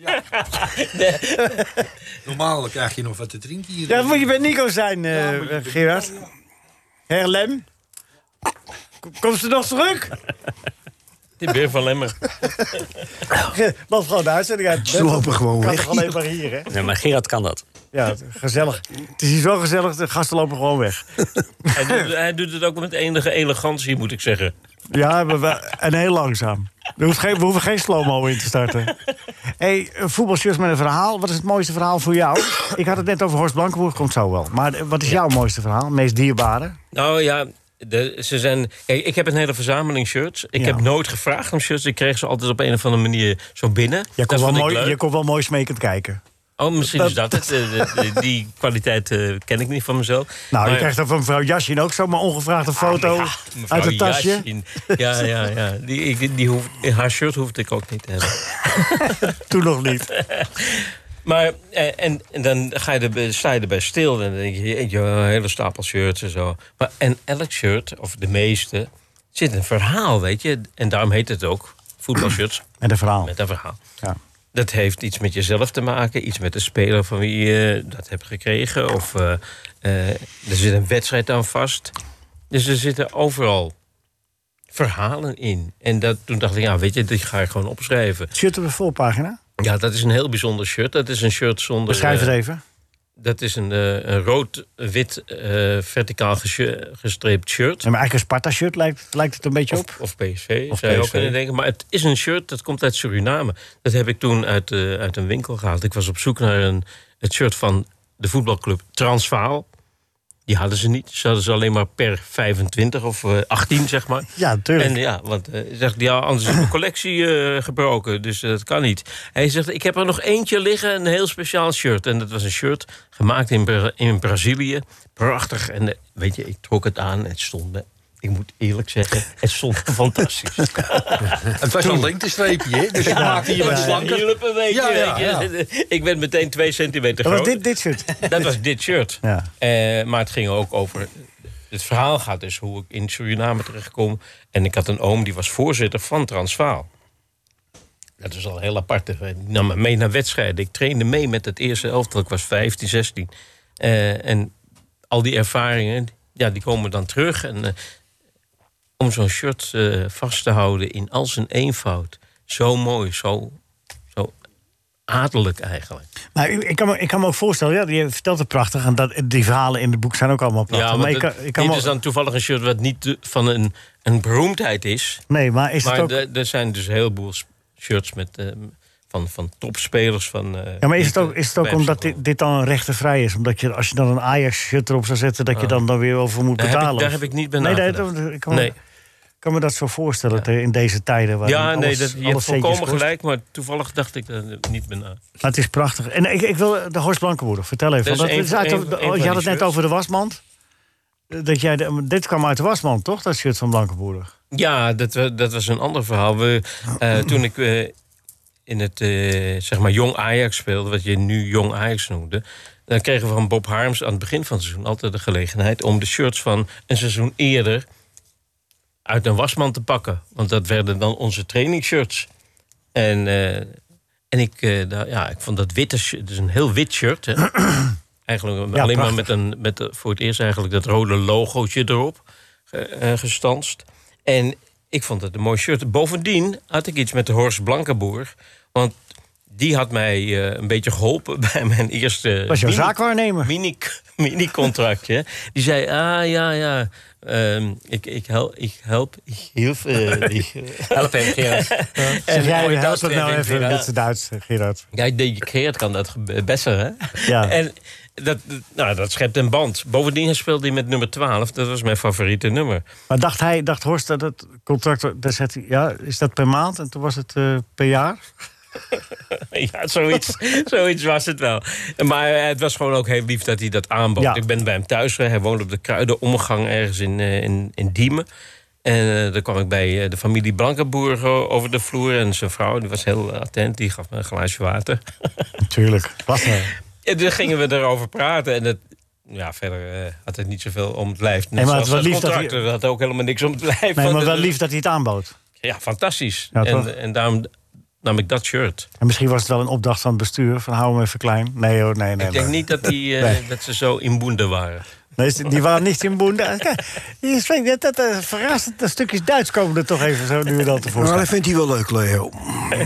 Speaker 7: Normaal krijg je nog wat te drinken hier.
Speaker 3: Ja, dat moet je bij Nico zijn, eh, Gerard. Her Lem. Kom- Komt ze nog terug?
Speaker 6: Die Beer van Lemmer.
Speaker 3: Wat gewoon de uitzending uit.
Speaker 5: Ze lopen gewoon
Speaker 3: Kan
Speaker 5: weg.
Speaker 3: toch alleen maar hier, hè?
Speaker 4: Nee, maar Gerard kan dat.
Speaker 3: Ja, gezellig. Het is hier zo gezellig, de gasten lopen gewoon weg.
Speaker 6: hij, doet, hij doet het ook met enige elegantie, moet ik zeggen.
Speaker 3: Ja, maar wel- en heel langzaam. Er hoeft geen, we hoeven geen slow-mo in te starten. hey, voetbalshirts met een verhaal. Wat is het mooiste verhaal voor jou? Ik had het net over Horst Blankenburg, komt zo wel. Maar eh, wat is jouw mooiste verhaal, meest dierbare?
Speaker 6: Nou ja, de, ze zijn. Kijk, ik heb een hele verzameling shirts. Ik
Speaker 3: Ja.
Speaker 6: heb nooit gevraagd om shirts. Ik kreeg ze altijd op een of andere manier zo binnen.
Speaker 3: Je
Speaker 6: Dat
Speaker 3: kon, wel
Speaker 6: vond ik
Speaker 3: mooi,
Speaker 6: leuk.
Speaker 3: je kon wel mooi smekend kijken.
Speaker 6: Oh, misschien
Speaker 3: dat-
Speaker 6: is dat het. Eh, de- de- die kwaliteit eh, ken ik niet van mezelf.
Speaker 3: Nou, je
Speaker 6: Maar- Ah,
Speaker 3: krijgt dan van mevrouw Jasjin ook zomaar ongevraagd een foto
Speaker 6: Mevrouw
Speaker 3: uit het tasje.
Speaker 6: Yashin. Ja, ja,
Speaker 3: (laughs)
Speaker 6: ja. Die, ik, die hoef, haar shirt hoefde ik ook niet te hebben.
Speaker 3: (laughs) Toen nog niet.
Speaker 6: (laughs) Maar, eh, en, en dan ga je er, sta je erbij stil. En dan denk je, jeetje, een hele stapel shirts en zo. Maar, en elk shirt, of de meeste, zit een verhaal, weet je. En daarom heet het ook voetbalshirts
Speaker 3: (clears throat) Met een verhaal.
Speaker 6: met een verhaal.
Speaker 3: Ja.
Speaker 6: Dat heeft iets met jezelf te maken, iets met de speler van wie je dat hebt gekregen. Of eh, eh, er zit een wedstrijd aan vast. Dus er zitten overal verhalen in. En dat, toen dacht ik, ja, weet je, die ga ik gewoon opschrijven.
Speaker 3: Shirt op de voorpagina.
Speaker 6: Ja, dat is een heel bijzonder shirt. Dat is een shirt zonder...
Speaker 3: Beschrijf
Speaker 6: eh,
Speaker 3: het even.
Speaker 6: dat is een, eh, een rood-wit eh, verticaal gesje- gestreept shirt.
Speaker 3: Ja, maar eigenlijk een Sparta-shirt lijkt, lijkt het een beetje op.
Speaker 6: Of, of PSV,
Speaker 3: Of
Speaker 6: zou je ook
Speaker 3: PSV.
Speaker 6: kunnen denken. Maar het is een shirt dat komt uit Suriname. Dat heb ik toen uit, eh, uit een winkel gehaald. Ik was op zoek naar een, het shirt van de voetbalclub Transvaal. Die hadden ze niet. Ze hadden ze alleen maar per 25 of eh, 18, zeg maar.
Speaker 3: Ja, natuurlijk.
Speaker 6: En ja, want eh, hij zegt, ja, anders is mijn collectie eh, gebroken. Dus eh, dat kan niet. Hij zegt, ik heb er nog eentje liggen, een heel speciaal shirt. En dat was een shirt gemaakt in, Bra- in Brazilië. Prachtig. En eh, weet je, ik trok het aan. Het stond, me- ik moet eerlijk zeggen, het stond (laughs) fantastisch.
Speaker 7: (laughs) Het was een lengtestreepje, hè? Dus ik maakte hier wat slanker.
Speaker 6: Hielp een beetje,
Speaker 7: Ja, ja,
Speaker 6: weet je. (laughs) Ik ben meteen twee centimeter
Speaker 3: Dat was
Speaker 6: groot.
Speaker 3: Oh, dit, dit shirt.
Speaker 6: (laughs) Dat was dit shirt.
Speaker 3: Ja.
Speaker 6: Eh, maar het ging ook over. Het verhaal gaat dus hoe ik in Suriname terechtkom. En ik had een oom die was voorzitter van Transvaal. Dat is al heel apart. Die nam me mee naar wedstrijden. Ik trainde mee met het eerste elftal. Ik was 15, 16. Eh, en al die ervaringen, ja, die komen dan terug. En eh, om zo'n shirt eh, vast te houden in al zijn eenvoud. Zo mooi, zo, zo adellijk eigenlijk.
Speaker 3: Maar ik, ik kan me, ik kan me ook voorstellen, ja, je vertelt het prachtig. En dat, die verhalen in het boek zijn ook allemaal prachtig.
Speaker 6: Ja, maar
Speaker 3: maar ik
Speaker 6: dat-
Speaker 3: kan, ik kan
Speaker 6: dit
Speaker 3: me-
Speaker 6: is dus dan toevallig een shirt wat niet de- van een, een beroemdheid is.
Speaker 3: nee, maar is het
Speaker 6: maar
Speaker 3: ook...
Speaker 6: de- er zijn dus een heleboel s- shirts met, eh, van, van topspelers. Van, eh,
Speaker 3: ja, maar is
Speaker 6: die
Speaker 3: het ook,
Speaker 6: te-
Speaker 3: is het ook
Speaker 6: bij
Speaker 3: omdat
Speaker 6: zijn
Speaker 3: dit, dit dan rechtenvrij is? Omdat je, als je dan een Ajax-shirt erop zou zetten... dat je dan, dan weer over moet
Speaker 6: Oh. Daar heb ik-
Speaker 3: betalen?
Speaker 6: daar
Speaker 3: of-
Speaker 6: heb ik niet bij
Speaker 3: nee, dat-
Speaker 6: nagedacht.
Speaker 3: dat- ik kan,
Speaker 6: Nee.
Speaker 3: me, kan me dat zo voorstellen te- in deze tijden... waarin
Speaker 6: Ja, nee,
Speaker 3: alles-
Speaker 6: dat, je hebt
Speaker 3: alles centjes
Speaker 6: volkomen
Speaker 3: kost.
Speaker 6: gelijk, maar toevallig dacht ik er niet meer na.
Speaker 3: Maar het is prachtig. En ik, ik wil de Horst Blankenboer, vertel even.
Speaker 6: Dat is
Speaker 3: want
Speaker 6: een
Speaker 3: dat is
Speaker 6: van-
Speaker 3: uit de-
Speaker 6: een- een
Speaker 3: oh,
Speaker 6: van
Speaker 3: je
Speaker 6: die
Speaker 3: had het net
Speaker 6: shirts.
Speaker 3: over de wasmand. Eh, Dat jij de- dit kwam uit de wasmand, toch? Dat shirt van Blankenboer.
Speaker 6: Ja, dat, wa- dat was een ander verhaal. We, eh, toen ik eh, in het eh, zeg maar jong Ajax speelde, wat je nu jong Ajax noemde, dan kregen we van Bob Harms aan het begin van het seizoen altijd de gelegenheid om de shirts van een seizoen eerder uit een wasmand te pakken. Want dat werden dan onze trainingsshirts. En, eh, en ik, eh, nou, ja, ik vond dat witte shirt, dus een heel wit shirt. Hè. Eigenlijk alleen maar met een, met de- voor het eerst eigenlijk dat rode logootje erop. ge- eh, gestanst. En ik vond het een mooi shirt. Bovendien had ik iets met de Horst Blankenboer. Want die had mij eh, een beetje geholpen (laughs) bij mijn eerste...
Speaker 3: Was jouw
Speaker 6: mini-
Speaker 3: zaakwaarnemer?
Speaker 6: mini, mini-contractje. Die zei, ah ja, ja, ehm, ik, ik help, ik help, ik hielp. eh,
Speaker 3: (laughs)
Speaker 6: die-
Speaker 10: Help hem,
Speaker 6: (laughs)
Speaker 10: Gerard.
Speaker 3: Zeg jij, help het nou
Speaker 10: Duits-
Speaker 3: even
Speaker 6: Ja.
Speaker 3: met z'n Duits, Gerard.
Speaker 6: ja, die Geert kan dat ge- besser, hè?
Speaker 3: Ja.
Speaker 6: (laughs) En dat, nou, dat schept een band. Bovendien speelde hij met nummer 12. Dat was mijn favoriete nummer.
Speaker 3: Maar dacht hij, dacht Horst dat het contract... Daar zegt hij, ja, is dat per maand? En toen was het eh, per jaar?
Speaker 6: (laughs) Ja, zoiets, zoiets was het wel. Maar eh, het was gewoon ook heel lief dat hij dat aanbood.
Speaker 3: Ja.
Speaker 6: Ik ben bij hem thuis. geweest. Hij woonde op de Kruidenomgang ergens in, eh, in, in Diemen. En eh, daar kwam ik bij eh, de familie Blankenboer eh, over de vloer. En zijn vrouw, die was heel attent, die gaf me een glaasje water. (laughs)
Speaker 3: Natuurlijk. Was er.
Speaker 6: En toen gingen we erover praten. En het, ja, verder eh, had het niet zoveel om het lijf. Net
Speaker 3: Nee, maar het
Speaker 6: zoals
Speaker 3: was lief dat
Speaker 6: contract,
Speaker 3: hij-
Speaker 6: dat had ook helemaal niks om het
Speaker 3: (laughs)
Speaker 6: lijf.
Speaker 3: Nee,
Speaker 6: Want
Speaker 3: maar wel
Speaker 6: het-
Speaker 3: lief dat hij het aanbood.
Speaker 6: Ja, fantastisch.
Speaker 3: Ja, toch?
Speaker 6: en, en daarom nam ik dat shirt.
Speaker 3: En misschien was het wel een opdracht van het bestuur. Van hou hem even klein. Nee hoor, nee, nee.
Speaker 6: ik denk
Speaker 3: nee.
Speaker 6: niet
Speaker 3: (laughs)
Speaker 6: dat, die, eh,
Speaker 3: Nee.
Speaker 6: dat ze zo inboende waren.
Speaker 3: Nee, ze- die waren niet in Boende. Kijk, Je spreekt net dat eh, verrassend. De stukjes Duits komen er toch even zo nu en dan
Speaker 5: Maar hij
Speaker 3: tevoorschijn.
Speaker 5: Nou, vindt hij wel leuk, Leo.
Speaker 6: (laughs)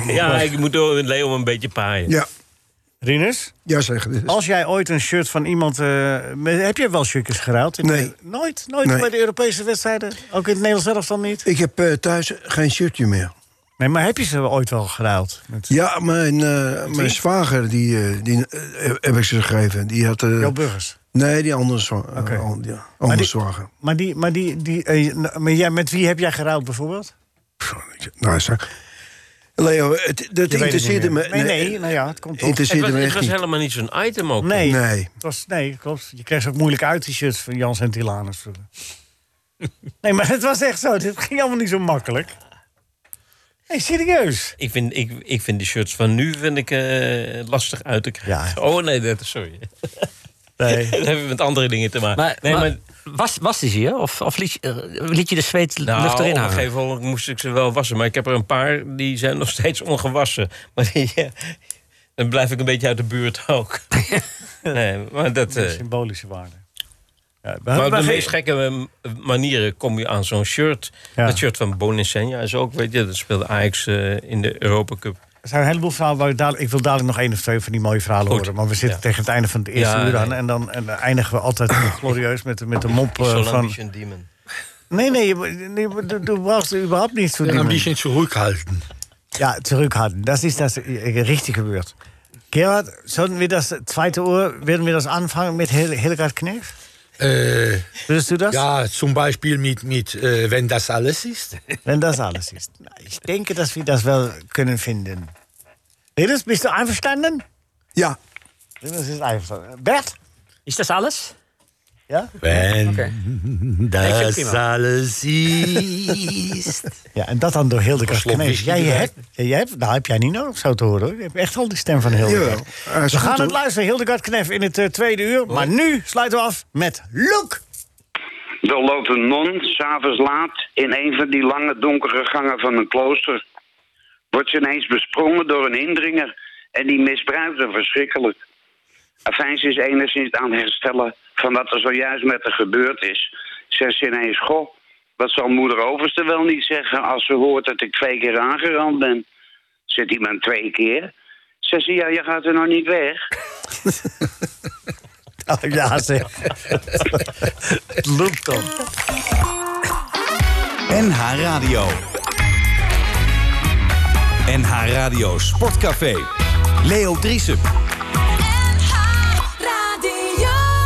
Speaker 6: Ja, ik moet door Leo een beetje paaien.
Speaker 5: Ja,
Speaker 3: Rinus,
Speaker 5: ja zeg. dit is-
Speaker 3: als jij ooit een shirt van iemand... eh, met- heb je wel shirtjes geruild? In-
Speaker 5: Nee.
Speaker 3: Nooit? Nooit
Speaker 5: Nee.
Speaker 3: bij de Europese wedstrijden? Ook in het Nederlands zelf dan niet?
Speaker 5: Ik heb eh, thuis geen shirtje meer.
Speaker 3: Nee, maar heb je ze ooit wel geruild? Met
Speaker 5: Ja, mijn, eh, mijn zwager, die, eh, die eh, heb ik ze gegeven. Die had... eh,
Speaker 3: Joop Burgers?
Speaker 5: nee, die andere, zwa eh,
Speaker 3: Oké.
Speaker 5: an- ja,
Speaker 3: Maar
Speaker 5: andere
Speaker 3: die-
Speaker 5: zwager.
Speaker 3: Maar, die, maar, die, die, eh, n- maar jij, met wie heb jij geruild bijvoorbeeld?
Speaker 5: Nou, zeg. Leo, het, dat
Speaker 3: Je weet het niet
Speaker 5: interesseerde me.
Speaker 3: meer. Nee, nee, nou ja, het komt toch.
Speaker 6: Het was,
Speaker 5: interesseerde me
Speaker 6: het
Speaker 5: echt
Speaker 6: was
Speaker 5: niet.
Speaker 6: helemaal niet zo'n item ook.
Speaker 3: Nee,
Speaker 5: Nee.
Speaker 3: Het was, nee, klopt. Je kreeg ze ook moeilijk uit, die shirts van Jans en Tilanus.
Speaker 6: (laughs)
Speaker 3: vroeger. nee, maar het was echt zo. Dit ging allemaal niet zo makkelijk. Nee, serieus.
Speaker 6: Ik vind, ik, ik vind de shirts van nu vind ik, eh, lastig uit te krijgen. Oh nee, dat, sorry.
Speaker 3: (laughs)
Speaker 6: (laughs)
Speaker 3: Nee.
Speaker 6: dat heeft met andere dingen te maken.
Speaker 10: Maar,
Speaker 6: nee,
Speaker 10: maar, was, was die ze je? Of, of liet, je- eh, liet je de zweet
Speaker 6: nou,
Speaker 10: lucht erin
Speaker 6: op een
Speaker 10: hangen?
Speaker 6: gegeven moment moest ik ze wel wassen. Maar ik heb er een paar, die zijn nog steeds ongewassen. Maar die, eh, dan blijf ik een beetje uit de buurt
Speaker 3: (laughs)
Speaker 6: ook. nee, maar dat... eh,
Speaker 3: Symbolische waarde. Ja, we
Speaker 6: maar
Speaker 3: hebben
Speaker 6: op de
Speaker 3: geen-
Speaker 6: meest gekke eh, manieren kom je aan zo'n shirt.
Speaker 3: Ja.
Speaker 6: Dat shirt van Bonicenia is ook, weet je, dat speelde Ajax eh, in de Europa Cup.
Speaker 3: Er zijn een heleboel verhalen. Waar ik, dadelijk, ik wil dadelijk nog één of twee van die mooie verhalen
Speaker 6: Goed.
Speaker 3: horen. Maar we zitten
Speaker 6: Ja.
Speaker 3: tegen het einde van het eerste
Speaker 6: Ja,
Speaker 3: uur aan.
Speaker 6: nee.
Speaker 3: En dan en dan eindigen we altijd glorieus met, de- met de mop eh, van...
Speaker 6: een demon.
Speaker 3: Nee, nee, je, nee, je- je brauchst er überhaupt niet zo
Speaker 7: Ja, dan die zijn zurückhalten.
Speaker 3: Ja, zurückhalten. Das ist das äh, richtige Wort. Gerhard, sollten wir das zweite Uhr, werden wir das anfangen mit Hel Helgard Knecht?
Speaker 7: Äh,
Speaker 3: Würdest du das?
Speaker 7: ja, zum Beispiel mit, mit äh, Wenn das alles ist.
Speaker 3: Wenn das alles ist. Na, Ich denke, dass wir das wel können finden. Linus, bist du einverstanden?
Speaker 5: Ja,
Speaker 3: Linus ist einverstanden. Bert?
Speaker 10: Is dat alles?
Speaker 3: Ja?
Speaker 7: Wenn
Speaker 10: Oké.
Speaker 7: das
Speaker 10: prima.
Speaker 7: alles ist.
Speaker 3: Ja, en dat dan door Hildegard
Speaker 7: Slot
Speaker 3: Kneef.
Speaker 7: wist
Speaker 3: Jij
Speaker 7: iedereen.
Speaker 3: hebt, jij hebt, nou heb jij niet nodig zo te horen. hoor. (laughs) Je hebt echt al die stem van Hildegard.
Speaker 5: Jawel, eh, hij is
Speaker 3: we
Speaker 5: goed,
Speaker 3: gaan het
Speaker 5: hoor.
Speaker 3: luisteren, Hildegard Knef, in het eh, tweede uur. Maar nu sluiten we af met Loek.
Speaker 11: Er loopt een non, s'avonds laat, in een van die lange donkere gangen van een klooster. Wordt ze ineens besprongen door een indringer en die misbruikt hem verschrikkelijk. Afijn, ze is enigszins aan het herstellen van wat er zojuist met haar gebeurd is. Zegt ze ineens, goh, wat zal moeder overste wel niet zeggen als ze hoort dat ik twee keer aangerand ben? Zit iemand twee keer? Zegt ze, ja, je gaat er nog niet weg.
Speaker 3: Oh, ja, zeg. Loek dan.
Speaker 2: NH Radio. NH Radio Sportcafé. Leo Driesen.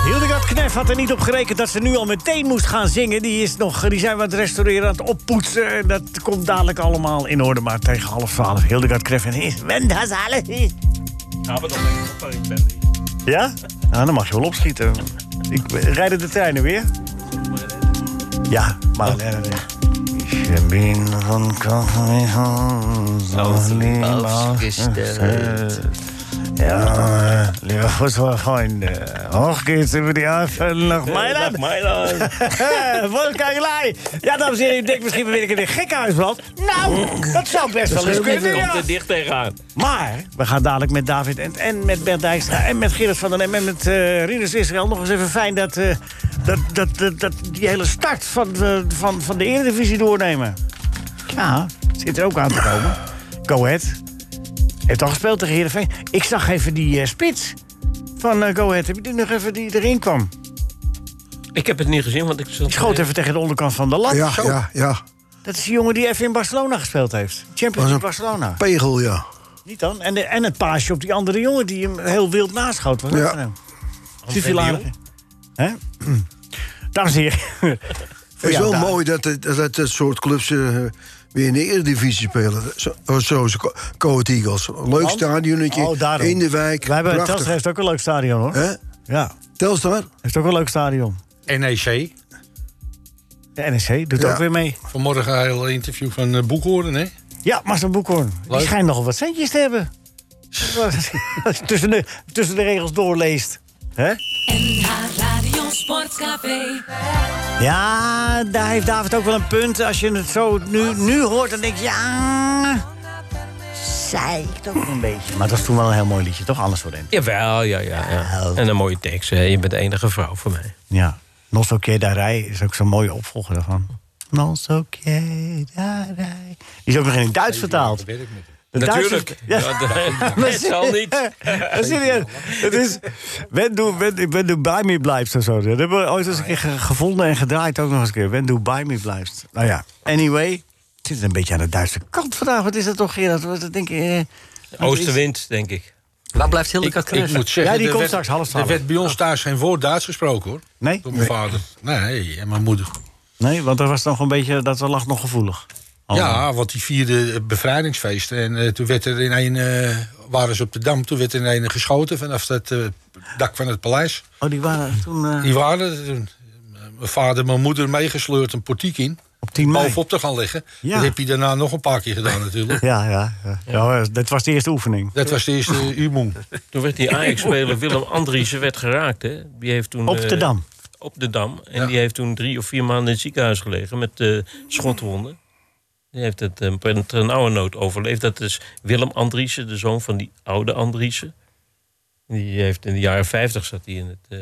Speaker 3: Hildegard Knef had er niet op gerekend dat ze nu al meteen moest gaan zingen. Die, is nog, die zijn we aan het restaureren, aan het oppoetsen. En Dat komt dadelijk allemaal in orde, maar tegen half twaalf. Hildegard Knef en is Wenda's alles. is.
Speaker 6: Ja, Nou, maar dan ben ik toch wel in
Speaker 3: Ja? Nou, dan mag je wel opschieten. Ik, rijden de treinen weer? Ja, maar... Je bent van Kaffeehuis,
Speaker 10: Ausgesteld.
Speaker 3: Ja, liebe Fußballfreunde, hoch geht's über die Eifel nach Mailand.
Speaker 6: Mailand.
Speaker 3: Wolfgang Lai. Ja, dames en heren, u denkt misschien ben ik in een gekkenhuisblad. Nou, dat zou best wel eens kunnen,
Speaker 6: komt
Speaker 3: ja.
Speaker 6: Dus er dicht tegenaan.
Speaker 3: Maar we gaan dadelijk met David en, en met Bert Dijkstra... en met Gerrit van den Em en met eh Rinus Israël... nog eens even fijn dat, eh, dat, dat, dat, dat die hele start van de, van, van de Eredivisie doornemen. Ja, zit er ook aan te komen. Go Ahead. Heeft al gespeeld tegen Heerenveen. Ik zag even die eh, spits van eh, Go Ahead. Heb je die nog even die erin kwam?
Speaker 6: Ik heb het niet gezien, want ik zat...
Speaker 3: Die schoot even tegen de onderkant van de lat.
Speaker 5: Ja,
Speaker 3: Zo.
Speaker 5: ja, ja.
Speaker 3: Dat is die jongen die even in Barcelona gespeeld heeft. Champions League Barcelona.
Speaker 5: Pegel, ja.
Speaker 3: Niet dan? En, de, en het paasje op die andere jongen die hem heel wild naschoot. Was
Speaker 5: Ja.
Speaker 3: ja. hem? Suvilare. Hè? Dames en heren.
Speaker 5: Het is
Speaker 3: Ja,
Speaker 5: wel
Speaker 3: daar-
Speaker 5: mooi dat het, dat het soort clubs eh, weer in de Eredivisie spelen. Zo, oh, zoals Co- Coed Eagles. Leuk
Speaker 3: Want-
Speaker 5: stadionnetje
Speaker 3: Oh, daarom.
Speaker 5: in de wijk.
Speaker 3: Wij hebben,
Speaker 5: prachtig.
Speaker 3: Telstra heeft ook een leuk stadion hoor.
Speaker 5: Hè?
Speaker 3: Ja,
Speaker 5: Telstar?
Speaker 3: heeft ook een leuk stadion.
Speaker 7: NEC.
Speaker 3: De NEC doet
Speaker 5: Ja.
Speaker 3: ook weer mee.
Speaker 7: Vanmorgen een heel interview van eh, Boekhoorn, hè?
Speaker 3: Ja, Marcel Boekhoorn. Die
Speaker 7: Leuk.
Speaker 3: schijnt nogal wat centjes te hebben. (laughs) Als je tussen, de, tussen de regels doorleest. Hè?
Speaker 1: Radio Sportcafé.
Speaker 3: Ja, daar heeft David ook wel een punt. Als je het zo nu, nu hoort, dan denk je... Ja, zeikt ook een beetje. Maar dat is toen wel een heel mooi liedje, toch? Anders voor hem.
Speaker 6: Jawel, ja, ja, ja. En een mooie tekst. hè. Je bent de enige vrouw voor mij.
Speaker 3: Ja. Nos Oké Darij is ook zo'n mooie opvolger daarvan. Nos Oké Darij. Die is ook nog in het Duits vertaald. De
Speaker 6: Natuurlijk.
Speaker 3: Duitsers- Ja. (laughs)
Speaker 6: Dat zal niet.
Speaker 3: Ja, serieus. Het is. When do, when, when do bij me blijft of zo. Dat hebben we ooit eens een keer ge- gevonden en gedraaid ook nog eens een keer. When do bij me blijft. Nou ja, anyway. Het zit een beetje aan de Duitse kant vandaag. Wat is dat toch, Gerard? Wat wat denk je? eh, wat is-
Speaker 6: Oosterwind, denk ik.
Speaker 10: Waar blijft Hildegard
Speaker 7: Ik, ik
Speaker 10: Knef?
Speaker 7: moet zeggen,
Speaker 3: Ja, die
Speaker 7: er
Speaker 3: komt
Speaker 7: werd-
Speaker 3: straks half
Speaker 7: Er
Speaker 3: twaalf.
Speaker 7: werd bij ons thuis geen woord Duits gesproken, hoor.
Speaker 3: Nee?
Speaker 7: Door mijn vader. Nee, en mijn moeder.
Speaker 3: Nee, want er was nog een beetje. Dat lag nog gevoelig.
Speaker 7: Ja, want die vierde het bevrijdingsfeest. En eh, toen werd er in een... eh, waren ze op de Dam, toen werd er in een geschoten vanaf het eh, dak van het paleis.
Speaker 3: Oh, die waren toen eh,
Speaker 7: Die waren er toen. Mijn vader en mijn moeder meegesleurd een portiek in.
Speaker 3: op 10 mei.
Speaker 7: Bovenop te gaan liggen.
Speaker 3: Ja.
Speaker 7: Dat heb je daarna nog een paar keer gedaan natuurlijk.
Speaker 3: (laughs) Ja, ja, ja. ja. Dat was de eerste oefening.
Speaker 7: Dat was de eerste eh, Umoen.
Speaker 6: Toen werd die Ajax-speler Willem Andriessen werd geraakt. Hè. Die heeft toen,
Speaker 3: Op de
Speaker 6: eh,
Speaker 3: dam.
Speaker 6: op de Dam. En
Speaker 7: Ja.
Speaker 6: die heeft toen drie of vier maanden in het ziekenhuis gelegen met eh, schotwonden. Die heeft het eh, per een ternauwernood overleefd. Dat is Willem Andriessen, de zoon van die oude Andriessen. Die heeft in de jaren 50 zat hij in het eh,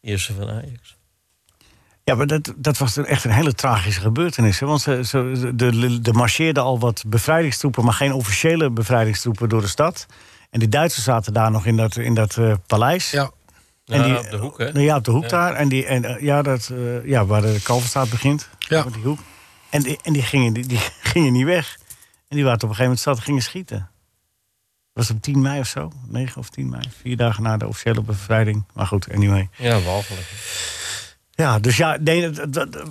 Speaker 6: eerste van Ajax.
Speaker 3: Ja, maar dat, dat was echt een hele tragische gebeurtenis. hè? Want ze, ze, de, de marcheerden al wat bevrijdingstroepen, maar geen officiële bevrijdingstroepen door de stad. En die Duitsers zaten daar nog in dat, in dat eh, paleis.
Speaker 7: Ja.
Speaker 3: En
Speaker 6: Ja,
Speaker 3: die-
Speaker 6: op de hoek, hè?
Speaker 3: Nou ja, op de hoek daar. En, die, en eh, ja, dat, eh, ja, waar de Kalverstraat begint.
Speaker 7: Ja.
Speaker 3: op die hoek. En, die, en die, gingen, die, (laughs) die gingen niet weg. En die waren op een gegeven moment zat en gingen schieten. Dat was op 10 mei of zo. 9 of 10 mei. Vier dagen na de officiële bevrijding. Maar goed, anyway.
Speaker 6: Ja, walgelijk.
Speaker 3: Ja, dus ja, nee, dat, dat,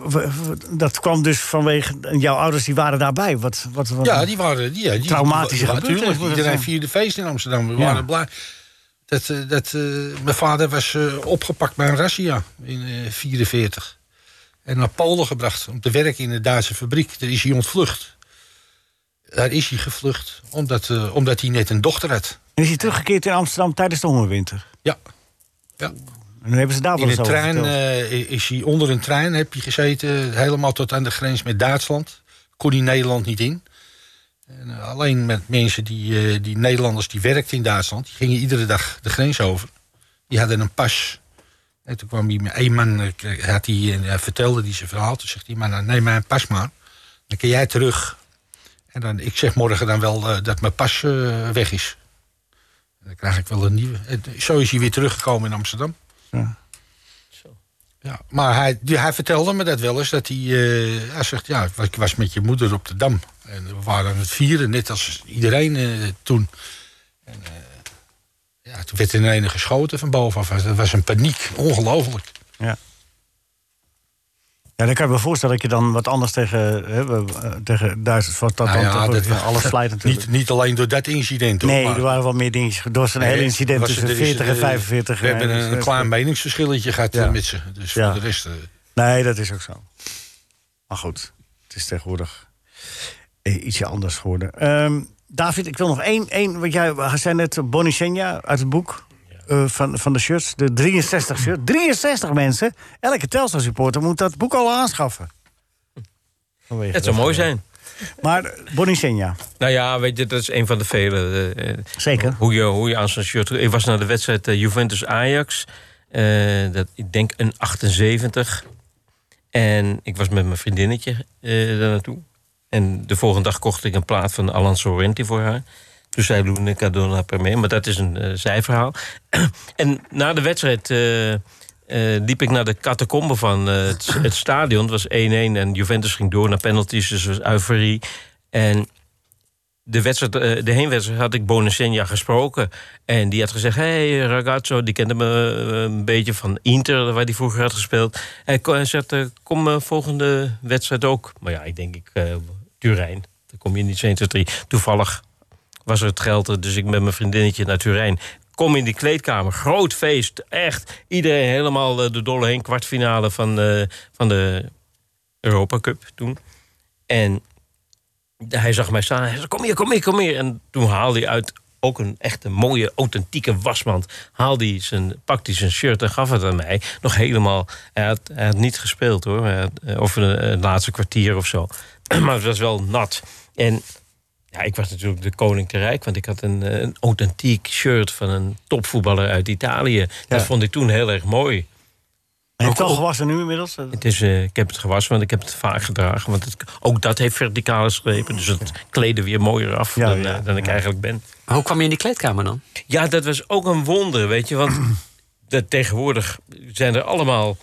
Speaker 3: dat kwam dus vanwege... Jouw ouders die waren daarbij. Wat, wat, wat-
Speaker 7: Ja, die waren... Die, ja, die,
Speaker 3: Traumatische
Speaker 7: die-
Speaker 3: gebeurtenis
Speaker 7: Natuurlijk,
Speaker 3: moet het
Speaker 7: iedereen
Speaker 3: zijn.
Speaker 7: vierde feest in Amsterdam. We
Speaker 3: Ja.
Speaker 7: waren blij. Dat, eh, dat, eh, mijn vader was eh, opgepakt bij een razzia in 1944. en naar Polen gebracht om te werken in de Duitse fabriek. Daar is hij ontvlucht. Daar is hij gevlucht, omdat, eh, omdat hij net een dochter had.
Speaker 3: En is hij teruggekeerd in Amsterdam tijdens de hongerwinter.
Speaker 7: Ja. ja.
Speaker 3: En nu hebben ze daar wel
Speaker 7: In
Speaker 3: eens
Speaker 7: een
Speaker 3: over
Speaker 7: trein
Speaker 3: verteld.
Speaker 7: eh, is hij onder een trein heb je gezeten, helemaal tot aan de grens met Duitsland. Kon hij Nederland niet in. En, eh, alleen met mensen die, eh, die Nederlanders die werkten in Duitsland, die gingen iedere dag de grens over. Die hadden een pas. En toen kwam hij met één man, eh, kreeg- had hij, en hij vertelde die zijn verhaal. Toen zegt die man, nou, neem mijn pas maar. Dan kun jij terug. En dan, ik zeg morgen dan wel eh, dat mijn pas eh, weg is. En dan krijg ik wel een nieuwe. En zo is hij weer teruggekomen in Amsterdam. Ja, maar hij, die- hij vertelde me dat wel eens. Dat hij, eh, hij zegt, ja, ik was- ik was met je moeder op de Dam. En we waren aan het vieren, net als iedereen eh, toen. En, eh, ja, toen werd er een geschoten van bovenaf. Dat was een paniek, ongelooflijk.
Speaker 3: Ja. Ja, dan kan ik me voorstellen dat je dan wat anders tegen, hè, we- eh, tegen Duitsers... Wat dat
Speaker 7: Nou
Speaker 3: dan
Speaker 7: ja,
Speaker 3: toch-
Speaker 7: dat-
Speaker 3: ja, (laughs) alles slijt natuurlijk.
Speaker 7: Niet, niet alleen door dat incident. hoor,
Speaker 3: nee,
Speaker 7: maar-
Speaker 3: er waren wel meer dingetjes. Door zijn hele
Speaker 7: Nee,
Speaker 3: incident
Speaker 7: was-
Speaker 3: tussen
Speaker 7: er is-
Speaker 3: 40 en
Speaker 7: eh,
Speaker 3: 45.
Speaker 7: We hebben
Speaker 3: eh,
Speaker 7: een,
Speaker 3: dus-
Speaker 7: klein meningsverschilletje gehad
Speaker 3: Ja.
Speaker 7: eh, met ze. Dus
Speaker 3: Ja.
Speaker 7: voor de rest... eh,
Speaker 3: Nee, dat is ook zo. Maar goed, het is tegenwoordig eh, ietsje anders geworden. Ehm, David, ik wil nog één, één want jij we zei net Bonnie Senja uit het boek eh, van, van de shirts, de 63 shirt. 63 mensen, elke Telstar supporter moet dat boek al aanschaffen.
Speaker 6: Het zou mooi zijn.
Speaker 3: Maar eh, Bonnie Senja,
Speaker 6: Nou ja, weet je, dat is een van de vele. eh, eh,
Speaker 3: Zeker.
Speaker 6: Hoe je, hoe je aan zo'n shirt... Ik was naar de wedstrijd eh, Juventus-Ajax. eh, dat, ik denk een 78. En ik was met mijn vriendinnetje eh, daar naartoe. En de volgende dag kocht ik een plaat van Alan Sorrenti voor haar. Toen zei Luna Cadona per me. Maar dat is een eh, zijverhaal. (clears throat) en na de wedstrijd... eh, eh, liep ik naar de catacombe van eh, het, het stadion. Het was 1-1 en Juventus ging door naar penalties. Dus het was euforie. En de, wedstrijd, eh, de heenwedstrijd had ik Bonacenja gesproken. En die had gezegd: hey, ragazzo, die kende me eh, een beetje van Inter, waar die vroeger had gespeeld. Hij ko- hij zegt: eh, Kom eh, volgende wedstrijd ook. Maar ja, ik denk, ik, eh Turijn. Dan kom je niet 1, 2, 3. Toevallig was er het geld, er, dus ik met mijn vriendinnetje naar Turijn. Kom in die kleedkamer, groot feest, echt. Iedereen helemaal eh, de dolle heen, kwartfinale van, eh, van de Europa Cup toen. En hij zag mij staan. Hij zei: Kom hier, kom hier, kom hier. En toen haalde hij uit ook een echte mooie, authentieke wasmand. Haalde hij zijn, pakte hij zijn shirt en gaf het aan mij. Nog helemaal. Hij had, hij had niet gespeeld hoor. Hij had, eh, Of een, eh, laatste kwartier of zo. (clears throat) maar het was wel nat. En ja, ik was natuurlijk de koning te rijk, want ik had een, eh, een authentiek shirt van een topvoetballer uit Italië. Dat vond ik toen heel erg mooi.
Speaker 3: heb je het al gewassen nu inmiddels?
Speaker 6: Het is, eh, ik heb het gewassen, want ik heb het vaak gedragen. Want het, ook dat heeft verticale strepen. Dus het kleden weer mooier af dan, eh, dan ik eigenlijk ben.
Speaker 10: Maar hoe kwam je in die kleedkamer dan?
Speaker 6: Ja, dat was ook een wonder, weet je. Want dat tegenwoordig zijn er allemaal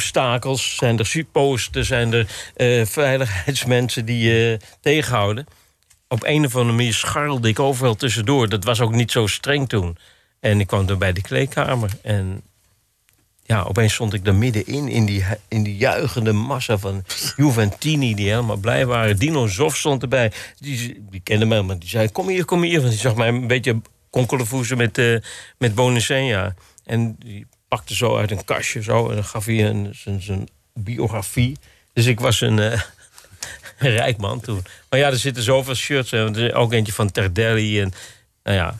Speaker 6: obstakels. Zijn er supposten, zijn er eh, veiligheidsmensen die je tegenhouden. Op een of andere manier scharrelde ik overal tussendoor. Dat was ook niet zo streng toen. En ik kwam toen bij de kleedkamer. En ja, opeens stond ik er middenin, in die, hu- in die juichende massa van Juventini... die helemaal blij waren. Dino Zof stond erbij. Die, die kende mij, maar die zei, kom hier, kom hier. Want die zag mij een beetje konkelevoezen met, eh met Bonicenia. En die pakte zo uit een kastje zo, en dan gaf hij een, zijn, zijn biografie. Dus ik was een... eh, (laughs) een rijk man toen. Maar ja, er zitten zoveel shirts. Hè. Want Er is ook eentje van Tardelli. En, nou ja,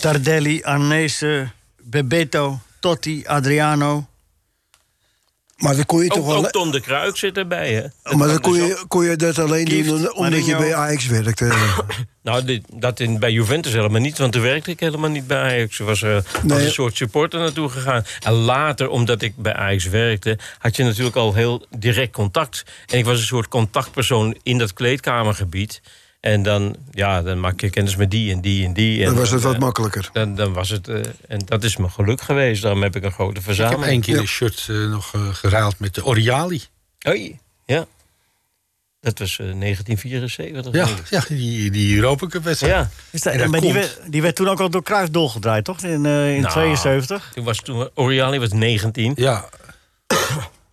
Speaker 3: Tardelli, Arnese, Bebeto, Totti, Adriano.
Speaker 5: Maar dan kon je
Speaker 6: ook,
Speaker 5: toch wel... Oh,
Speaker 6: ook Tom de Kruik zit erbij. Hè.
Speaker 5: Maar dan kon je, kon je dat alleen
Speaker 3: Kieft,
Speaker 5: doen omdat je
Speaker 3: Mourinho.
Speaker 5: bij Ajax werkte.
Speaker 3: (coughs)
Speaker 6: Nou, dit- dat in, bij Juventus helemaal niet, want toen werkte ik helemaal niet bij Ajax. Ik was eh, als
Speaker 5: Nee.
Speaker 6: een soort supporter naartoe gegaan. En later, omdat ik bij Ajax werkte, had je natuurlijk al heel direct contact. En ik was een soort contactpersoon in dat kleedkamergebied. En dan, ja, dan maak je kennis met die en die en die. En
Speaker 5: Dan was het
Speaker 6: dan,
Speaker 5: wat makkelijker.
Speaker 6: eh, dan, dan was het, eh, en dat is mijn geluk geweest. Daarom heb ik een grote
Speaker 7: Ik
Speaker 6: verzameling.
Speaker 7: heb één keer een shirt eh, nog eh, geruild met de Oriali.
Speaker 6: Oei, ja. Dat was eh, 1974.
Speaker 7: Ja,
Speaker 6: denk ik.
Speaker 7: ja die, die Europa Cup wedstrijd.
Speaker 6: ja.
Speaker 3: Is dat,
Speaker 7: En dat
Speaker 3: maar die,
Speaker 7: komt.
Speaker 3: werd, die werd toen ook al door Cruijff dolgedraaid, toch? In, eh, in
Speaker 6: Nou.
Speaker 3: 72.
Speaker 6: Toen was toen, Oriali was 19.
Speaker 7: Ja,
Speaker 6: (coughs)
Speaker 7: Nou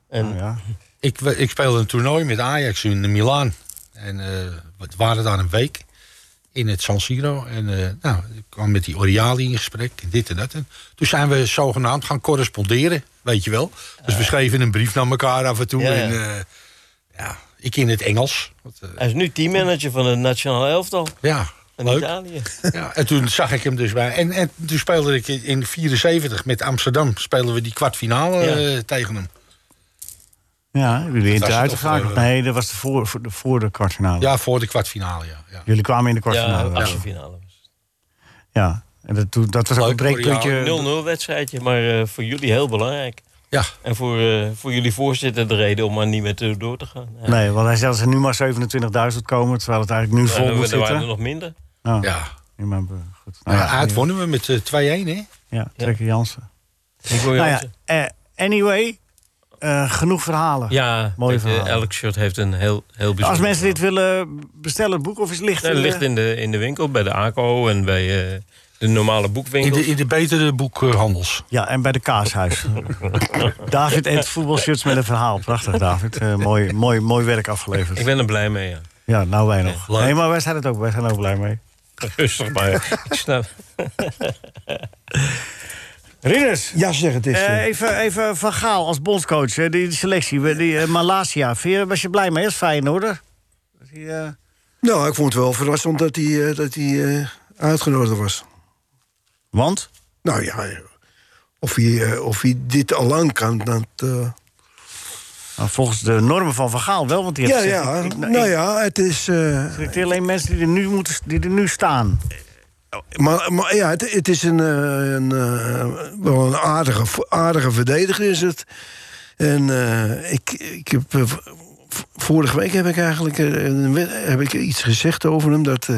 Speaker 6: En
Speaker 3: Ja.
Speaker 7: ik, we- ik speelde een toernooi met Ajax in Milaan. En eh we waren daar een week in het San Siro. En eh, nou, ik kwam met die Oriali in gesprek, en dit en dat. En toen zijn we zogenaamd gaan corresponderen, weet je wel. Dus we schreven een brief naar elkaar af en toe.
Speaker 6: Ja, ja.
Speaker 7: En, eh, ja, ik in het Engels. Want, eh,
Speaker 6: Hij is nu teammanager van het nationale elftal
Speaker 7: ja,
Speaker 6: van
Speaker 7: leuk.
Speaker 6: Italië.
Speaker 7: Ja, en toen zag ik hem dus bij. En, en toen speelde ik in- in 74 met Amsterdam. Speelden we die kwartfinale
Speaker 6: Ja.
Speaker 7: eh, tegen hem.
Speaker 3: Ja, hebben jullie
Speaker 7: was
Speaker 3: Inter
Speaker 7: het
Speaker 3: uitgeschakeld?
Speaker 7: of, eh,
Speaker 3: Nee, dat was de voor, voor de, voor de kwartfinale.
Speaker 7: Ja, voor de kwartfinale, ja. ja.
Speaker 3: Jullie kwamen in de
Speaker 6: Ja,
Speaker 3: kwartfinale. Ja,
Speaker 6: achtste finale.
Speaker 3: Ja. En dat, toen- dat was ook
Speaker 7: Leuk,
Speaker 3: een breekpuntje.
Speaker 6: 0-0 wedstrijdje, maar eh, voor jullie heel belangrijk.
Speaker 7: ja.
Speaker 6: En voor, eh, voor jullie voorzitter de reden om maar niet meer te- door te gaan. Ja.
Speaker 3: Nee, want hij zei als er nu maar 27.000 komen, terwijl het eigenlijk nu
Speaker 6: Ja,
Speaker 3: vol
Speaker 6: er-
Speaker 3: moet
Speaker 6: er waren
Speaker 3: zitten.
Speaker 6: er nog minder.
Speaker 3: Ja.
Speaker 7: ja.
Speaker 3: Ja, maar, eh, goed. Nou
Speaker 7: Nou,
Speaker 3: ja,
Speaker 7: ja, uit wonnen we met eh, 2-1, hè?
Speaker 3: Ja, Trekker Jansen.
Speaker 6: Ik wil
Speaker 3: Nou
Speaker 6: je ook
Speaker 3: ja,
Speaker 6: zeggen.
Speaker 3: eh, anyway, eh, genoeg verhalen.
Speaker 6: ja,
Speaker 3: Mooi
Speaker 6: het, eh,
Speaker 3: verhaal.
Speaker 6: elk shirt heeft een heel, heel bijzonder
Speaker 3: Als mensen dit
Speaker 6: verhaal.
Speaker 3: willen bestellen, het boek of is het licht?
Speaker 6: Ja, het ligt in de, in de winkel, bij de ACO en bij eh, de normale
Speaker 7: In
Speaker 6: boekwinkels.
Speaker 7: de, in de betere boekhandels.
Speaker 3: Ja, en bij de
Speaker 7: (laughs)
Speaker 3: kaashuis. David eet voetbalshirts met een verhaal. Prachtig, David. Eh, mooi, mooi, mooi werk afgeleverd.
Speaker 6: Ik ben er blij mee, ja.
Speaker 3: Ja, nou wij nog.
Speaker 7: leuk.
Speaker 3: Nee, maar wij zijn, het ook, wij zijn er ook blij mee. (laughs)
Speaker 6: Rustig maar. ik
Speaker 7: (laughs)
Speaker 6: snap.
Speaker 3: Ridders,
Speaker 5: Ja, zeg het eens.
Speaker 3: eh,
Speaker 5: eh.
Speaker 3: even, even Van Gaal als bondscoach. eh, Die selectie, eh, die eh, Malasia. Vind je- Was je blij mee als Feyenoorder? Dat hij, eh,
Speaker 5: Nou, ik vond het wel verrassend dat hij, eh, dat hij eh, uitgenodigd was.
Speaker 3: Want?
Speaker 5: Nou ja, eh, of hij, eh, of hij dit al lang kan, dat... eh,
Speaker 3: Nou, volgens de normen van Van Gaal wel, want die
Speaker 5: ja,
Speaker 3: heeft gezegd,
Speaker 5: ja.
Speaker 3: ik- ik-
Speaker 5: nou ja, het is... eh,
Speaker 3: ik selecteer alleen mensen die er nu, moeten, die er nu staan.
Speaker 5: Maar, maar ja, het, het is een, eh, een, eh, wel een aardige, vo- aardige verdediger is het. En eh, ik, ik heb, eh, v- vorige week heb ik eigenlijk eh, een wed- heb ik iets gezegd over hem. Dat, eh,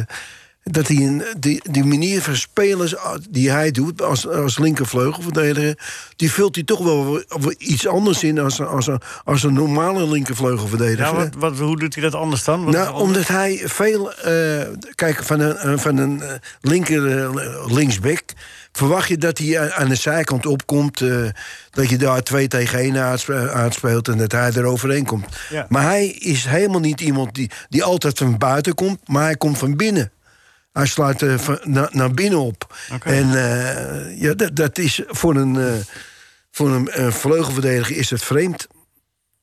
Speaker 5: dat hij een, die, die manier van spelers ah, die hij doet als, als linkervleugelverdediger... die vult hij toch wel w- w- iets anders in als, een- als, een, als een normale linkervleugelverdediger.
Speaker 3: Ja, wat, wat, hoe doet hij dat anders dan? Wat is er
Speaker 5: Nou,
Speaker 3: anders?
Speaker 5: omdat hij veel. eh, kijk, van een, eh, van een eh, linker eh, linksback. verwacht je dat hij aan- aan de zijkant opkomt. eh, dat je daar twee tegen één aanspe- aanspeelt en dat hij er overheen komt.
Speaker 3: Ja.
Speaker 5: Maar hij is helemaal niet iemand die, die altijd van buiten komt, maar hij komt van binnen. Hij slaat eh, van- na- naar binnen op. En eh, ja, dat, dat is voor een, eh, voor een eh, vleugelverdediger is het vreemd.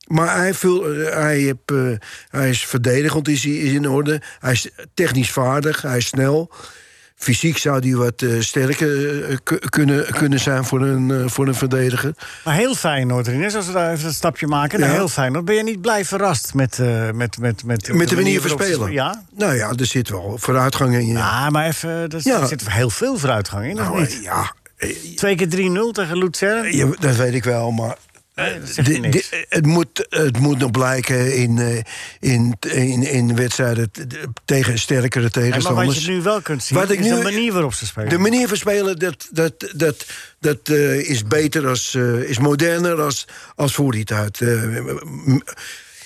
Speaker 5: Maar hij, vul, eh, hij, heb, eh, hij is verdedigend, is, hij- is in orde. Hij is technisch vaardig, hij is snel. Fysiek zou hij wat eh, sterker eh, ku- kunnen, kunnen zijn voor een, eh, voor een verdediger.
Speaker 3: Maar heel Feyenoord, Rinus, als we daar even een stapje maken... naar
Speaker 5: Ja.
Speaker 3: heel Feyenoord, ben je niet blij verrast met, eh, met, met, met,
Speaker 5: Met de manier van
Speaker 3: waarop ze
Speaker 5: spelen.
Speaker 3: Ja?
Speaker 5: Nou ja, er zit wel vooruitgang in. Ja.
Speaker 3: Ah, maar even, er zit-
Speaker 5: Ja.
Speaker 3: er zit heel veel vooruitgang in, of
Speaker 5: Nou,
Speaker 3: niet?
Speaker 5: eh, ja,
Speaker 3: Twee keer 3-0 tegen Luzern.
Speaker 5: Ja, dat weet ik wel, maar
Speaker 3: Nee, dat zegt je
Speaker 5: Di-
Speaker 3: niks.
Speaker 5: di- het, moet, het moet nog blijken in, eh, in, in, in wedstrijden t- t- tegen sterkere
Speaker 3: Nee, maar wat
Speaker 5: tegenstanders.
Speaker 3: je nu wel kunt zien,
Speaker 5: Wat ik
Speaker 3: is
Speaker 5: nu-
Speaker 3: de manier waarop ze spelen.
Speaker 5: De manier van spelen, dat, dat, dat, dat eh, is beter, als, eh, is moderner als, als voor die tijd. Eh, m-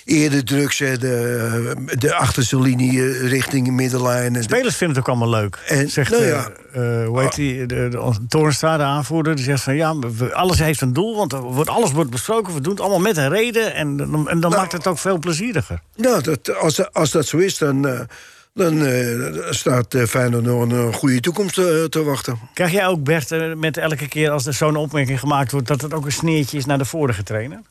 Speaker 5: eerder druk zetten, eh, de achterste linie eh, richting middenlijn. en-
Speaker 3: Spelers vinden het ook allemaal leuk.
Speaker 5: En,
Speaker 3: zegt,
Speaker 5: nou
Speaker 3: eh,
Speaker 5: ja.
Speaker 3: eh, hoe heet die, de, de, onze Toornstra, de aanvoerder, die zegt van... ja, maar we- alles heeft een doel, want er wordt, alles wordt besproken. We doen het allemaal met een reden en, dan- en dan maakt het ook veel plezieriger.
Speaker 5: Nou, dat, als, als dat zo is, dan, eh, dan eh, staat eh, Feyenoord nog een eh, goede toekomst eh, te wachten.
Speaker 3: Krijg jij ook, Bert, eh, met elke keer als er zo'n opmerking gemaakt wordt... dat het ook een sneertje is naar de vorige trainer?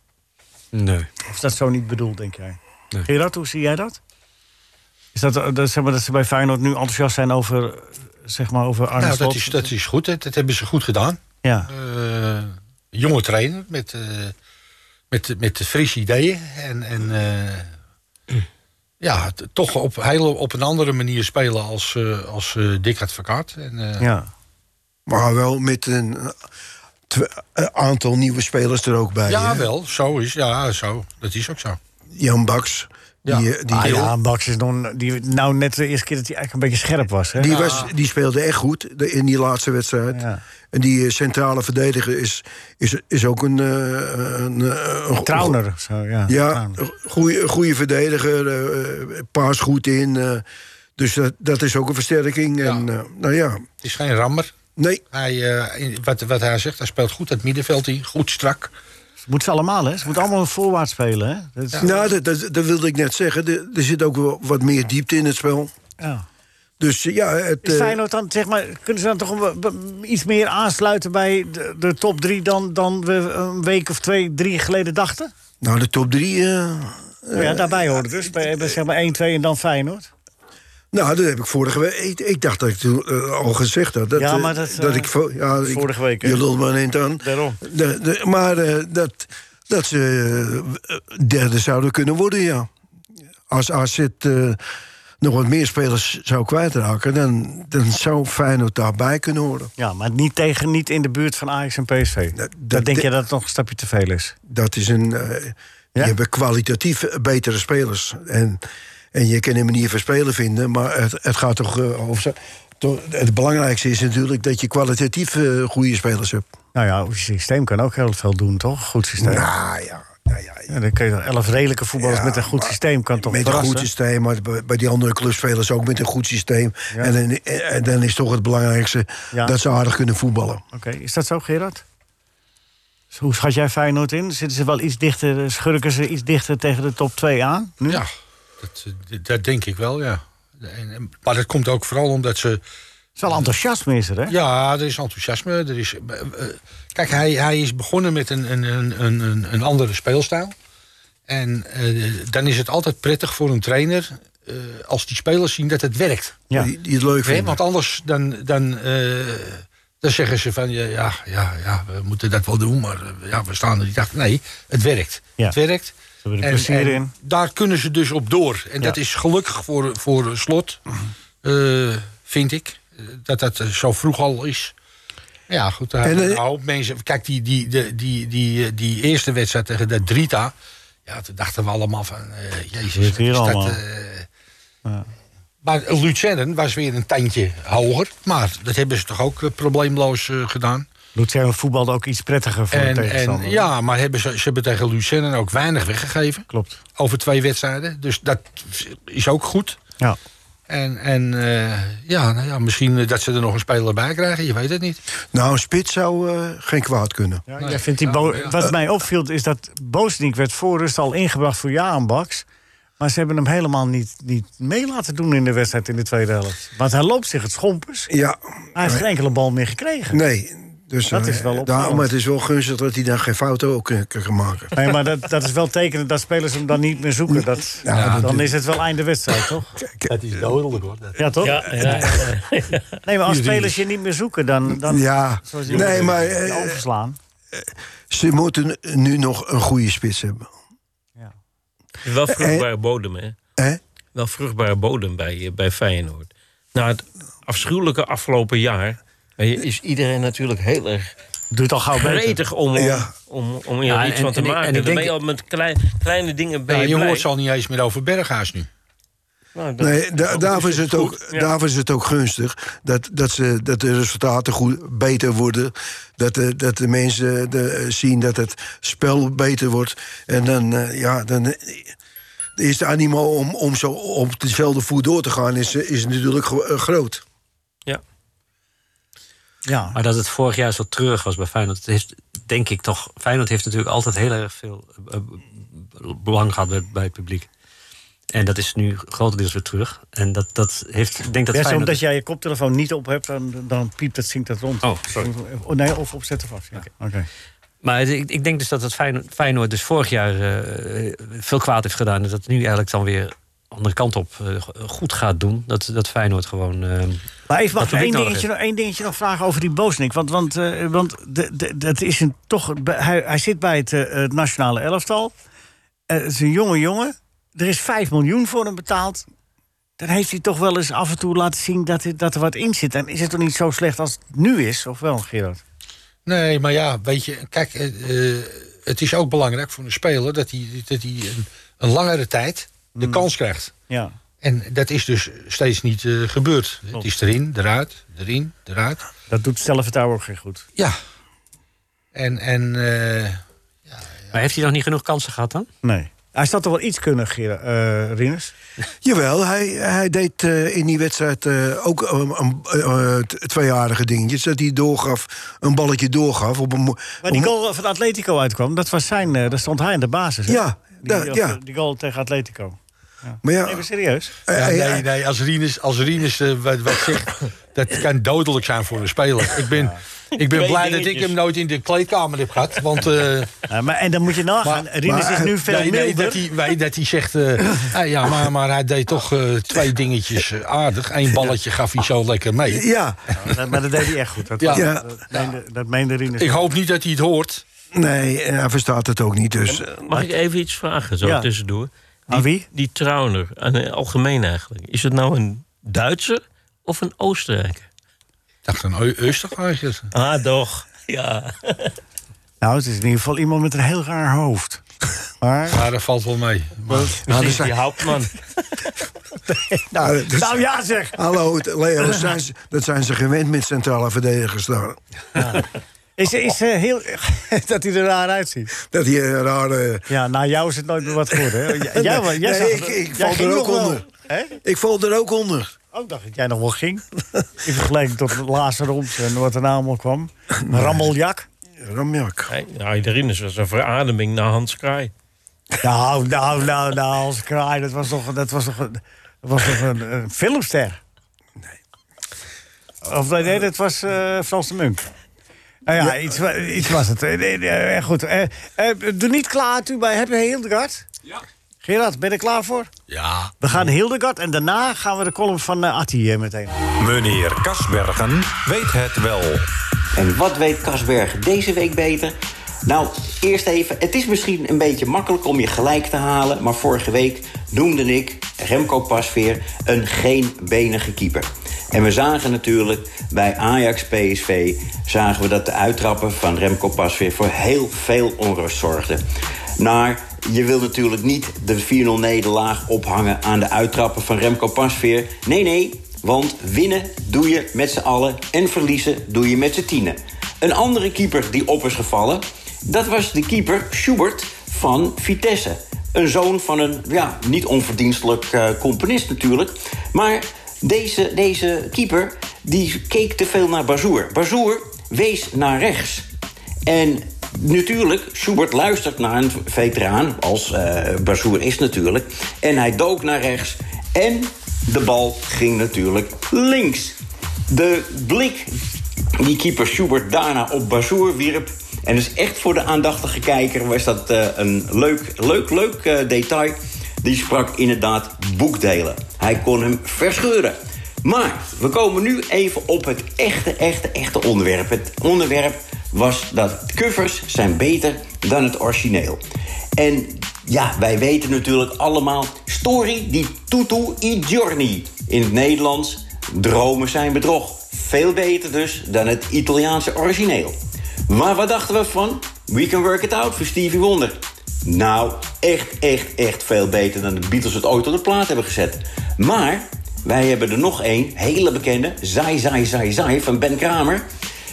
Speaker 4: Nee.
Speaker 3: Of is dat zo niet bedoeld, denk jij? Gerard, hoe zie jij dat? Is dat, eh, dat, zeg maar, dat ze bij Feyenoord nu enthousiast zijn over, eh, zeg maar, over Arne
Speaker 7: Nou,
Speaker 3: Slot?
Speaker 7: dat is, dat is goed. Dat, dat hebben ze goed gedaan.
Speaker 3: Ja.
Speaker 7: Eh, jonge trainer met, eh met, met frisse ideeën. En, en eh, ja, t- toch op, heel, op een andere manier spelen als, eh, als eh, Dick Advocaat. En, eh,
Speaker 3: ja.
Speaker 5: Maar wel met een eh, tw- eh, aantal nieuwe spelers er ook bij.
Speaker 7: ja,
Speaker 5: hè?
Speaker 7: wel. Zo is, ja, zo. Dat is ook zo.
Speaker 5: Jan Baks.
Speaker 7: Ja.
Speaker 5: Die, eh, die,
Speaker 3: Ah, ja, Bax is nog, die, nou net de eerste keer dat hij eigenlijk een beetje scherp was. Hè?
Speaker 5: die, was, die speelde echt goed de- in die laatste wedstrijd.
Speaker 3: Ja.
Speaker 5: En die eh, centrale verdediger is, is, is ook een... eh, een, eh, een
Speaker 3: Trauner. Zo, ja,
Speaker 5: Ja,
Speaker 3: Trauner.
Speaker 5: goede, goede verdediger, eh, eh, paas goed in. eh, dus dat, dat is ook een versterking. En, eh, nou ja,
Speaker 7: Het is geen rammer.
Speaker 5: nee,
Speaker 7: Hij, eh, in- wat, wat hij zegt, hij speelt goed. Het middenveld hij, goed strak.
Speaker 3: Moeten ze allemaal, hè? Ze moeten allemaal voorwaarts spelen, hè? Dat is-
Speaker 5: nou, dat, dat, dat wilde ik net zeggen. Er, er zit ook wel wat meer diepte in het spel.
Speaker 3: ja.
Speaker 5: Dus eh, ja, het,
Speaker 3: Is
Speaker 5: eh,
Speaker 3: Feyenoord dan, zeg maar, kunnen ze dan toch een- be- iets meer aansluiten bij de, de top drie dan, dan we een week of twee, drie geleden dachten?
Speaker 5: nou, de top drie... eh,
Speaker 3: Nou ja, daarbij horen dus. Bij, bij, zeg maar 1, 2 en dan Feyenoord.
Speaker 5: Nou, dat heb ik vorige week. Ik, ik dacht dat ik toen eh, al gezegd had. Dat,
Speaker 3: Ja,
Speaker 5: eh,
Speaker 3: maar dat, eh,
Speaker 5: ik, vo- ja, ik-
Speaker 3: vorige week, hè?
Speaker 5: Je lult maar niet aan.
Speaker 3: Daarom.
Speaker 5: De- de- maar eh, dat, dat ze eh, derde zouden kunnen worden, ja. Als AZ eh, nog wat meer spelers zou kwijtraken... dan, dan zou Feyenoord daarbij kunnen horen.
Speaker 3: Ja, maar niet, tegen, niet in de buurt van Ajax en PSV.
Speaker 5: dat-
Speaker 3: dan denk
Speaker 5: de-
Speaker 3: je dat het nog een stapje te veel is.
Speaker 5: Dat is een... eh,
Speaker 3: Ja?
Speaker 5: Je hebt kwalitatief eh, betere spelers. En, en je kan een manier van spelen vinden, maar het, het gaat toch eh, over... zo- toch- Het belangrijkste is natuurlijk dat je kwalitatief eh, goede spelers hebt.
Speaker 3: Nou ja, het systeem kan ook heel veel doen, toch? Goed systeem.
Speaker 5: Nou ja, nou ja,
Speaker 3: Ja, dan kun je dan elf redelijke voetballers
Speaker 5: Ja,
Speaker 3: met een goed
Speaker 5: maar-
Speaker 3: systeem kan toch
Speaker 5: met een
Speaker 3: verrassen?
Speaker 5: goed systeem, maar bij- bij die andere clubspelers ook met een goed systeem. En, dan, en dan is toch het belangrijkste
Speaker 3: Ja.
Speaker 5: dat ze aardig kunnen voetballen.
Speaker 3: Oké, is dat zo, Gerard? Dus Hoe schat jij Feyenoord in? Zitten ze wel iets dichter, eh, schurken ze iets dichter tegen de top 2 aan? Nu?
Speaker 7: Ja, dat, eh, dat denk ik wel, ja. En- en- maar dat komt ook vooral omdat ze...
Speaker 3: Het is wel enthousiasme is er, hè?
Speaker 7: Ja, er is enthousiasme. Er is, eh, eh, kijk, hij, hij is begonnen met een, een, een, een- een, een andere speelstijl. En eh, dan is het altijd prettig voor een trainer eh, als die spelers zien dat het werkt.
Speaker 5: Ja. Die, die het leuk
Speaker 7: Hè,
Speaker 5: vinden.
Speaker 7: want anders dan, dan, eh, dan zeggen ze van ja, ja, ja, ja, we moeten dat wel doen, maar eh, ja, we staan er niet achter. Nee, het werkt.
Speaker 3: Ja.
Speaker 7: Het werkt.
Speaker 3: Ze hebben er plezier in.
Speaker 7: daar kunnen ze dus op door. En
Speaker 3: Ja.
Speaker 7: dat is gelukkig voor, voor slot, eh, vind ik, eh, dat dat eh, zo vroeg al is. Ja, goed. Daar
Speaker 5: En,
Speaker 7: hebben een
Speaker 5: eh,
Speaker 7: hoop mensen. Kijk, die, die, die, die, die, eh, die eerste wedstrijd tegen de Drita. Ja, toen dachten we allemaal van. eh, jezus,
Speaker 3: Gebeurt hier
Speaker 7: wat is dat,
Speaker 3: allemaal.
Speaker 7: eh, maar Lucerne was weer een tandje hoger. Maar dat hebben ze toch ook eh, probleemloos eh, gedaan.
Speaker 3: Luzern voetbalde ook iets prettiger voor de
Speaker 7: En,
Speaker 3: tegenstander.
Speaker 7: en, ja, maar hebben ze, ze hebben tegen Lucerne ook weinig weggegeven.
Speaker 3: Klopt.
Speaker 7: Over twee wedstrijden. Dus dat is ook goed.
Speaker 3: Ja.
Speaker 7: En, en eh, ja, nou ja, misschien eh, dat ze er nog een speler bij krijgen. Je weet het niet.
Speaker 5: Nou, een spits zou eh, geen kwaad kunnen.
Speaker 3: Ja, jij vindt die Bo-
Speaker 7: eh,
Speaker 3: Wat mij opviel is dat Bosnik werd voor rust al ingebracht voor Jaan Baks. Maar ze hebben hem helemaal niet, niet mee laten doen in de wedstrijd in de tweede helft. Want hij loopt zich het schompers.
Speaker 5: Ja,
Speaker 3: Hij heeft geen enkele bal meer gekregen.
Speaker 5: nee. Dus,
Speaker 3: Dat
Speaker 5: eh,
Speaker 3: is wel opvallend.
Speaker 5: daarom, maar het is wel gunstig dat hij daar geen fouten ook eh, kan maken.
Speaker 3: Nee, maar dat, dat is wel tekenend dat spelers hem dan niet meer zoeken. Dat,
Speaker 5: Ja,
Speaker 3: ja,
Speaker 5: dat-
Speaker 3: dan is het wel einde wedstrijd, toch?
Speaker 7: Dat is dodelijk hoor.
Speaker 3: Ja, toch?
Speaker 10: Ja, ja, ja.
Speaker 3: (laughs) Nee, maar als spelers je niet meer zoeken, dan... dan
Speaker 5: ja,
Speaker 3: zoals die-
Speaker 5: nee, maar
Speaker 3: die
Speaker 5: eh,
Speaker 3: overslaan.
Speaker 5: ze moeten nu nog een goede spits hebben.
Speaker 3: Eh,
Speaker 6: Wel vruchtbare bodem, hè?
Speaker 5: Hè?
Speaker 6: Wel vruchtbare bodem bij, eh, bij Feyenoord. Na het afschuwelijke afgelopen jaar... eh, is iedereen natuurlijk heel erg
Speaker 3: Doet al gauw beter.
Speaker 6: gretig om, om,
Speaker 5: Ja.
Speaker 6: om, om hier
Speaker 4: Ja,
Speaker 6: iets
Speaker 4: en-
Speaker 6: van te
Speaker 4: en ik-
Speaker 6: maken.
Speaker 4: en ik
Speaker 6: Dan
Speaker 4: denk-
Speaker 6: ben je al met klein, kleine dingen ben
Speaker 7: Ja,
Speaker 6: je
Speaker 7: eh, je
Speaker 6: blij.
Speaker 7: hoort ze al niet eens meer over Berghuis nu.
Speaker 6: Nou, dat-
Speaker 5: Nee, da-
Speaker 6: dat
Speaker 5: daarvoor, is
Speaker 6: dus
Speaker 5: het ook,
Speaker 6: goed. Ja.
Speaker 5: daarvoor is het ook gunstig dat, dat, ze, dat de resultaten goed, beter worden. Dat de, dat de mensen de, eh, zien dat het spel beter wordt. En dan, eh, ja, dan eh, is de animo om, om zo op dezelfde voer door te gaan is, eh, is natuurlijk gro- eh, groot.
Speaker 3: Ja.
Speaker 10: Maar dat het vorig jaar zo treurig was bij Feyenoord, dat heeft denk ik toch. Feyenoord heeft natuurlijk altijd heel erg veel eh, belang gehad bij, bij het publiek. En dat is nu grotendeels weer terug. En dat, dat heeft, ik denk dat
Speaker 3: Best
Speaker 10: Feyenoord...
Speaker 3: omdat jij je koptelefoon niet op hebt, dan, dan piept dat, zingt dat rond.
Speaker 10: Oh, sorry.
Speaker 3: Oh, nee, of opzetten vast. Ja. Oké.
Speaker 10: Maar het- ik, ik denk dus dat het Feyenoord, Feyenoord dus vorig jaar eh, veel kwaad heeft gedaan. En dat het nu eigenlijk dan weer andere kant op eh, goed gaat doen. Dat, dat Feyenoord gewoon... eh,
Speaker 3: Maar even mag
Speaker 10: Dat
Speaker 3: ik één
Speaker 10: publiek nodig
Speaker 3: dingetje, nog, één dingetje nog vragen over die Boosnik. Want, want, eh, want de, de- dat is een, toch, hij, hij zit bij het, eh, het nationale elftal. Eh, het is een jonge jongen. Er is 5 miljoen voor hem betaald. Dan heeft hij toch wel eens af en toe laten zien dat, er- dat er wat in zit. En is het toch niet zo slecht als het nu is, of wel, Gerard?
Speaker 7: Nee, maar ja, weet je, kijk, eh, eh, het is ook belangrijk voor een speler dat hij, dat hij een, een langere tijd de kans krijgt.
Speaker 3: Mm. Ja.
Speaker 7: En dat is dus steeds niet eh, gebeurd. Het
Speaker 3: Klopt.
Speaker 7: is erin, eruit, erin, eruit.
Speaker 3: Dat doet zelfvertrouwen ook geen goed.
Speaker 7: Ja. En, en eh,
Speaker 10: Maar heeft hij nog niet genoeg kansen gehad dan?
Speaker 3: Nee. Hij staat toch wel iets kunnen, Gerard, eh Rinus?
Speaker 5: (laughs) Jawel, hij, hij deed eh, in die wedstrijd eh, ook een, een- eh, eh, t- tweejarige dingetjes. Dat hij doorgaf, een balletje doorgaf. Op een, mo-
Speaker 3: Waar die
Speaker 5: op-
Speaker 3: goal van Atletico uitkwam, dat was zijn, eh, daar stond hij in de basis. hè?
Speaker 5: Ja,
Speaker 3: die, eh,
Speaker 5: ja, ja.
Speaker 3: die goal tegen Atletico.
Speaker 5: Maar ja,
Speaker 3: Nee, maar serieus?
Speaker 5: eh,
Speaker 7: ja,
Speaker 5: eh,
Speaker 7: nee, nee, als Rinus, als Rinus eh, wat, wat zegt, dat kan dodelijk zijn voor een speler. Ik ben, ik ben blij dat ik
Speaker 6: dingetjes.
Speaker 7: hem nooit in de kleedkamer heb gehad, want... eh,
Speaker 3: Ja, maar, en dan moet je nagaan,
Speaker 7: Maar- eh,
Speaker 3: Rinus
Speaker 5: maar-
Speaker 3: is nu veel
Speaker 7: nee, nee,
Speaker 3: milder.
Speaker 7: dat hij, wij- dat hij zegt,
Speaker 3: (laughs)
Speaker 7: eh, ah ja, maar, maar hij deed toch eh, twee dingetjes eh, aardig. Eén balletje gaf hij zo lekker mee.
Speaker 5: ja,
Speaker 3: Ja, Maar dat deed hij echt goed. Dat,
Speaker 7: Ja.
Speaker 3: was-
Speaker 5: Ja.
Speaker 3: dat, meende, dat meende Rinus.
Speaker 7: Ik hoop niet dat hij het hoort.
Speaker 5: nee, en hij verstaat het ook niet. Dus
Speaker 6: Mag ik even iets vragen, zo
Speaker 3: Ja.
Speaker 6: tussendoor?
Speaker 3: Aan wie?
Speaker 6: Die Trauner, aan eh, algemeen eigenlijk. Is het nou een Duitser of een Oostenrijker?
Speaker 7: Ik dacht, een Eu- Oostenrijker.
Speaker 6: Ah, toch. Ja.
Speaker 3: Nou, het is in ieder geval iemand met een heel raar hoofd. Maar...
Speaker 7: Maar dat valt wel mee.
Speaker 6: Nou, dat is die
Speaker 7: (laughs)
Speaker 6: Hauptmann.
Speaker 5: Nou, dat-
Speaker 3: Nou ja zeg!
Speaker 5: Hallo, het- Leo, dat zijn, ze, dat zijn ze gewend met centrale verdedigers daar.
Speaker 3: Is, is eh, heel... (laughs) dat hij er raar uitziet.
Speaker 5: Dat die eh, rare...
Speaker 3: Ja, na jou is het nooit meer wat
Speaker 5: (laughs)
Speaker 3: geworden. Hè? Jij, jij,
Speaker 5: Nee,
Speaker 3: jij
Speaker 5: nee,
Speaker 3: zag-
Speaker 5: ik- ik
Speaker 3: jij
Speaker 5: val
Speaker 3: ging
Speaker 5: er ook
Speaker 3: nog wel.
Speaker 5: onder.
Speaker 3: Hè?
Speaker 5: Ik val er ook onder.
Speaker 3: Ook dacht ik jij nog wel ging. In vergelijking tot Lazaroms en wat er nou allemaal kwam. Rammeljak.
Speaker 5: Ramjak.
Speaker 6: Nee, Nou, iedereen is was een verademing naar Hans Kraai.
Speaker 3: Nou, nou, nou, nou, als kraai. Dat was toch, dat was toch, een, dat was toch een, een filmster? Nee. Of nee, dat was eh Frans de Munk. Nou ja, Iets, wa- iets was het. Eh, nee, nee, eh, goed. Eh, eh, doe niet klaar, u bij Happy Hildegard. Ja. Gerard, ben je er klaar voor?
Speaker 7: Ja.
Speaker 3: We gaan Hildegard en daarna gaan we de column van eh, Atti hier meteen.
Speaker 12: Meneer Kasbergen weet het wel.
Speaker 13: En wat weet Kasberg deze week beter? Nou, eerst even, het is misschien een beetje makkelijk om je gelijk te halen... maar vorige week noemde ik Remco Pasveer een geen-benige keeper. En we zagen natuurlijk bij Ajax-PSV... zagen we dat de uittrappen van Remco Pasveer voor heel veel onrust zorgden. Maar je wil natuurlijk niet de 4-0 nederlaag ophangen... aan de uittrappen van Remco Pasveer. Nee, nee, want winnen doe je met z'n allen en verliezen doe je met z'n tienen. Een andere keeper die op is gevallen, dat was de keeper Schubert van Vitesse. Een zoon van een ja, niet onverdienstelijk eh, componist natuurlijk. Maar deze, deze keeper die keek te veel naar Bazoer. Bazoer wees naar rechts. En natuurlijk, Schubert luistert naar een veteraan, als eh Bassoer is natuurlijk. En hij dook naar rechts. En de bal ging natuurlijk links. De blik die keeper Schubert daarna op Bassoer wierp... en dus echt voor de aandachtige kijker was dat eh, een leuk, leuk, leuk eh, detail... die sprak inderdaad boekdelen. Hij kon hem verscheuren. Maar we komen nu even op het echte, echte, echte onderwerp. Het onderwerp was dat covers zijn beter dan het origineel. En ja, wij weten natuurlijk allemaal... Story di tutu i giorni. In het Nederlands, dromen zijn bedrog. Veel beter dus dan het Italiaanse origineel. Maar wat dachten we van We Can Work It Out van Stevie Wonder? Nou, echt, echt, echt veel beter dan de Beatles het ooit op de plaat hebben gezet. Maar wij hebben er nog één, hele bekende, Zai Zai Zai Zai van Ben Kramer.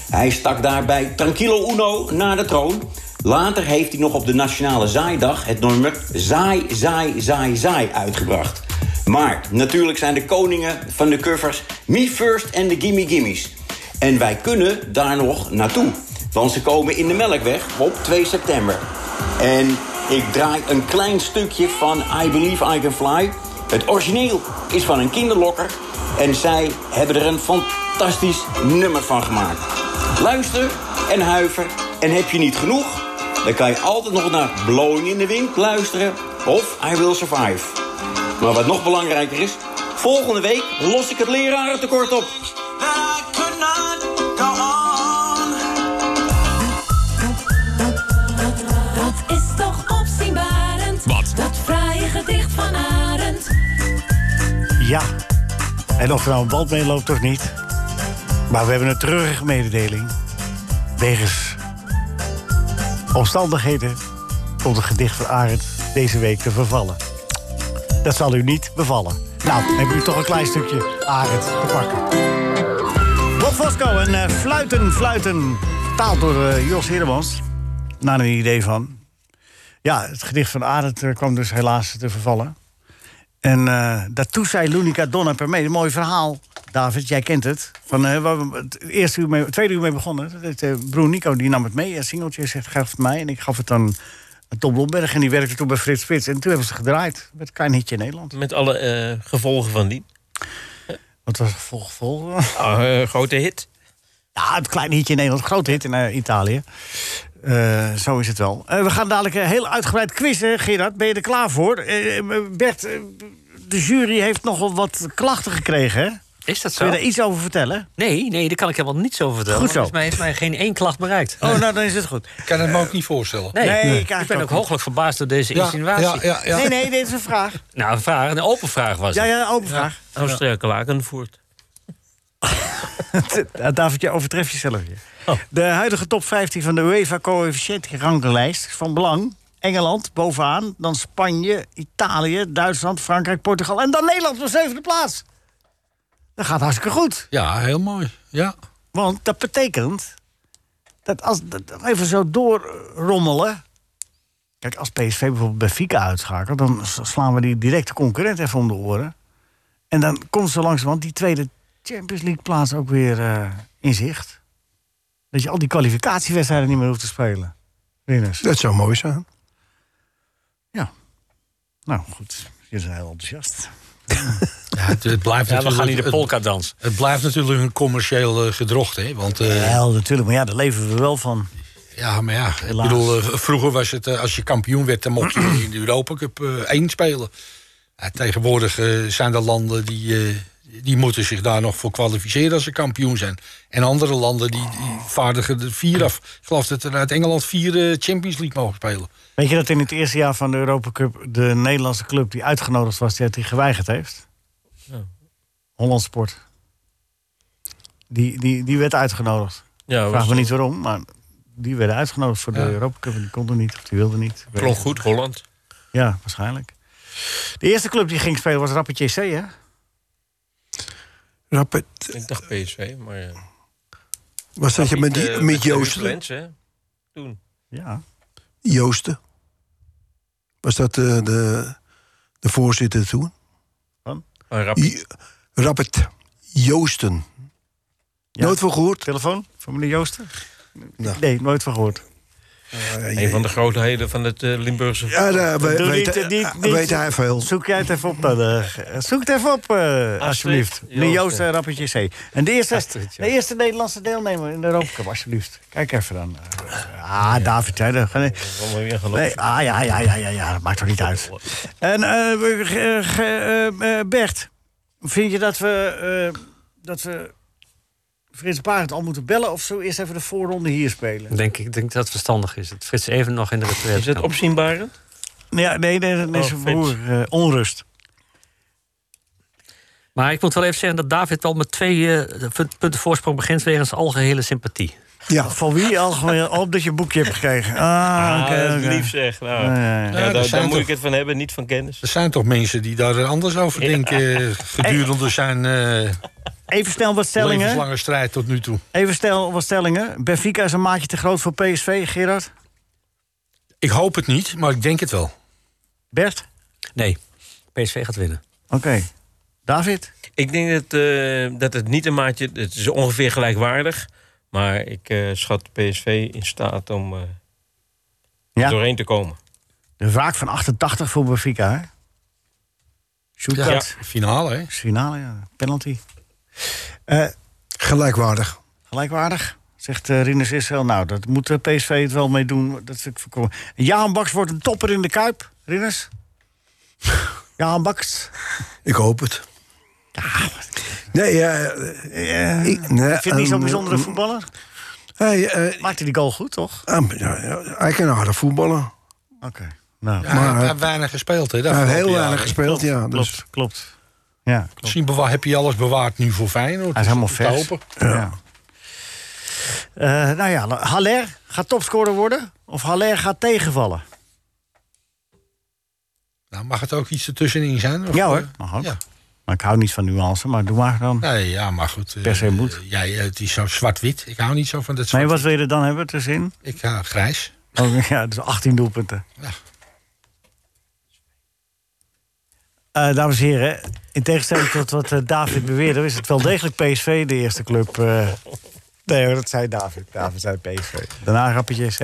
Speaker 13: Hij stak daarbij Tranquilo Uno naar de troon. Later heeft hij nog op de Nationale Zaaidag het nummer Zai Zai Zai Zai uitgebracht. Maar natuurlijk zijn de koningen van de covers Me First en de Gimme Gimmies. En wij kunnen daar nog naartoe. Want ze komen in de Melkweg op 2 september. En ik draai een klein stukje van I Believe I Can Fly. Het origineel is van een kinderlokker. En zij hebben er een fantastisch nummer van gemaakt. Luister en huiver. En heb je niet genoeg? Dan kan je altijd nog naar Blowing in the Wind luisteren. Of I Will Survive. Maar wat nog belangrijker is... Volgende week los ik het lerarentekort op.
Speaker 1: Dat is toch opzienbarend.
Speaker 3: Wat?
Speaker 1: Dat fraaie gedicht van Arend.
Speaker 3: Ja. En of er nou een band mee loopt of niet. Maar we hebben een treurige mededeling. Wegens omstandigheden komt het gedicht van Arend deze week te vervallen. Dat zal u niet bevallen. Nou, hebben u toch een klein stukje Arend te pakken. Bob Fosco en eh, Fluiten, Fluiten. Vertaald door eh, Jos Heremans. Naar een idee van. Ja, het gedicht van Arend eh, kwam dus helaas te vervallen. En eh, daartoe zei Lunica Donna per mee. Een mooi verhaal, David, jij kent het. Van, eh, waar we het eerste uur mee, het tweede uur mee begonnen. Dat deed, eh, broer Nico die nam het mee, een singeltje, zegt, gaf het mij. En ik gaf het dan aan Tom Lomberg en die werkte toen bij Frits Frits. En toen hebben ze het gedraaid met een klein hitje in Nederland.
Speaker 6: Met alle eh, gevolgen van die.
Speaker 3: Wat was het gevolg? gevolg?
Speaker 6: (laughs) Ah, eh, grote hit.
Speaker 3: Ja, het kleine hitje in Nederland, groot hit in eh, Italië. Eh, zo is het wel. Eh, we gaan dadelijk een heel uitgebreid quizzen, Gerard. Ben je er klaar voor? Eh, eh, Bert, eh, de jury heeft nogal wat klachten gekregen, hè?
Speaker 4: Is dat
Speaker 3: Kun je
Speaker 4: zo?
Speaker 3: daar iets over vertellen?
Speaker 4: Nee, nee, daar kan ik helemaal niets over vertellen.
Speaker 3: Goed zo.
Speaker 4: Volgens mij heeft mij geen één klacht bereikt.
Speaker 3: Oh, nou, dan is het goed.
Speaker 7: Ik kan het me ook niet voorstellen.
Speaker 4: Nee,
Speaker 7: Nee,
Speaker 4: ik,
Speaker 7: ik eigenlijk
Speaker 4: ben
Speaker 7: ook
Speaker 4: ook
Speaker 7: niet.
Speaker 4: hooglijk verbaasd door deze
Speaker 7: Ja,
Speaker 4: insinuatie.
Speaker 7: ja, ja, ja. Nee, nee,
Speaker 3: dit is een (laughs) vraag.
Speaker 4: Nou, een vraag, een open vraag was
Speaker 3: Ja,
Speaker 4: het.
Speaker 3: ja, een open vraag.
Speaker 6: Amsterdam Lakenvoort.
Speaker 3: David, je overtreft jezelf hier.
Speaker 7: Oh.
Speaker 3: De huidige top 15 van de UEFA coëfficiëntenranglijst is van belang. Engeland bovenaan, dan Spanje, Italië, Duitsland, Frankrijk, Portugal... en dan Nederland op zevende plaats. Dat gaat hartstikke goed.
Speaker 7: Ja, heel mooi. Ja.
Speaker 3: Want dat betekent dat als dat even zo doorrommelen... Kijk, als PSV bijvoorbeeld bij Fika uitschakelt... dan s- slaan we die directe concurrent even om de oren. En dan komt zo langzamerhand die tweede Champions League plaats ook weer eh, in zicht. Dat je al die kwalificatiewedstrijden niet meer hoeft te spelen.
Speaker 5: Dat zou mooi zijn.
Speaker 3: Nou, goed. Je bent heel enthousiast.
Speaker 7: Ja, het, het blijft
Speaker 3: Ja, we
Speaker 7: natuurlijk-
Speaker 3: gaan niet de
Speaker 7: het-
Speaker 3: polka dansen.
Speaker 7: Het, blijft natuurlijk een commercieel eh, gedrocht, hè? Want eh,
Speaker 3: Ja, natuurlijk. Maar ja, daar leven we wel van.
Speaker 7: Ja, maar ja, ik bedoel, eh, vroeger was het, eh, als je kampioen werd, dan mocht je in de Europa Cup eh, 1 spelen. Ja, tegenwoordig eh, zijn er landen die, eh, die moeten zich daar nog voor kwalificeren als ze kampioen zijn. En andere landen die, die vaardigen er vier af. Ik geloof dat er uit Engeland vier eh, Champions League mogen spelen.
Speaker 3: Weet je dat in het eerste jaar van de Europa Cup de Nederlandse club die uitgenodigd was, die, die geweigerd heeft?
Speaker 6: Ja.
Speaker 3: Holland Sport. Die, die, die werd uitgenodigd.
Speaker 6: Ja,
Speaker 3: Vraag
Speaker 6: was-
Speaker 3: me niet waarom, maar die werden uitgenodigd voor de
Speaker 6: Ja.
Speaker 3: Europa Cup en die konden niet of die wilden niet.
Speaker 6: Klonk goed, Holland.
Speaker 3: Ja, waarschijnlijk. De eerste club die ging spelen was Rappertje C, hè?
Speaker 5: Rappert,
Speaker 6: Ik dacht PSV, maar... eh,
Speaker 5: was dat je met,
Speaker 6: niet,
Speaker 5: die,
Speaker 6: eh,
Speaker 5: met Joost?
Speaker 6: Ruud Lens, hè? Toen.
Speaker 3: Ja.
Speaker 5: Joosten. Was dat eh, de, de voorzitter toen?
Speaker 3: Van?
Speaker 5: Rappert. Joosten. Nooit van gehoord?
Speaker 3: Telefoon van meneer Joosten? Nee, nooit van gehoord.
Speaker 6: Een van de grootheden van het eh, Limburgse...
Speaker 5: Ja, daar we-
Speaker 3: Doe
Speaker 5: weet,
Speaker 6: eh,
Speaker 3: niet, eh, niet- niet-
Speaker 5: weet hij veel.
Speaker 3: Zoek jij het even op dan. eh, zoek het even op, eh, alsjeblieft. Meneer Joost
Speaker 6: Joosten.
Speaker 3: en Rappertje C. En de eerste, de eerste Nederlandse deelnemer in de Europa Cup, alsjeblieft. Kijk even dan. Ah, David Tijden.
Speaker 6: Allemaal weer gaan
Speaker 3: Nee, ah, ja, ja, ja, ja, ja, dat maakt toch niet uit. En eh, we- ge- ge- eh, eh, Bert, vind je dat we, eh dat we Frits Barend al moeten bellen... of zo eerst even de voorronde hier spelen?
Speaker 10: Denk, ik denk dat het verstandig is. Dat Frits even nog in de retraite
Speaker 6: Is het
Speaker 10: kan.
Speaker 6: opzienbare?
Speaker 3: Ja, nee, nee, nee,
Speaker 10: Oh,
Speaker 3: zijn
Speaker 10: Frits.
Speaker 3: broer, eh, onrust.
Speaker 10: Maar ik moet wel even zeggen dat David wel met twee eh, punt- punten voorsprong begint... wegens algehele sympathie.
Speaker 5: Ja.
Speaker 3: Van wie al gewoon op dat je een boekje hebt gekregen? Ah,
Speaker 6: Ah,
Speaker 3: oké, oké.
Speaker 6: lief zeg. Nou,
Speaker 3: Ja, ja, ja.
Speaker 6: ja,
Speaker 3: Ja,
Speaker 7: dat
Speaker 6: daar,
Speaker 7: zijn
Speaker 6: daar moet
Speaker 7: toch-
Speaker 6: ik het van hebben, niet van kennis.
Speaker 7: Er zijn toch mensen die daar anders over denken eh, gedurende zijn eh
Speaker 3: Even snel wat stellingen.
Speaker 7: levenslange strijd tot nu toe.
Speaker 3: Even snel wat stellingen. Benfica is een maatje te groot voor PSV, Gerard.
Speaker 7: Ik hoop het niet, maar ik denk het wel.
Speaker 3: Bert?
Speaker 10: Nee, PSV gaat winnen.
Speaker 3: Oké. David?
Speaker 6: Ik denk dat, eh, dat het niet een maatje... Het is ongeveer gelijkwaardig. Maar ik eh, schat PSV in staat om eh,
Speaker 3: Ja.
Speaker 6: doorheen te komen.
Speaker 3: De wraak van 88 voor Benfica, hè? Shootcut.
Speaker 7: Finale, hè?
Speaker 3: Finale, ja. Penalty. Eh,
Speaker 5: Gelijkwaardig.
Speaker 3: gelijkwaardig, zegt eh Rinus Israël. Nou, dat moet eh, PSV het wel mee doen. Dat is ik voorkomen. Jaan Baks wordt een topper in de Kuip,
Speaker 5: (laughs)
Speaker 3: Rinus. Jaan Baks.
Speaker 5: Ik hoop het. Nee, ja. eh, eh, ik, nee,
Speaker 3: Ik vind het niet zo'n
Speaker 5: eh,
Speaker 3: bijzondere
Speaker 5: eh,
Speaker 3: voetballer.
Speaker 5: Hij, eh,
Speaker 3: Maakte die goal goed, toch?
Speaker 5: eh, ja, ja, hij kan aardig voetballen.
Speaker 3: Oké. Nou,
Speaker 7: Ja, hij
Speaker 5: Maar,
Speaker 7: heeft weinig gespeeld, hè? de
Speaker 5: Hij heeft
Speaker 7: afgelopen
Speaker 5: heel
Speaker 7: jaren.
Speaker 5: weinig gespeeld, ja. Dus
Speaker 3: klopt, klopt. Ja, klopt.
Speaker 7: Misschien bewa- heb je alles bewaard nu voor Feyenoord.
Speaker 3: Hij is helemaal
Speaker 7: Dat
Speaker 3: vers.
Speaker 7: te hopen.
Speaker 3: Ja. Eh, nou ja, Haller gaat topscorer worden of Haller gaat tegenvallen?
Speaker 7: Nou, mag het ook iets ertussenin zijn? Of,
Speaker 3: Ja hoor,
Speaker 7: eh,
Speaker 3: mag ook.
Speaker 7: Ja.
Speaker 3: Maar ik hou niet van nuance, maar doe maar dan.
Speaker 7: Nee, ja, maar goed. eh,
Speaker 3: Per se moet.
Speaker 7: eh, Ja, ja, het is zo zwart-wit. Ik hou niet zo van dat zwart
Speaker 3: Nee, wat wil je er dan hebben tussenin?
Speaker 7: Ik ga grijs.
Speaker 3: Oh, (laughs) ja, dus 18 doelpunten.
Speaker 7: Ja.
Speaker 3: Eh, dames en heren, in tegenstelling tot wat eh, David beweerde... is het wel degelijk PSV de eerste club. eh. Nee hoor, dat zei David. David zei PSV. Daarna Rappertje SC.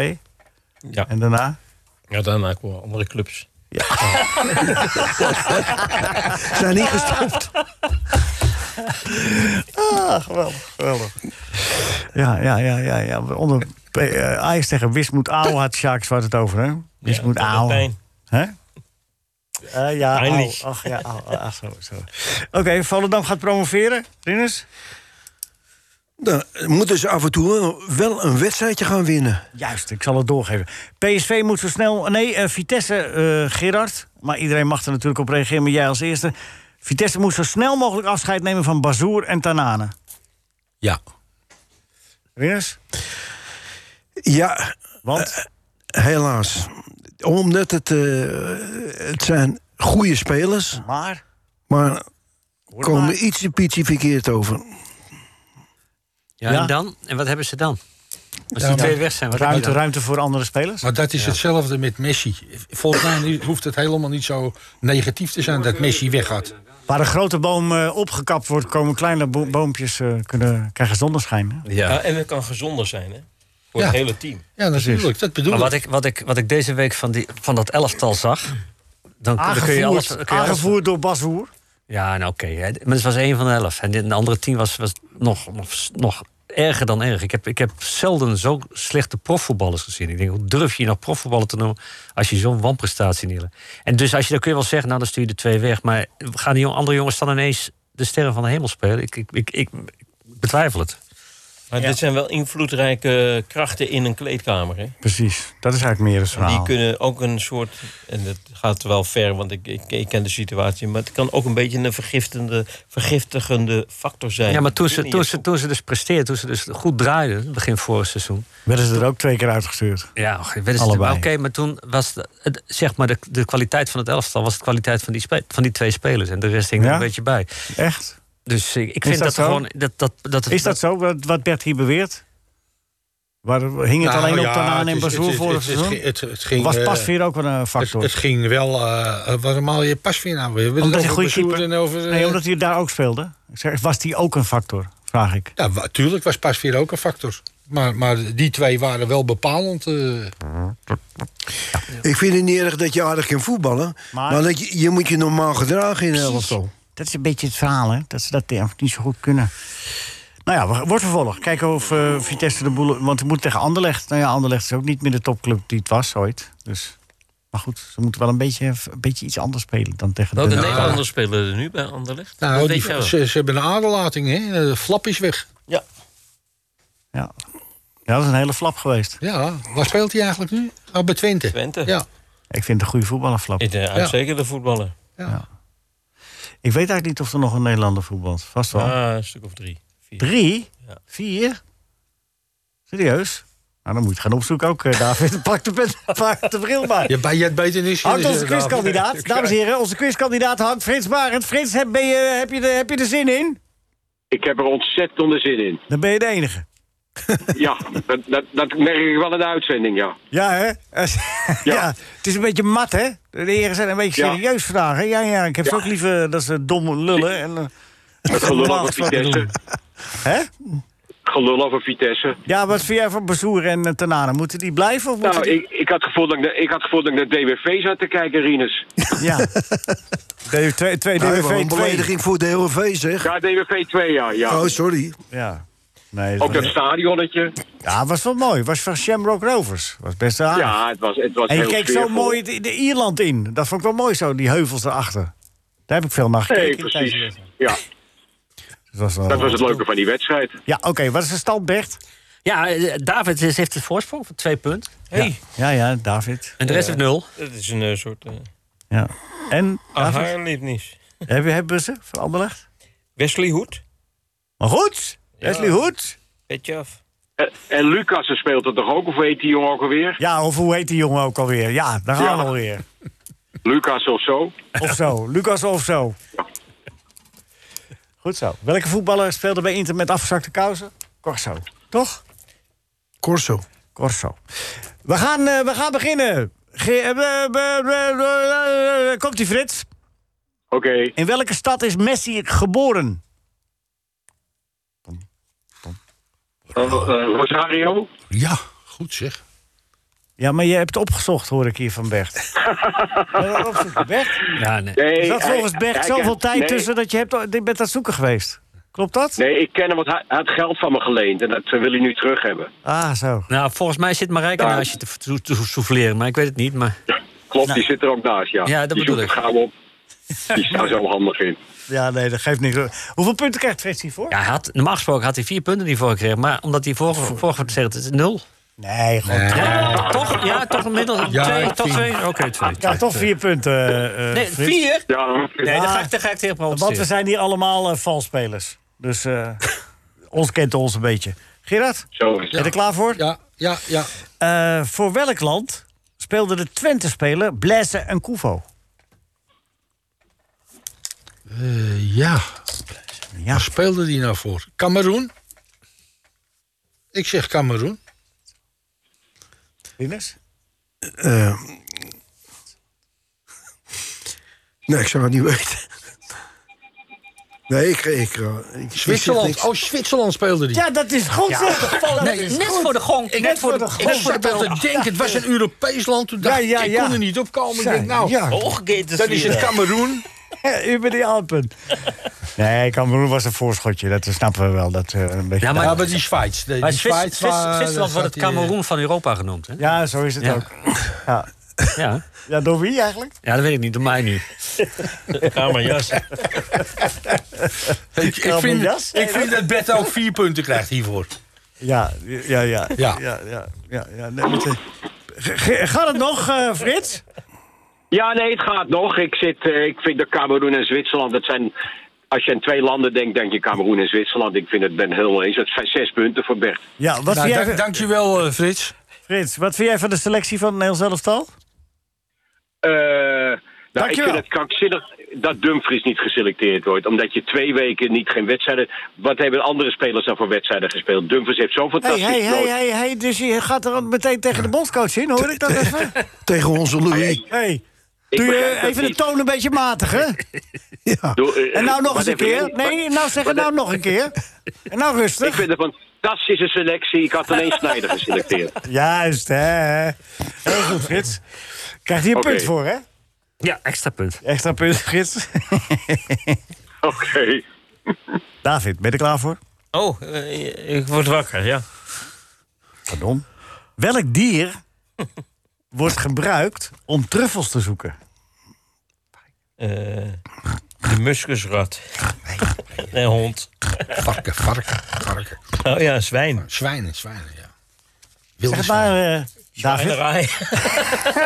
Speaker 6: Ja.
Speaker 3: En daarna?
Speaker 6: Ja, daarna komen andere clubs.
Speaker 5: (laughs) zijn niet gestopt.
Speaker 3: Ah, geweldig, geweldig. Ja, ja, ja, ja. ja. Onder P- eh, Ajax tegen Wismoed Auw had Sjaak Zwart het over, hè? Wismoed
Speaker 6: dat
Speaker 3: Auw.
Speaker 6: doet pijn.
Speaker 3: Hè? Eh, ja, Auw.
Speaker 6: Pijnlijk.
Speaker 3: Ach, ja, Auw. Ah, zo, zo. Oké, Volendam gaat promoveren. Rinus?
Speaker 5: Dan moeten ze af en toe eh, wel een wedstrijdje gaan winnen.
Speaker 3: Juist, ik zal het doorgeven. PSV moet zo snel... Nee, eh, Vitesse, eh, Gerard. Maar iedereen mag er natuurlijk op reageren, maar jij als eerste. Vitesse moet zo snel mogelijk afscheid nemen van Bazoer en Tanane.
Speaker 7: Ja.
Speaker 3: Rinus?
Speaker 5: Ja, eh,
Speaker 3: Want?
Speaker 5: helaas. Omdat het, eh, het zijn goede spelers,
Speaker 3: maar?
Speaker 5: maar
Speaker 3: Hoor maar.
Speaker 5: komen ietsje pietje verkeerd over.
Speaker 10: Ja,
Speaker 3: Ja.
Speaker 10: en dan? En wat hebben ze dan? Als
Speaker 7: Ja,
Speaker 10: die
Speaker 7: maar-
Speaker 10: twee weg zijn, wat hebben
Speaker 3: Ruimte,
Speaker 10: ze dan?
Speaker 3: ruimte voor andere spelers?
Speaker 7: Maar dat is hetzelfde met Messi. Volgens mij hoeft het helemaal niet zo negatief te zijn dat Messi weggaat.
Speaker 3: Waar een grote boom eh, opgekapt wordt, komen kleine bo- boompjes eh, kunnen, krijgen zonneschijn. hè?
Speaker 6: Ja.
Speaker 4: Eh,
Speaker 6: en het kan gezonder zijn, hè? Voor
Speaker 7: Ja.
Speaker 6: het hele team.
Speaker 7: Ja, natuurlijk. Dat bedoel
Speaker 10: Maar
Speaker 7: ik.
Speaker 10: wat ik, wat, ik, wat ik deze week van, die, van dat elftal zag... Dan, dan kun je alles...
Speaker 3: Aangevoerd,
Speaker 10: dan kun je alles-
Speaker 3: aangevoerd door Bas Woer.
Speaker 10: ja, nou oké. hè. maar het was één van de elf. En de andere tien was, was nog, nog, nog
Speaker 4: erger dan erg. Ik heb, ik heb zelden zo slechte profvoetballers gezien. Ik denk, hoe durf je je nog profvoetballer te noemen... als je zo'n wanprestatie neerlegt. En dus als je, dan kun je wel zeggen, nou, dan stuur je de twee weg. Maar gaan die jong- andere jongens dan ineens de sterren van de hemel spelen? Ik, ik, ik, ik betwijfel het.
Speaker 6: Maar dit zijn wel invloedrijke krachten in een kleedkamer. Hè?
Speaker 3: Precies, dat is eigenlijk meer het
Speaker 6: En die
Speaker 3: verhaal.
Speaker 6: kunnen ook een soort, en dat gaat wel ver, want ik, ik, ik ken de situatie, maar het kan ook een beetje een vergiftende, vergiftigende factor zijn.
Speaker 4: Ja, maar toen ze,
Speaker 6: Binnen
Speaker 4: toen,
Speaker 6: je
Speaker 4: ze, toen ze dus presteerden, toen ze dus goed draaiden... begin vorig seizoen...
Speaker 3: Werden ze er ook twee keer uitgestuurd?
Speaker 4: Ja, Weet je,
Speaker 3: Allebei.
Speaker 4: maar Oké, maar toen was de, het- zeg maar de, de kwaliteit van het elftal was de kwaliteit van die, spe- van die twee spelers. En de rest hing er
Speaker 3: Ja?
Speaker 4: een beetje bij.
Speaker 3: Echt?
Speaker 4: Dus ik, ik
Speaker 3: Is
Speaker 4: vind dat,
Speaker 3: dat zo?
Speaker 4: gewoon. Dat, dat, dat,
Speaker 3: Is dat zo, wat- wat Bert hier beweert? Waar, hing het
Speaker 7: Nou,
Speaker 3: alleen op
Speaker 7: ja,
Speaker 3: de naam
Speaker 7: het
Speaker 3: in
Speaker 7: is-
Speaker 3: Basel
Speaker 7: het is-
Speaker 3: vorig
Speaker 7: het is-
Speaker 3: seizoen?
Speaker 7: het- het ging,
Speaker 3: Was
Speaker 7: eh,
Speaker 3: Pasveer ook wel een factor?
Speaker 7: Het ging wel. eh waarom haal je Pasveer nou weer? We hebben het
Speaker 3: omdat hij
Speaker 7: over
Speaker 3: een goede
Speaker 7: blessures
Speaker 3: keeper...
Speaker 7: en over, eh,
Speaker 3: Nee, omdat hij daar ook speelde. Ik zeg, Was die ook een factor? Vraag ik.
Speaker 7: Ja, wa- tuurlijk was Pasveer ook een factor. Maar, maar die twee waren wel bepalend. eh.
Speaker 6: Nou,
Speaker 5: Ik vind het niet erg dat je aardig kan voetballen. Maar,
Speaker 3: Maar-
Speaker 5: dat je, je moet je normaal gedragen in een
Speaker 3: Precies.
Speaker 5: elftal.
Speaker 3: Dat is een beetje het verhaal, hè? Dat ze dat eh, niet zo goed kunnen. Nou ja, we- wordt vervolgd. Kijken of eh, Vitesse de boel... Want het moet tegen Anderlecht. Nou ja, Anderlecht is ook niet meer de topclub die het was ooit. Dus, maar goed, ze moeten wel een beetje, een beetje iets anders spelen dan tegen
Speaker 6: Welke
Speaker 3: Den Haag.
Speaker 6: Nederlanders spelen er nu bij Anderlecht?
Speaker 7: Nou,
Speaker 6: Dat
Speaker 7: die-
Speaker 6: weet jij wel.
Speaker 7: ze, ze hebben een aderlating, hè? De flap is weg.
Speaker 6: Ja.
Speaker 3: Ja. ja, dat is een hele flap geweest.
Speaker 7: Ja, waar speelt hij
Speaker 3: (laughs)
Speaker 7: eigenlijk nu? Oh, bij Twente.
Speaker 6: Twente.
Speaker 7: Ja.
Speaker 3: Ik vind het een goede voetballerflap.
Speaker 6: Ik, eh, Uitstekende voetballer.
Speaker 3: Ik weet eigenlijk niet of er nog een Nederlander voetbalt. Vast wel.
Speaker 6: Ah, een stuk of drie. vier.
Speaker 3: Drie?
Speaker 6: Ja.
Speaker 3: Vier? Serieus? Nou, dan moet je het gaan opzoeken ook, eh, David. (laughs) Pak de, pen, pak de bril maar.
Speaker 7: Je bij je het beter is.
Speaker 3: (laughs) Hangt onze
Speaker 7: (laughs)
Speaker 3: (laughs) quizkandidaat. Dames en heren, onze quizkandidaat hangt Frits Barend. Frits, heb, ben je, heb, je de, heb je er zin in?
Speaker 14: Ik heb er ontzettende zin
Speaker 3: (laughs)
Speaker 14: in.
Speaker 3: Dan ben je de enige.
Speaker 14: Ja, dat, dat, dat merk ik wel in de uitzending, ja.
Speaker 3: Ja, hè? (laughs) ja. het is een beetje mat, hè? De heren zijn een beetje
Speaker 14: Ja.
Speaker 3: serieus vandaag, hè? Ja, ja, ik heb ze ook liever eh, dat ze dom lullen. En, eh,
Speaker 14: Het gelul over
Speaker 3: normaal gesproken
Speaker 14: Vitesse.
Speaker 3: Hè?
Speaker 14: Gelul over Vitesse.
Speaker 3: Ja, wat vind jij van Bezoer en eh, Tanane? Moeten die blijven of moeten
Speaker 14: Nou,
Speaker 3: die...
Speaker 14: ik, ik, had het gevoel dat ik, naar- ik had het gevoel dat ik naar DWV zat te kijken, Rinus. (laughs)
Speaker 3: Ja. DW2, twee,
Speaker 5: Nou, dat is wel een belediging voor de DOV, zeg.
Speaker 14: Ja, DWV 2, ja. ja.
Speaker 5: Oh, sorry.
Speaker 3: Ja. Nee,
Speaker 14: Ook dat
Speaker 3: was-
Speaker 14: stadionnetje.
Speaker 3: Ja, was wel mooi. Was van Shamrock Rovers. Was best aardig.
Speaker 14: Ja, het was, het was
Speaker 3: en je
Speaker 14: heel
Speaker 3: keek zo
Speaker 14: sfeervol.
Speaker 3: mooi de, de Ierland in. Dat vond ik wel mooi zo, die heuvels erachter. Daar heb ik veel naar gekeken.
Speaker 14: Nee,
Speaker 3: in tijdens de
Speaker 14: precies.
Speaker 3: wedstrijd.
Speaker 14: Ja,
Speaker 3: Dat was, wel-
Speaker 14: dat was het leuke van die wedstrijd.
Speaker 3: Ja, oké. Wat is de stand, Bert?
Speaker 4: Ja, eh, David is- heeft de voorsprong van twee punten.
Speaker 6: Hey.
Speaker 3: Ja, ja, David.
Speaker 4: En de rest
Speaker 6: Ja.
Speaker 4: heeft nul.
Speaker 6: Dat is een eh, soort... eh
Speaker 3: Ja. En, David?
Speaker 6: Aha-lipnis.
Speaker 3: Hebben, hebben we ze van Anderlecht?
Speaker 6: Wesley Hoed.
Speaker 3: Maar goed, Wesley Hoed.
Speaker 6: Petje af.
Speaker 14: En, en Lucas speelt er toch ook, of heet die jongen ook alweer?
Speaker 3: Ja, of hoe heet die jongen ook alweer? Ja, daar gaan
Speaker 14: Ja.
Speaker 3: we alweer.
Speaker 14: Lucas of zo.
Speaker 3: Of zo. Lucas of zo. Goed zo. Welke voetballer speelde bij Inter met afgezakte kousen? Corso. Toch?
Speaker 5: Corso.
Speaker 3: Corso. We gaan, eh, we gaan beginnen. Ge- eh, be- be- be- be- eh, Komt die Frits?
Speaker 14: Oké.
Speaker 3: In welke stad is Messi geboren?
Speaker 14: Eh, eh, Rosario?
Speaker 7: Ja, goed zeg.
Speaker 3: Ja, maar je hebt opgezocht, hoor ik hier van Bert. Eh, opzoeken, Bert?
Speaker 4: Ja, nee.
Speaker 14: Nee,
Speaker 3: Is dat
Speaker 14: hij-
Speaker 3: volgens Bert
Speaker 14: hij
Speaker 3: zoveel
Speaker 14: kent-
Speaker 3: tijd
Speaker 14: nee,
Speaker 3: tussen dat je hebt, je bent aan het zoeken geweest? Klopt dat?
Speaker 14: Nee, ik ken hem, want hij, hij had geld van me geleend. En dat eh, wil hij nu terug hebben.
Speaker 3: Ah, zo.
Speaker 4: Nou, volgens mij zit Marijke naast je te, te, te souffleren, maar ik weet het niet. Maar...
Speaker 14: Klopt, die zit er ook naast, ja.
Speaker 4: Nou. Ja, dat
Speaker 14: die
Speaker 4: bedoel
Speaker 14: zoekt
Speaker 4: ik.
Speaker 14: het gauw op. Die staat zo handig in.
Speaker 3: Ja, nee, dat geeft niks. Hoeveel punten krijgt Frits hiervoor?
Speaker 4: Ja, hij had, normaal gesproken had hij vier punten die voor gekregen, maar omdat hij vorige vorige gezegd is nul.
Speaker 3: Nee, gewoon
Speaker 4: Ja, toch? Ja, toch gemiddeld
Speaker 7: Ja,
Speaker 4: twee,
Speaker 7: ik
Speaker 4: toch
Speaker 7: vind-
Speaker 4: twee. Oké, twee.
Speaker 3: Ja, toch vier punten, eh, eh,
Speaker 4: Nee,
Speaker 3: Frits. Ah.
Speaker 4: vier?
Speaker 14: Ja,
Speaker 4: Nee, daar ga ik, daar ga ik tegen
Speaker 3: Want we
Speaker 4: protesteren.
Speaker 3: zijn hier allemaal eh valspelers. Dus
Speaker 4: (laughs)
Speaker 3: eh, ons kent ons een beetje. Gerard,
Speaker 14: zo is
Speaker 3: ben
Speaker 14: het.
Speaker 3: je er klaar voor?
Speaker 7: Ja, ja, ja.
Speaker 3: Eh, voor welk land speelde de Twente-speler Blaise en Kuvo?
Speaker 7: Eh, ja.
Speaker 3: Ja.
Speaker 7: Waar speelde die nou voor? Cameroen? Ik zeg Cameroen.
Speaker 3: Rinus?
Speaker 5: Eh, nee, ik zou het niet weten. Nee, ik... ik, eh, ik- ik
Speaker 7: Zwitserland.
Speaker 5: zeg
Speaker 7: Oh, Zwitserland speelde die.
Speaker 3: Ja, dat is goed. zeg. Dat
Speaker 7: Nee,
Speaker 3: is
Speaker 7: net
Speaker 3: goed.
Speaker 4: voor de gong.
Speaker 3: Net,
Speaker 4: Net
Speaker 3: voor
Speaker 4: voor
Speaker 3: de
Speaker 7: Ik
Speaker 3: gong.
Speaker 7: zat wel te denken, het was een Europees land. Toen dacht
Speaker 3: Ja, ja,
Speaker 7: ik, ik
Speaker 3: ja.
Speaker 7: kon er niet op komen. Ik
Speaker 3: Ja,
Speaker 7: denk, nou,
Speaker 3: ja. (laughs)
Speaker 7: dan is het Cameroen.
Speaker 3: U bent die Alpen. Nee, ik kan was een voorschotje. Dat snappen we wel. Dat, eh, een beetje
Speaker 7: Ja, maar, die Schweiz. Die,
Speaker 10: Maar
Speaker 7: die
Speaker 10: Zwits-
Speaker 7: Schweiz eh,
Speaker 10: Zwits-
Speaker 7: waar-
Speaker 10: Zwitserland wordt het
Speaker 7: staat die-
Speaker 10: Cameroen van Europa genoemd. Hè?
Speaker 3: eh, Ja, zo is het
Speaker 10: Ja.
Speaker 3: ook. Ja.
Speaker 10: Ja.
Speaker 3: ja, door wie eigenlijk?
Speaker 10: ja, dat weet ik niet. Door mij nu.
Speaker 6: Kamerjas.
Speaker 3: (laughs)
Speaker 4: (laughs)
Speaker 7: Ik, ik, vind, ik vind dat Bert ook vier punten krijgt hiervoor.
Speaker 3: Ja, ja, ja.
Speaker 7: Ja.
Speaker 3: ja, ja, ja, ja. Nee, met, eh, ge- ge- gaat het nog, eh, Frits?
Speaker 14: Ja, nee, het gaat nog. Ik, zit, eh, ik vind dat Cameroen en Zwitserland, dat zijn... Als je aan twee landen denkt, denk je Cameroen en Zwitserland. Ik vind het ben het helemaal eens. Dat zijn zes punten voor Bert.
Speaker 3: Ja, wat
Speaker 7: Nou,
Speaker 3: vind jij...
Speaker 7: dank- dankjewel, eh, Frits.
Speaker 3: Frits, wat vind jij van de selectie van Nederlands elftal?
Speaker 14: Eh, nou, ik
Speaker 3: Dankjewel.
Speaker 14: vind het krankzinnig dat Dumfries niet geselecteerd wordt. Omdat je twee weken niet geen wedstrijden... Wat hebben andere spelers dan voor wedstrijden gespeeld? Dumfries heeft zo'n
Speaker 3: Hey,
Speaker 14: fantastisch
Speaker 3: hey, hey,
Speaker 14: toernooi.
Speaker 3: hey, hey, dus je gaat er meteen tegen de bondscoach in, hoor ik dat even?
Speaker 5: Tegen onze Louis.
Speaker 3: Hey,
Speaker 14: (laughs) Ik
Speaker 3: doe
Speaker 14: begrijp
Speaker 3: je
Speaker 14: dat
Speaker 3: even de
Speaker 14: niet.
Speaker 3: toon een beetje matig, hè?
Speaker 14: (laughs) Doe, eh,
Speaker 3: En nou nog
Speaker 14: wat
Speaker 3: eens een
Speaker 14: even-
Speaker 3: keer. Nee, nou zeg het nou nog een keer. En nou
Speaker 14: Ik
Speaker 3: rustig.
Speaker 14: vind het een fantastische selectie. Ik had alleen Snijder geselecteerd.
Speaker 3: Juist, hè. Heel goed, Frits. Krijgt hier een
Speaker 14: Oké.
Speaker 3: punt voor, hè?
Speaker 10: Ja, extra punt.
Speaker 3: Extra punt, Frits.
Speaker 14: (laughs) Oké.
Speaker 3: David, ben je er klaar voor?
Speaker 6: Oh, eh, ik word wakker, ja.
Speaker 3: Pardon. Welk dier wordt gebruikt om truffels te zoeken?
Speaker 6: Eh, de muskusrat. Nee, hond.
Speaker 7: Varken, varken, varken.
Speaker 6: Oh ja, zwijn.
Speaker 7: Zwijnen, zwijnen, ja.
Speaker 3: Zeg
Speaker 7: Wilde
Speaker 3: het maar, eh, David.
Speaker 6: Zwijnerij.
Speaker 3: (laughs)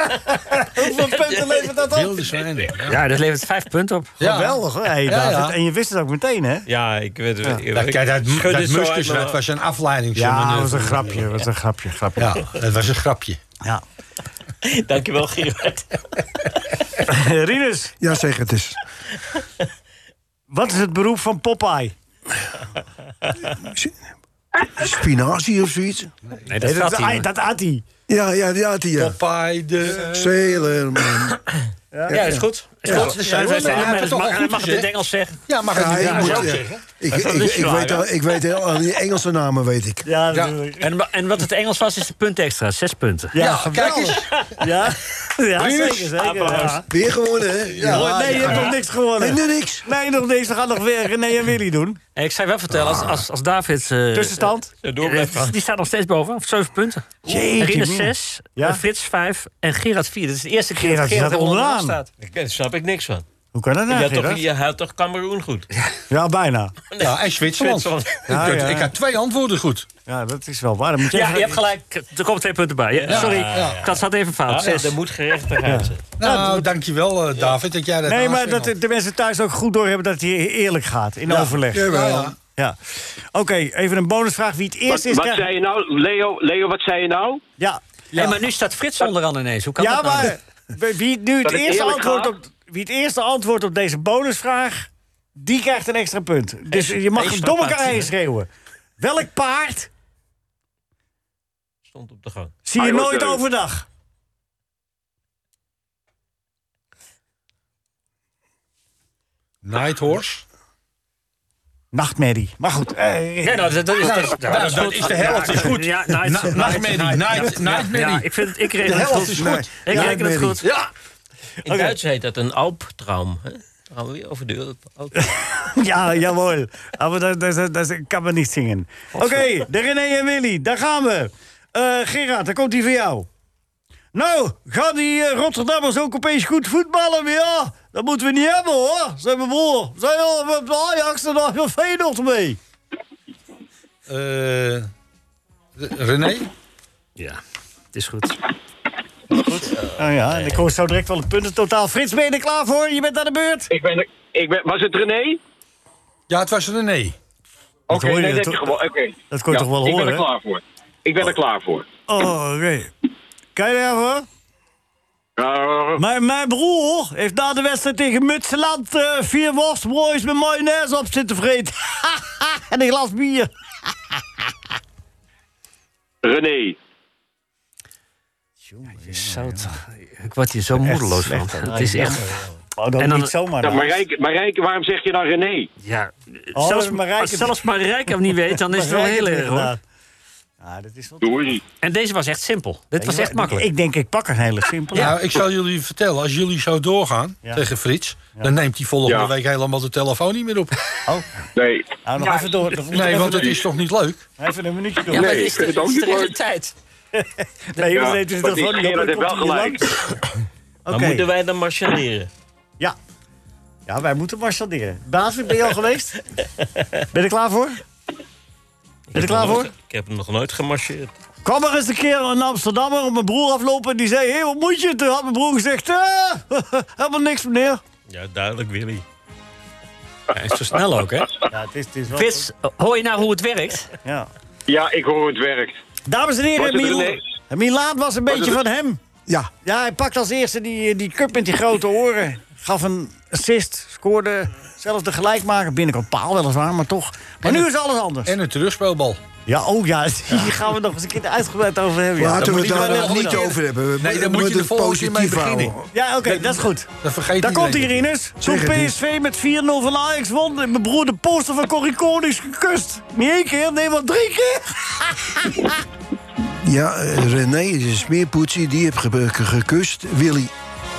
Speaker 3: Hoeveel punten levert dat op?
Speaker 7: Wilde zwijnen. Ja.
Speaker 10: Ja, dat levert vijf punten op.
Speaker 7: Ja.
Speaker 3: Geweldig, hoor. Hey,
Speaker 7: Ja, ja.
Speaker 3: David. En je wist het ook meteen, hè?
Speaker 6: Ja, ik weet het. ik-
Speaker 7: Dat, kijk, dat,
Speaker 6: ik schud
Speaker 7: dat
Speaker 6: het zo uit
Speaker 7: muskus,
Speaker 6: mijn-
Speaker 7: dat was een afleiding.
Speaker 3: Ja, dat was een grapje. Dat was een grapje, grapje.
Speaker 7: Ja, dat was een grapje.
Speaker 3: Ja.
Speaker 6: (laughs) Dankjewel, Gerard.
Speaker 3: (laughs) Rinus,
Speaker 5: Ja, zeg het eens.
Speaker 3: wat is het beroep van Popeye?
Speaker 5: Spinazie of zoiets?
Speaker 10: Nee, dat gaat
Speaker 3: ai,
Speaker 10: niet.
Speaker 3: dat at hij.
Speaker 5: Ja, ja, die had hij, ja.
Speaker 7: Popeye de...
Speaker 5: Sailor man.
Speaker 10: Ja, is goed. Is
Speaker 7: Ja,
Speaker 10: goed.
Speaker 7: dat is-
Speaker 10: Ja, dat is-
Speaker 7: hij heeft
Speaker 10: maar
Speaker 7: het
Speaker 10: dat
Speaker 7: toch
Speaker 10: mag-
Speaker 7: goed
Speaker 10: Hij mag het in het
Speaker 7: gezegd.
Speaker 10: Engels zeggen.
Speaker 7: Ja, mag
Speaker 5: Ja,
Speaker 7: het
Speaker 5: ik
Speaker 7: niet
Speaker 5: moet,
Speaker 7: ja,
Speaker 5: ja.
Speaker 7: zeggen?
Speaker 5: Ik, ik,
Speaker 6: Dat is
Speaker 5: ik,
Speaker 6: waar,
Speaker 5: weet al, ik weet heel, al die Engelse namen weet ik.
Speaker 3: Ja,
Speaker 7: Ja.
Speaker 3: natuurlijk.
Speaker 10: En, wa- en wat het Engels was, is de punt extra. Zes punten.
Speaker 3: Ja,
Speaker 7: Ja,
Speaker 3: geweldig.
Speaker 7: kijk eens.
Speaker 3: Ja, ja zeker, zeker. Ja.
Speaker 5: Weer gewonnen, hè? Ja,
Speaker 3: Hoor, nee, je hebt nog niks gewonnen.
Speaker 5: En nu niks.
Speaker 3: Nee, nog niks. We gaan nog weer René en Willy doen.
Speaker 10: En ik zou je wel vertellen,
Speaker 5: Ah.
Speaker 10: als, als, als David... eh,
Speaker 3: Tussenstand?
Speaker 10: eh,
Speaker 6: Door blijft gaan.
Speaker 10: die staat nog steeds boven, op zeven punten.
Speaker 3: Jeetje,
Speaker 10: Rinus
Speaker 3: mina.
Speaker 10: 6,
Speaker 3: Ja.
Speaker 10: Frits 5 en Gerard 4. Dat is de eerste keer
Speaker 3: Gerard
Speaker 10: dat Gerard
Speaker 3: staat
Speaker 10: helemaal
Speaker 3: onderaan.
Speaker 10: staat.
Speaker 6: Daar snap ik niks van.
Speaker 3: Hoe kan dat
Speaker 6: Je
Speaker 3: nou,
Speaker 6: had toch,
Speaker 3: Gerard?
Speaker 6: je had toch Cameroen goed?
Speaker 3: Ja, bijna.
Speaker 7: Ja, en Zwitserland.
Speaker 6: Zwitserland.
Speaker 7: Ik had-
Speaker 3: Ja, ja.
Speaker 7: Ik had twee antwoorden goed.
Speaker 3: Ja, dat is wel waar. Dan moet je
Speaker 10: Ja,
Speaker 3: even-
Speaker 10: je hebt gelijk. Er komen twee punten bij. Ja, sorry, dat zat even fout.
Speaker 6: Ja,
Speaker 10: Zes.
Speaker 6: er moet gerechtigheid zijn.
Speaker 7: Nou, dankjewel eh, David dat jij dat
Speaker 3: Nee, maar
Speaker 7: aanving.
Speaker 3: dat de mensen thuis ook goed doorhebben dat het hier eerlijk gaat. In overleg. Nou, Ja.
Speaker 7: Jawel. Ja.
Speaker 3: Oké, even een bonusvraag. Wie het
Speaker 14: Wat,
Speaker 3: eerst is...
Speaker 14: wat
Speaker 3: krijgt-
Speaker 14: zei je nou? Leo, Leo, wat zei je nou?
Speaker 3: Ja,
Speaker 10: Hey, maar nu staat Frits onderaan ineens. Hoe kan
Speaker 3: ja
Speaker 10: dat nou?
Speaker 3: maar wie nu het
Speaker 14: Dat ik
Speaker 3: eerste
Speaker 14: eerlijk
Speaker 3: antwoord
Speaker 14: ga?
Speaker 3: op... Wie het eerste antwoord op deze bonusvraag... die krijgt een extra punt. Dus je mag
Speaker 10: extra
Speaker 3: het door elkaar
Speaker 10: punt,
Speaker 3: heen
Speaker 10: hè?
Speaker 3: schreeuwen. Welk paard
Speaker 6: Stond op de gang.
Speaker 3: zie je
Speaker 14: Hij wordt
Speaker 3: nooit
Speaker 14: leuk.
Speaker 3: overdag? (laughs)
Speaker 7: Night Horse.
Speaker 3: Nachtmerrie. Maar goed. eh,
Speaker 10: Nee, nou, dat, dat is, dat, dat
Speaker 7: nou,
Speaker 10: is
Speaker 7: dat
Speaker 10: goed.
Speaker 7: is de helft, is goed.
Speaker 10: Ja, night,
Speaker 7: Na-
Speaker 10: night,
Speaker 7: nachtmerrie,
Speaker 10: night,
Speaker 7: night,
Speaker 10: night,
Speaker 7: nachtmerrie.
Speaker 10: Ja, ik, vind, ik reken het goed.
Speaker 7: is goed.
Speaker 10: Ik reken het
Speaker 5: Nachtmerrie.
Speaker 10: goed.
Speaker 7: Ja.
Speaker 6: In Duits heet dat een alptraum. Hè? Dan gaan we weer over de Alp. Alp.
Speaker 3: Ja, jawel. Ah, Maar dat, dat, dat, dat ik kan me niet zingen. Oké, de René en Willy, daar gaan we. Eh Gerard, daar komt hij voor jou. Nou, gaan die eh, Rotterdammers ook opeens goed voetballen? Maar ja, dat moeten we niet hebben hoor, zijn mijn broer. Zijn al met de Ajax en dan Feyenoord mee.
Speaker 7: Eh, René?
Speaker 10: Ja, het is goed.
Speaker 3: Oh ja, en ik hoor zo direct wel het puntentotaal. Frits, ben je er klaar voor? Je bent aan de beurt.
Speaker 14: Ik ben, ik ben, was het René?
Speaker 7: Ja, het was René.
Speaker 14: Oké,
Speaker 3: hoor je
Speaker 14: nee, dat,
Speaker 3: dat toch-
Speaker 14: heb je gewoon- oké.
Speaker 3: dat kon je toch wel
Speaker 14: ik Ik
Speaker 3: horen,
Speaker 14: ben
Speaker 3: hè?
Speaker 14: er klaar voor. Ik ben er klaar voor.
Speaker 3: Oh, oké. Kan je daarvoor?
Speaker 14: Eh,
Speaker 3: Mijn, mijn broer heeft na de wedstrijd tegen Mutseland eh, vier worstbroodjes met mayonaise op zitten vreten. (laughs) en een glas bier.
Speaker 14: René.
Speaker 10: Zou het- ik word hier zo moedeloos van. Het is echt...
Speaker 3: Oh, dat
Speaker 10: En dan-
Speaker 3: niet zomaar.
Speaker 14: Ja,
Speaker 3: hè?
Speaker 14: Marijke, Marijke, waarom zeg je dan René?
Speaker 10: Ja,
Speaker 3: Oh,
Speaker 10: zelfs,
Speaker 3: Marijke-
Speaker 10: als zelfs Marijke hem niet weet, dan is het wel
Speaker 3: Marijke
Speaker 10: heel
Speaker 3: heeft
Speaker 10: erg hoor.
Speaker 3: inderdaad. Ah, dat is wel...
Speaker 4: En deze was echt simpel. Dit was echt makkelijk.
Speaker 3: Ik denk, ik pak een hele simpele.
Speaker 7: Nou, ik zal jullie vertellen, als jullie zo doorgaan
Speaker 3: Ja.
Speaker 7: tegen Frits... dan neemt hij volgende
Speaker 3: Ja.
Speaker 7: week helemaal de telefoon niet meer op.
Speaker 3: Oh.
Speaker 14: Nee.
Speaker 3: Nou, nog even door. Dat moet
Speaker 7: Nee,
Speaker 3: even
Speaker 7: want het
Speaker 3: door.
Speaker 7: is toch niet leuk?
Speaker 3: Even een minuutje door.
Speaker 7: Ja, maar Nee, het is ik vind de- het ook het is niet de leuk.
Speaker 4: tijd.
Speaker 3: (laughs) Nee,
Speaker 6: Ja,
Speaker 3: jullie weten het
Speaker 6: maar
Speaker 3: er
Speaker 6: die
Speaker 3: gewoon niet op. dan
Speaker 6: Gerard heeft
Speaker 3: komt
Speaker 6: wel
Speaker 3: hij
Speaker 6: gelijk.
Speaker 3: langs.
Speaker 6: Maar
Speaker 3: Oké.
Speaker 6: moeten wij dan marchanderen?
Speaker 3: Ja. Ja, wij moeten marchanderen. Baas, ben je al geweest? Ben je er klaar voor? Ben je er klaar voor?
Speaker 6: Ik heb hem nog nooit gemarcheerd.
Speaker 3: Kwam er eens een keer een Amsterdammer op mijn broer aflopen... en die zei, hé, wat moet je? Toen had mijn broer gezegd, eh, (laughs) helemaal niks, meneer.
Speaker 6: Ja, duidelijk Willy.
Speaker 4: Hij is zo snel ook, hè? Ja,
Speaker 3: het is, het is wel...
Speaker 4: Frits, hoor je nou hoe het werkt?
Speaker 3: Ja.
Speaker 14: Ja, ik hoor hoe het werkt.
Speaker 3: Dames en heren,
Speaker 14: Was het
Speaker 3: Milan,
Speaker 14: René?
Speaker 3: Milaan was een beetje
Speaker 14: het-
Speaker 3: van hem.
Speaker 5: Ja.
Speaker 3: Ja, hij pakt als eerste die, die cup met die grote oren. Gaf een assist, scoorde zelfs de gelijkmaker. Binnenkant paal weliswaar, maar toch. Maar nu is alles anders.
Speaker 7: En een terugspeelbal.
Speaker 3: Ja, oh ja, (laughs) hier gaan we nog eens een keer uitgebreid over hebben. ja.
Speaker 5: Laten we het
Speaker 3: Dan moet
Speaker 5: daar
Speaker 3: iedereen
Speaker 5: nog niet
Speaker 3: wel goed
Speaker 5: over hebben. We
Speaker 7: Nee,
Speaker 5: moeten
Speaker 7: dan moet je de
Speaker 5: het
Speaker 7: volgende keer mee
Speaker 5: positief
Speaker 7: beginnen.
Speaker 5: houden.
Speaker 3: Ja, oké, dat is goed.
Speaker 7: Dat vergeet
Speaker 3: Daar komt hij,
Speaker 7: iedereen.
Speaker 3: Rinus. Toen
Speaker 5: Zeg het eens.
Speaker 3: PSV met 4-0 van Ajax won... heeft mijn broer de poster van Corrie Konings gekust. Niet één keer, nee, maar drie keer. (laughs)
Speaker 5: Ja, eh, René is een smeerpoetsie. Die heb ge- ge- gekust. Willy.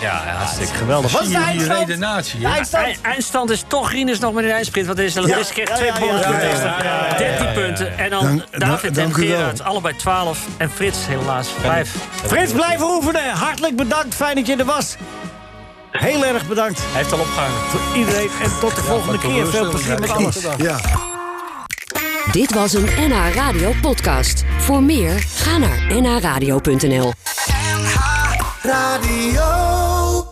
Speaker 4: Ja, hartstikke
Speaker 3: geweldig. Wat is de
Speaker 7: Zie je die
Speaker 3: eindstand?
Speaker 7: redenatie, hè?
Speaker 3: De eindstand?
Speaker 4: Ei- Eindstand is toch Rinus nog met een eindsprint. Want deze
Speaker 3: Ja.
Speaker 4: Rinus kreeg
Speaker 3: Ja,
Speaker 4: twee
Speaker 3: ja,
Speaker 4: bonus
Speaker 3: ja, ja,
Speaker 4: voor deze.
Speaker 3: ja, ja, ja, ja,
Speaker 4: 13 punten. En dan
Speaker 5: Dank-
Speaker 4: David
Speaker 5: dank
Speaker 4: en
Speaker 5: u wel.
Speaker 4: Gerard, allebei 12. En Frits helaas 5.
Speaker 3: Frits, blijf oefenen. Hartelijk bedankt. Fijn dat je er was. Heel erg bedankt
Speaker 4: Hij heeft al opgehangen.
Speaker 3: voor iedereen. En tot de volgende keer. Veel plezier met alles.
Speaker 5: Ja.
Speaker 15: Dit was een NH Radio podcast. Voor meer, ga naar nhradio.nl.
Speaker 16: Radio.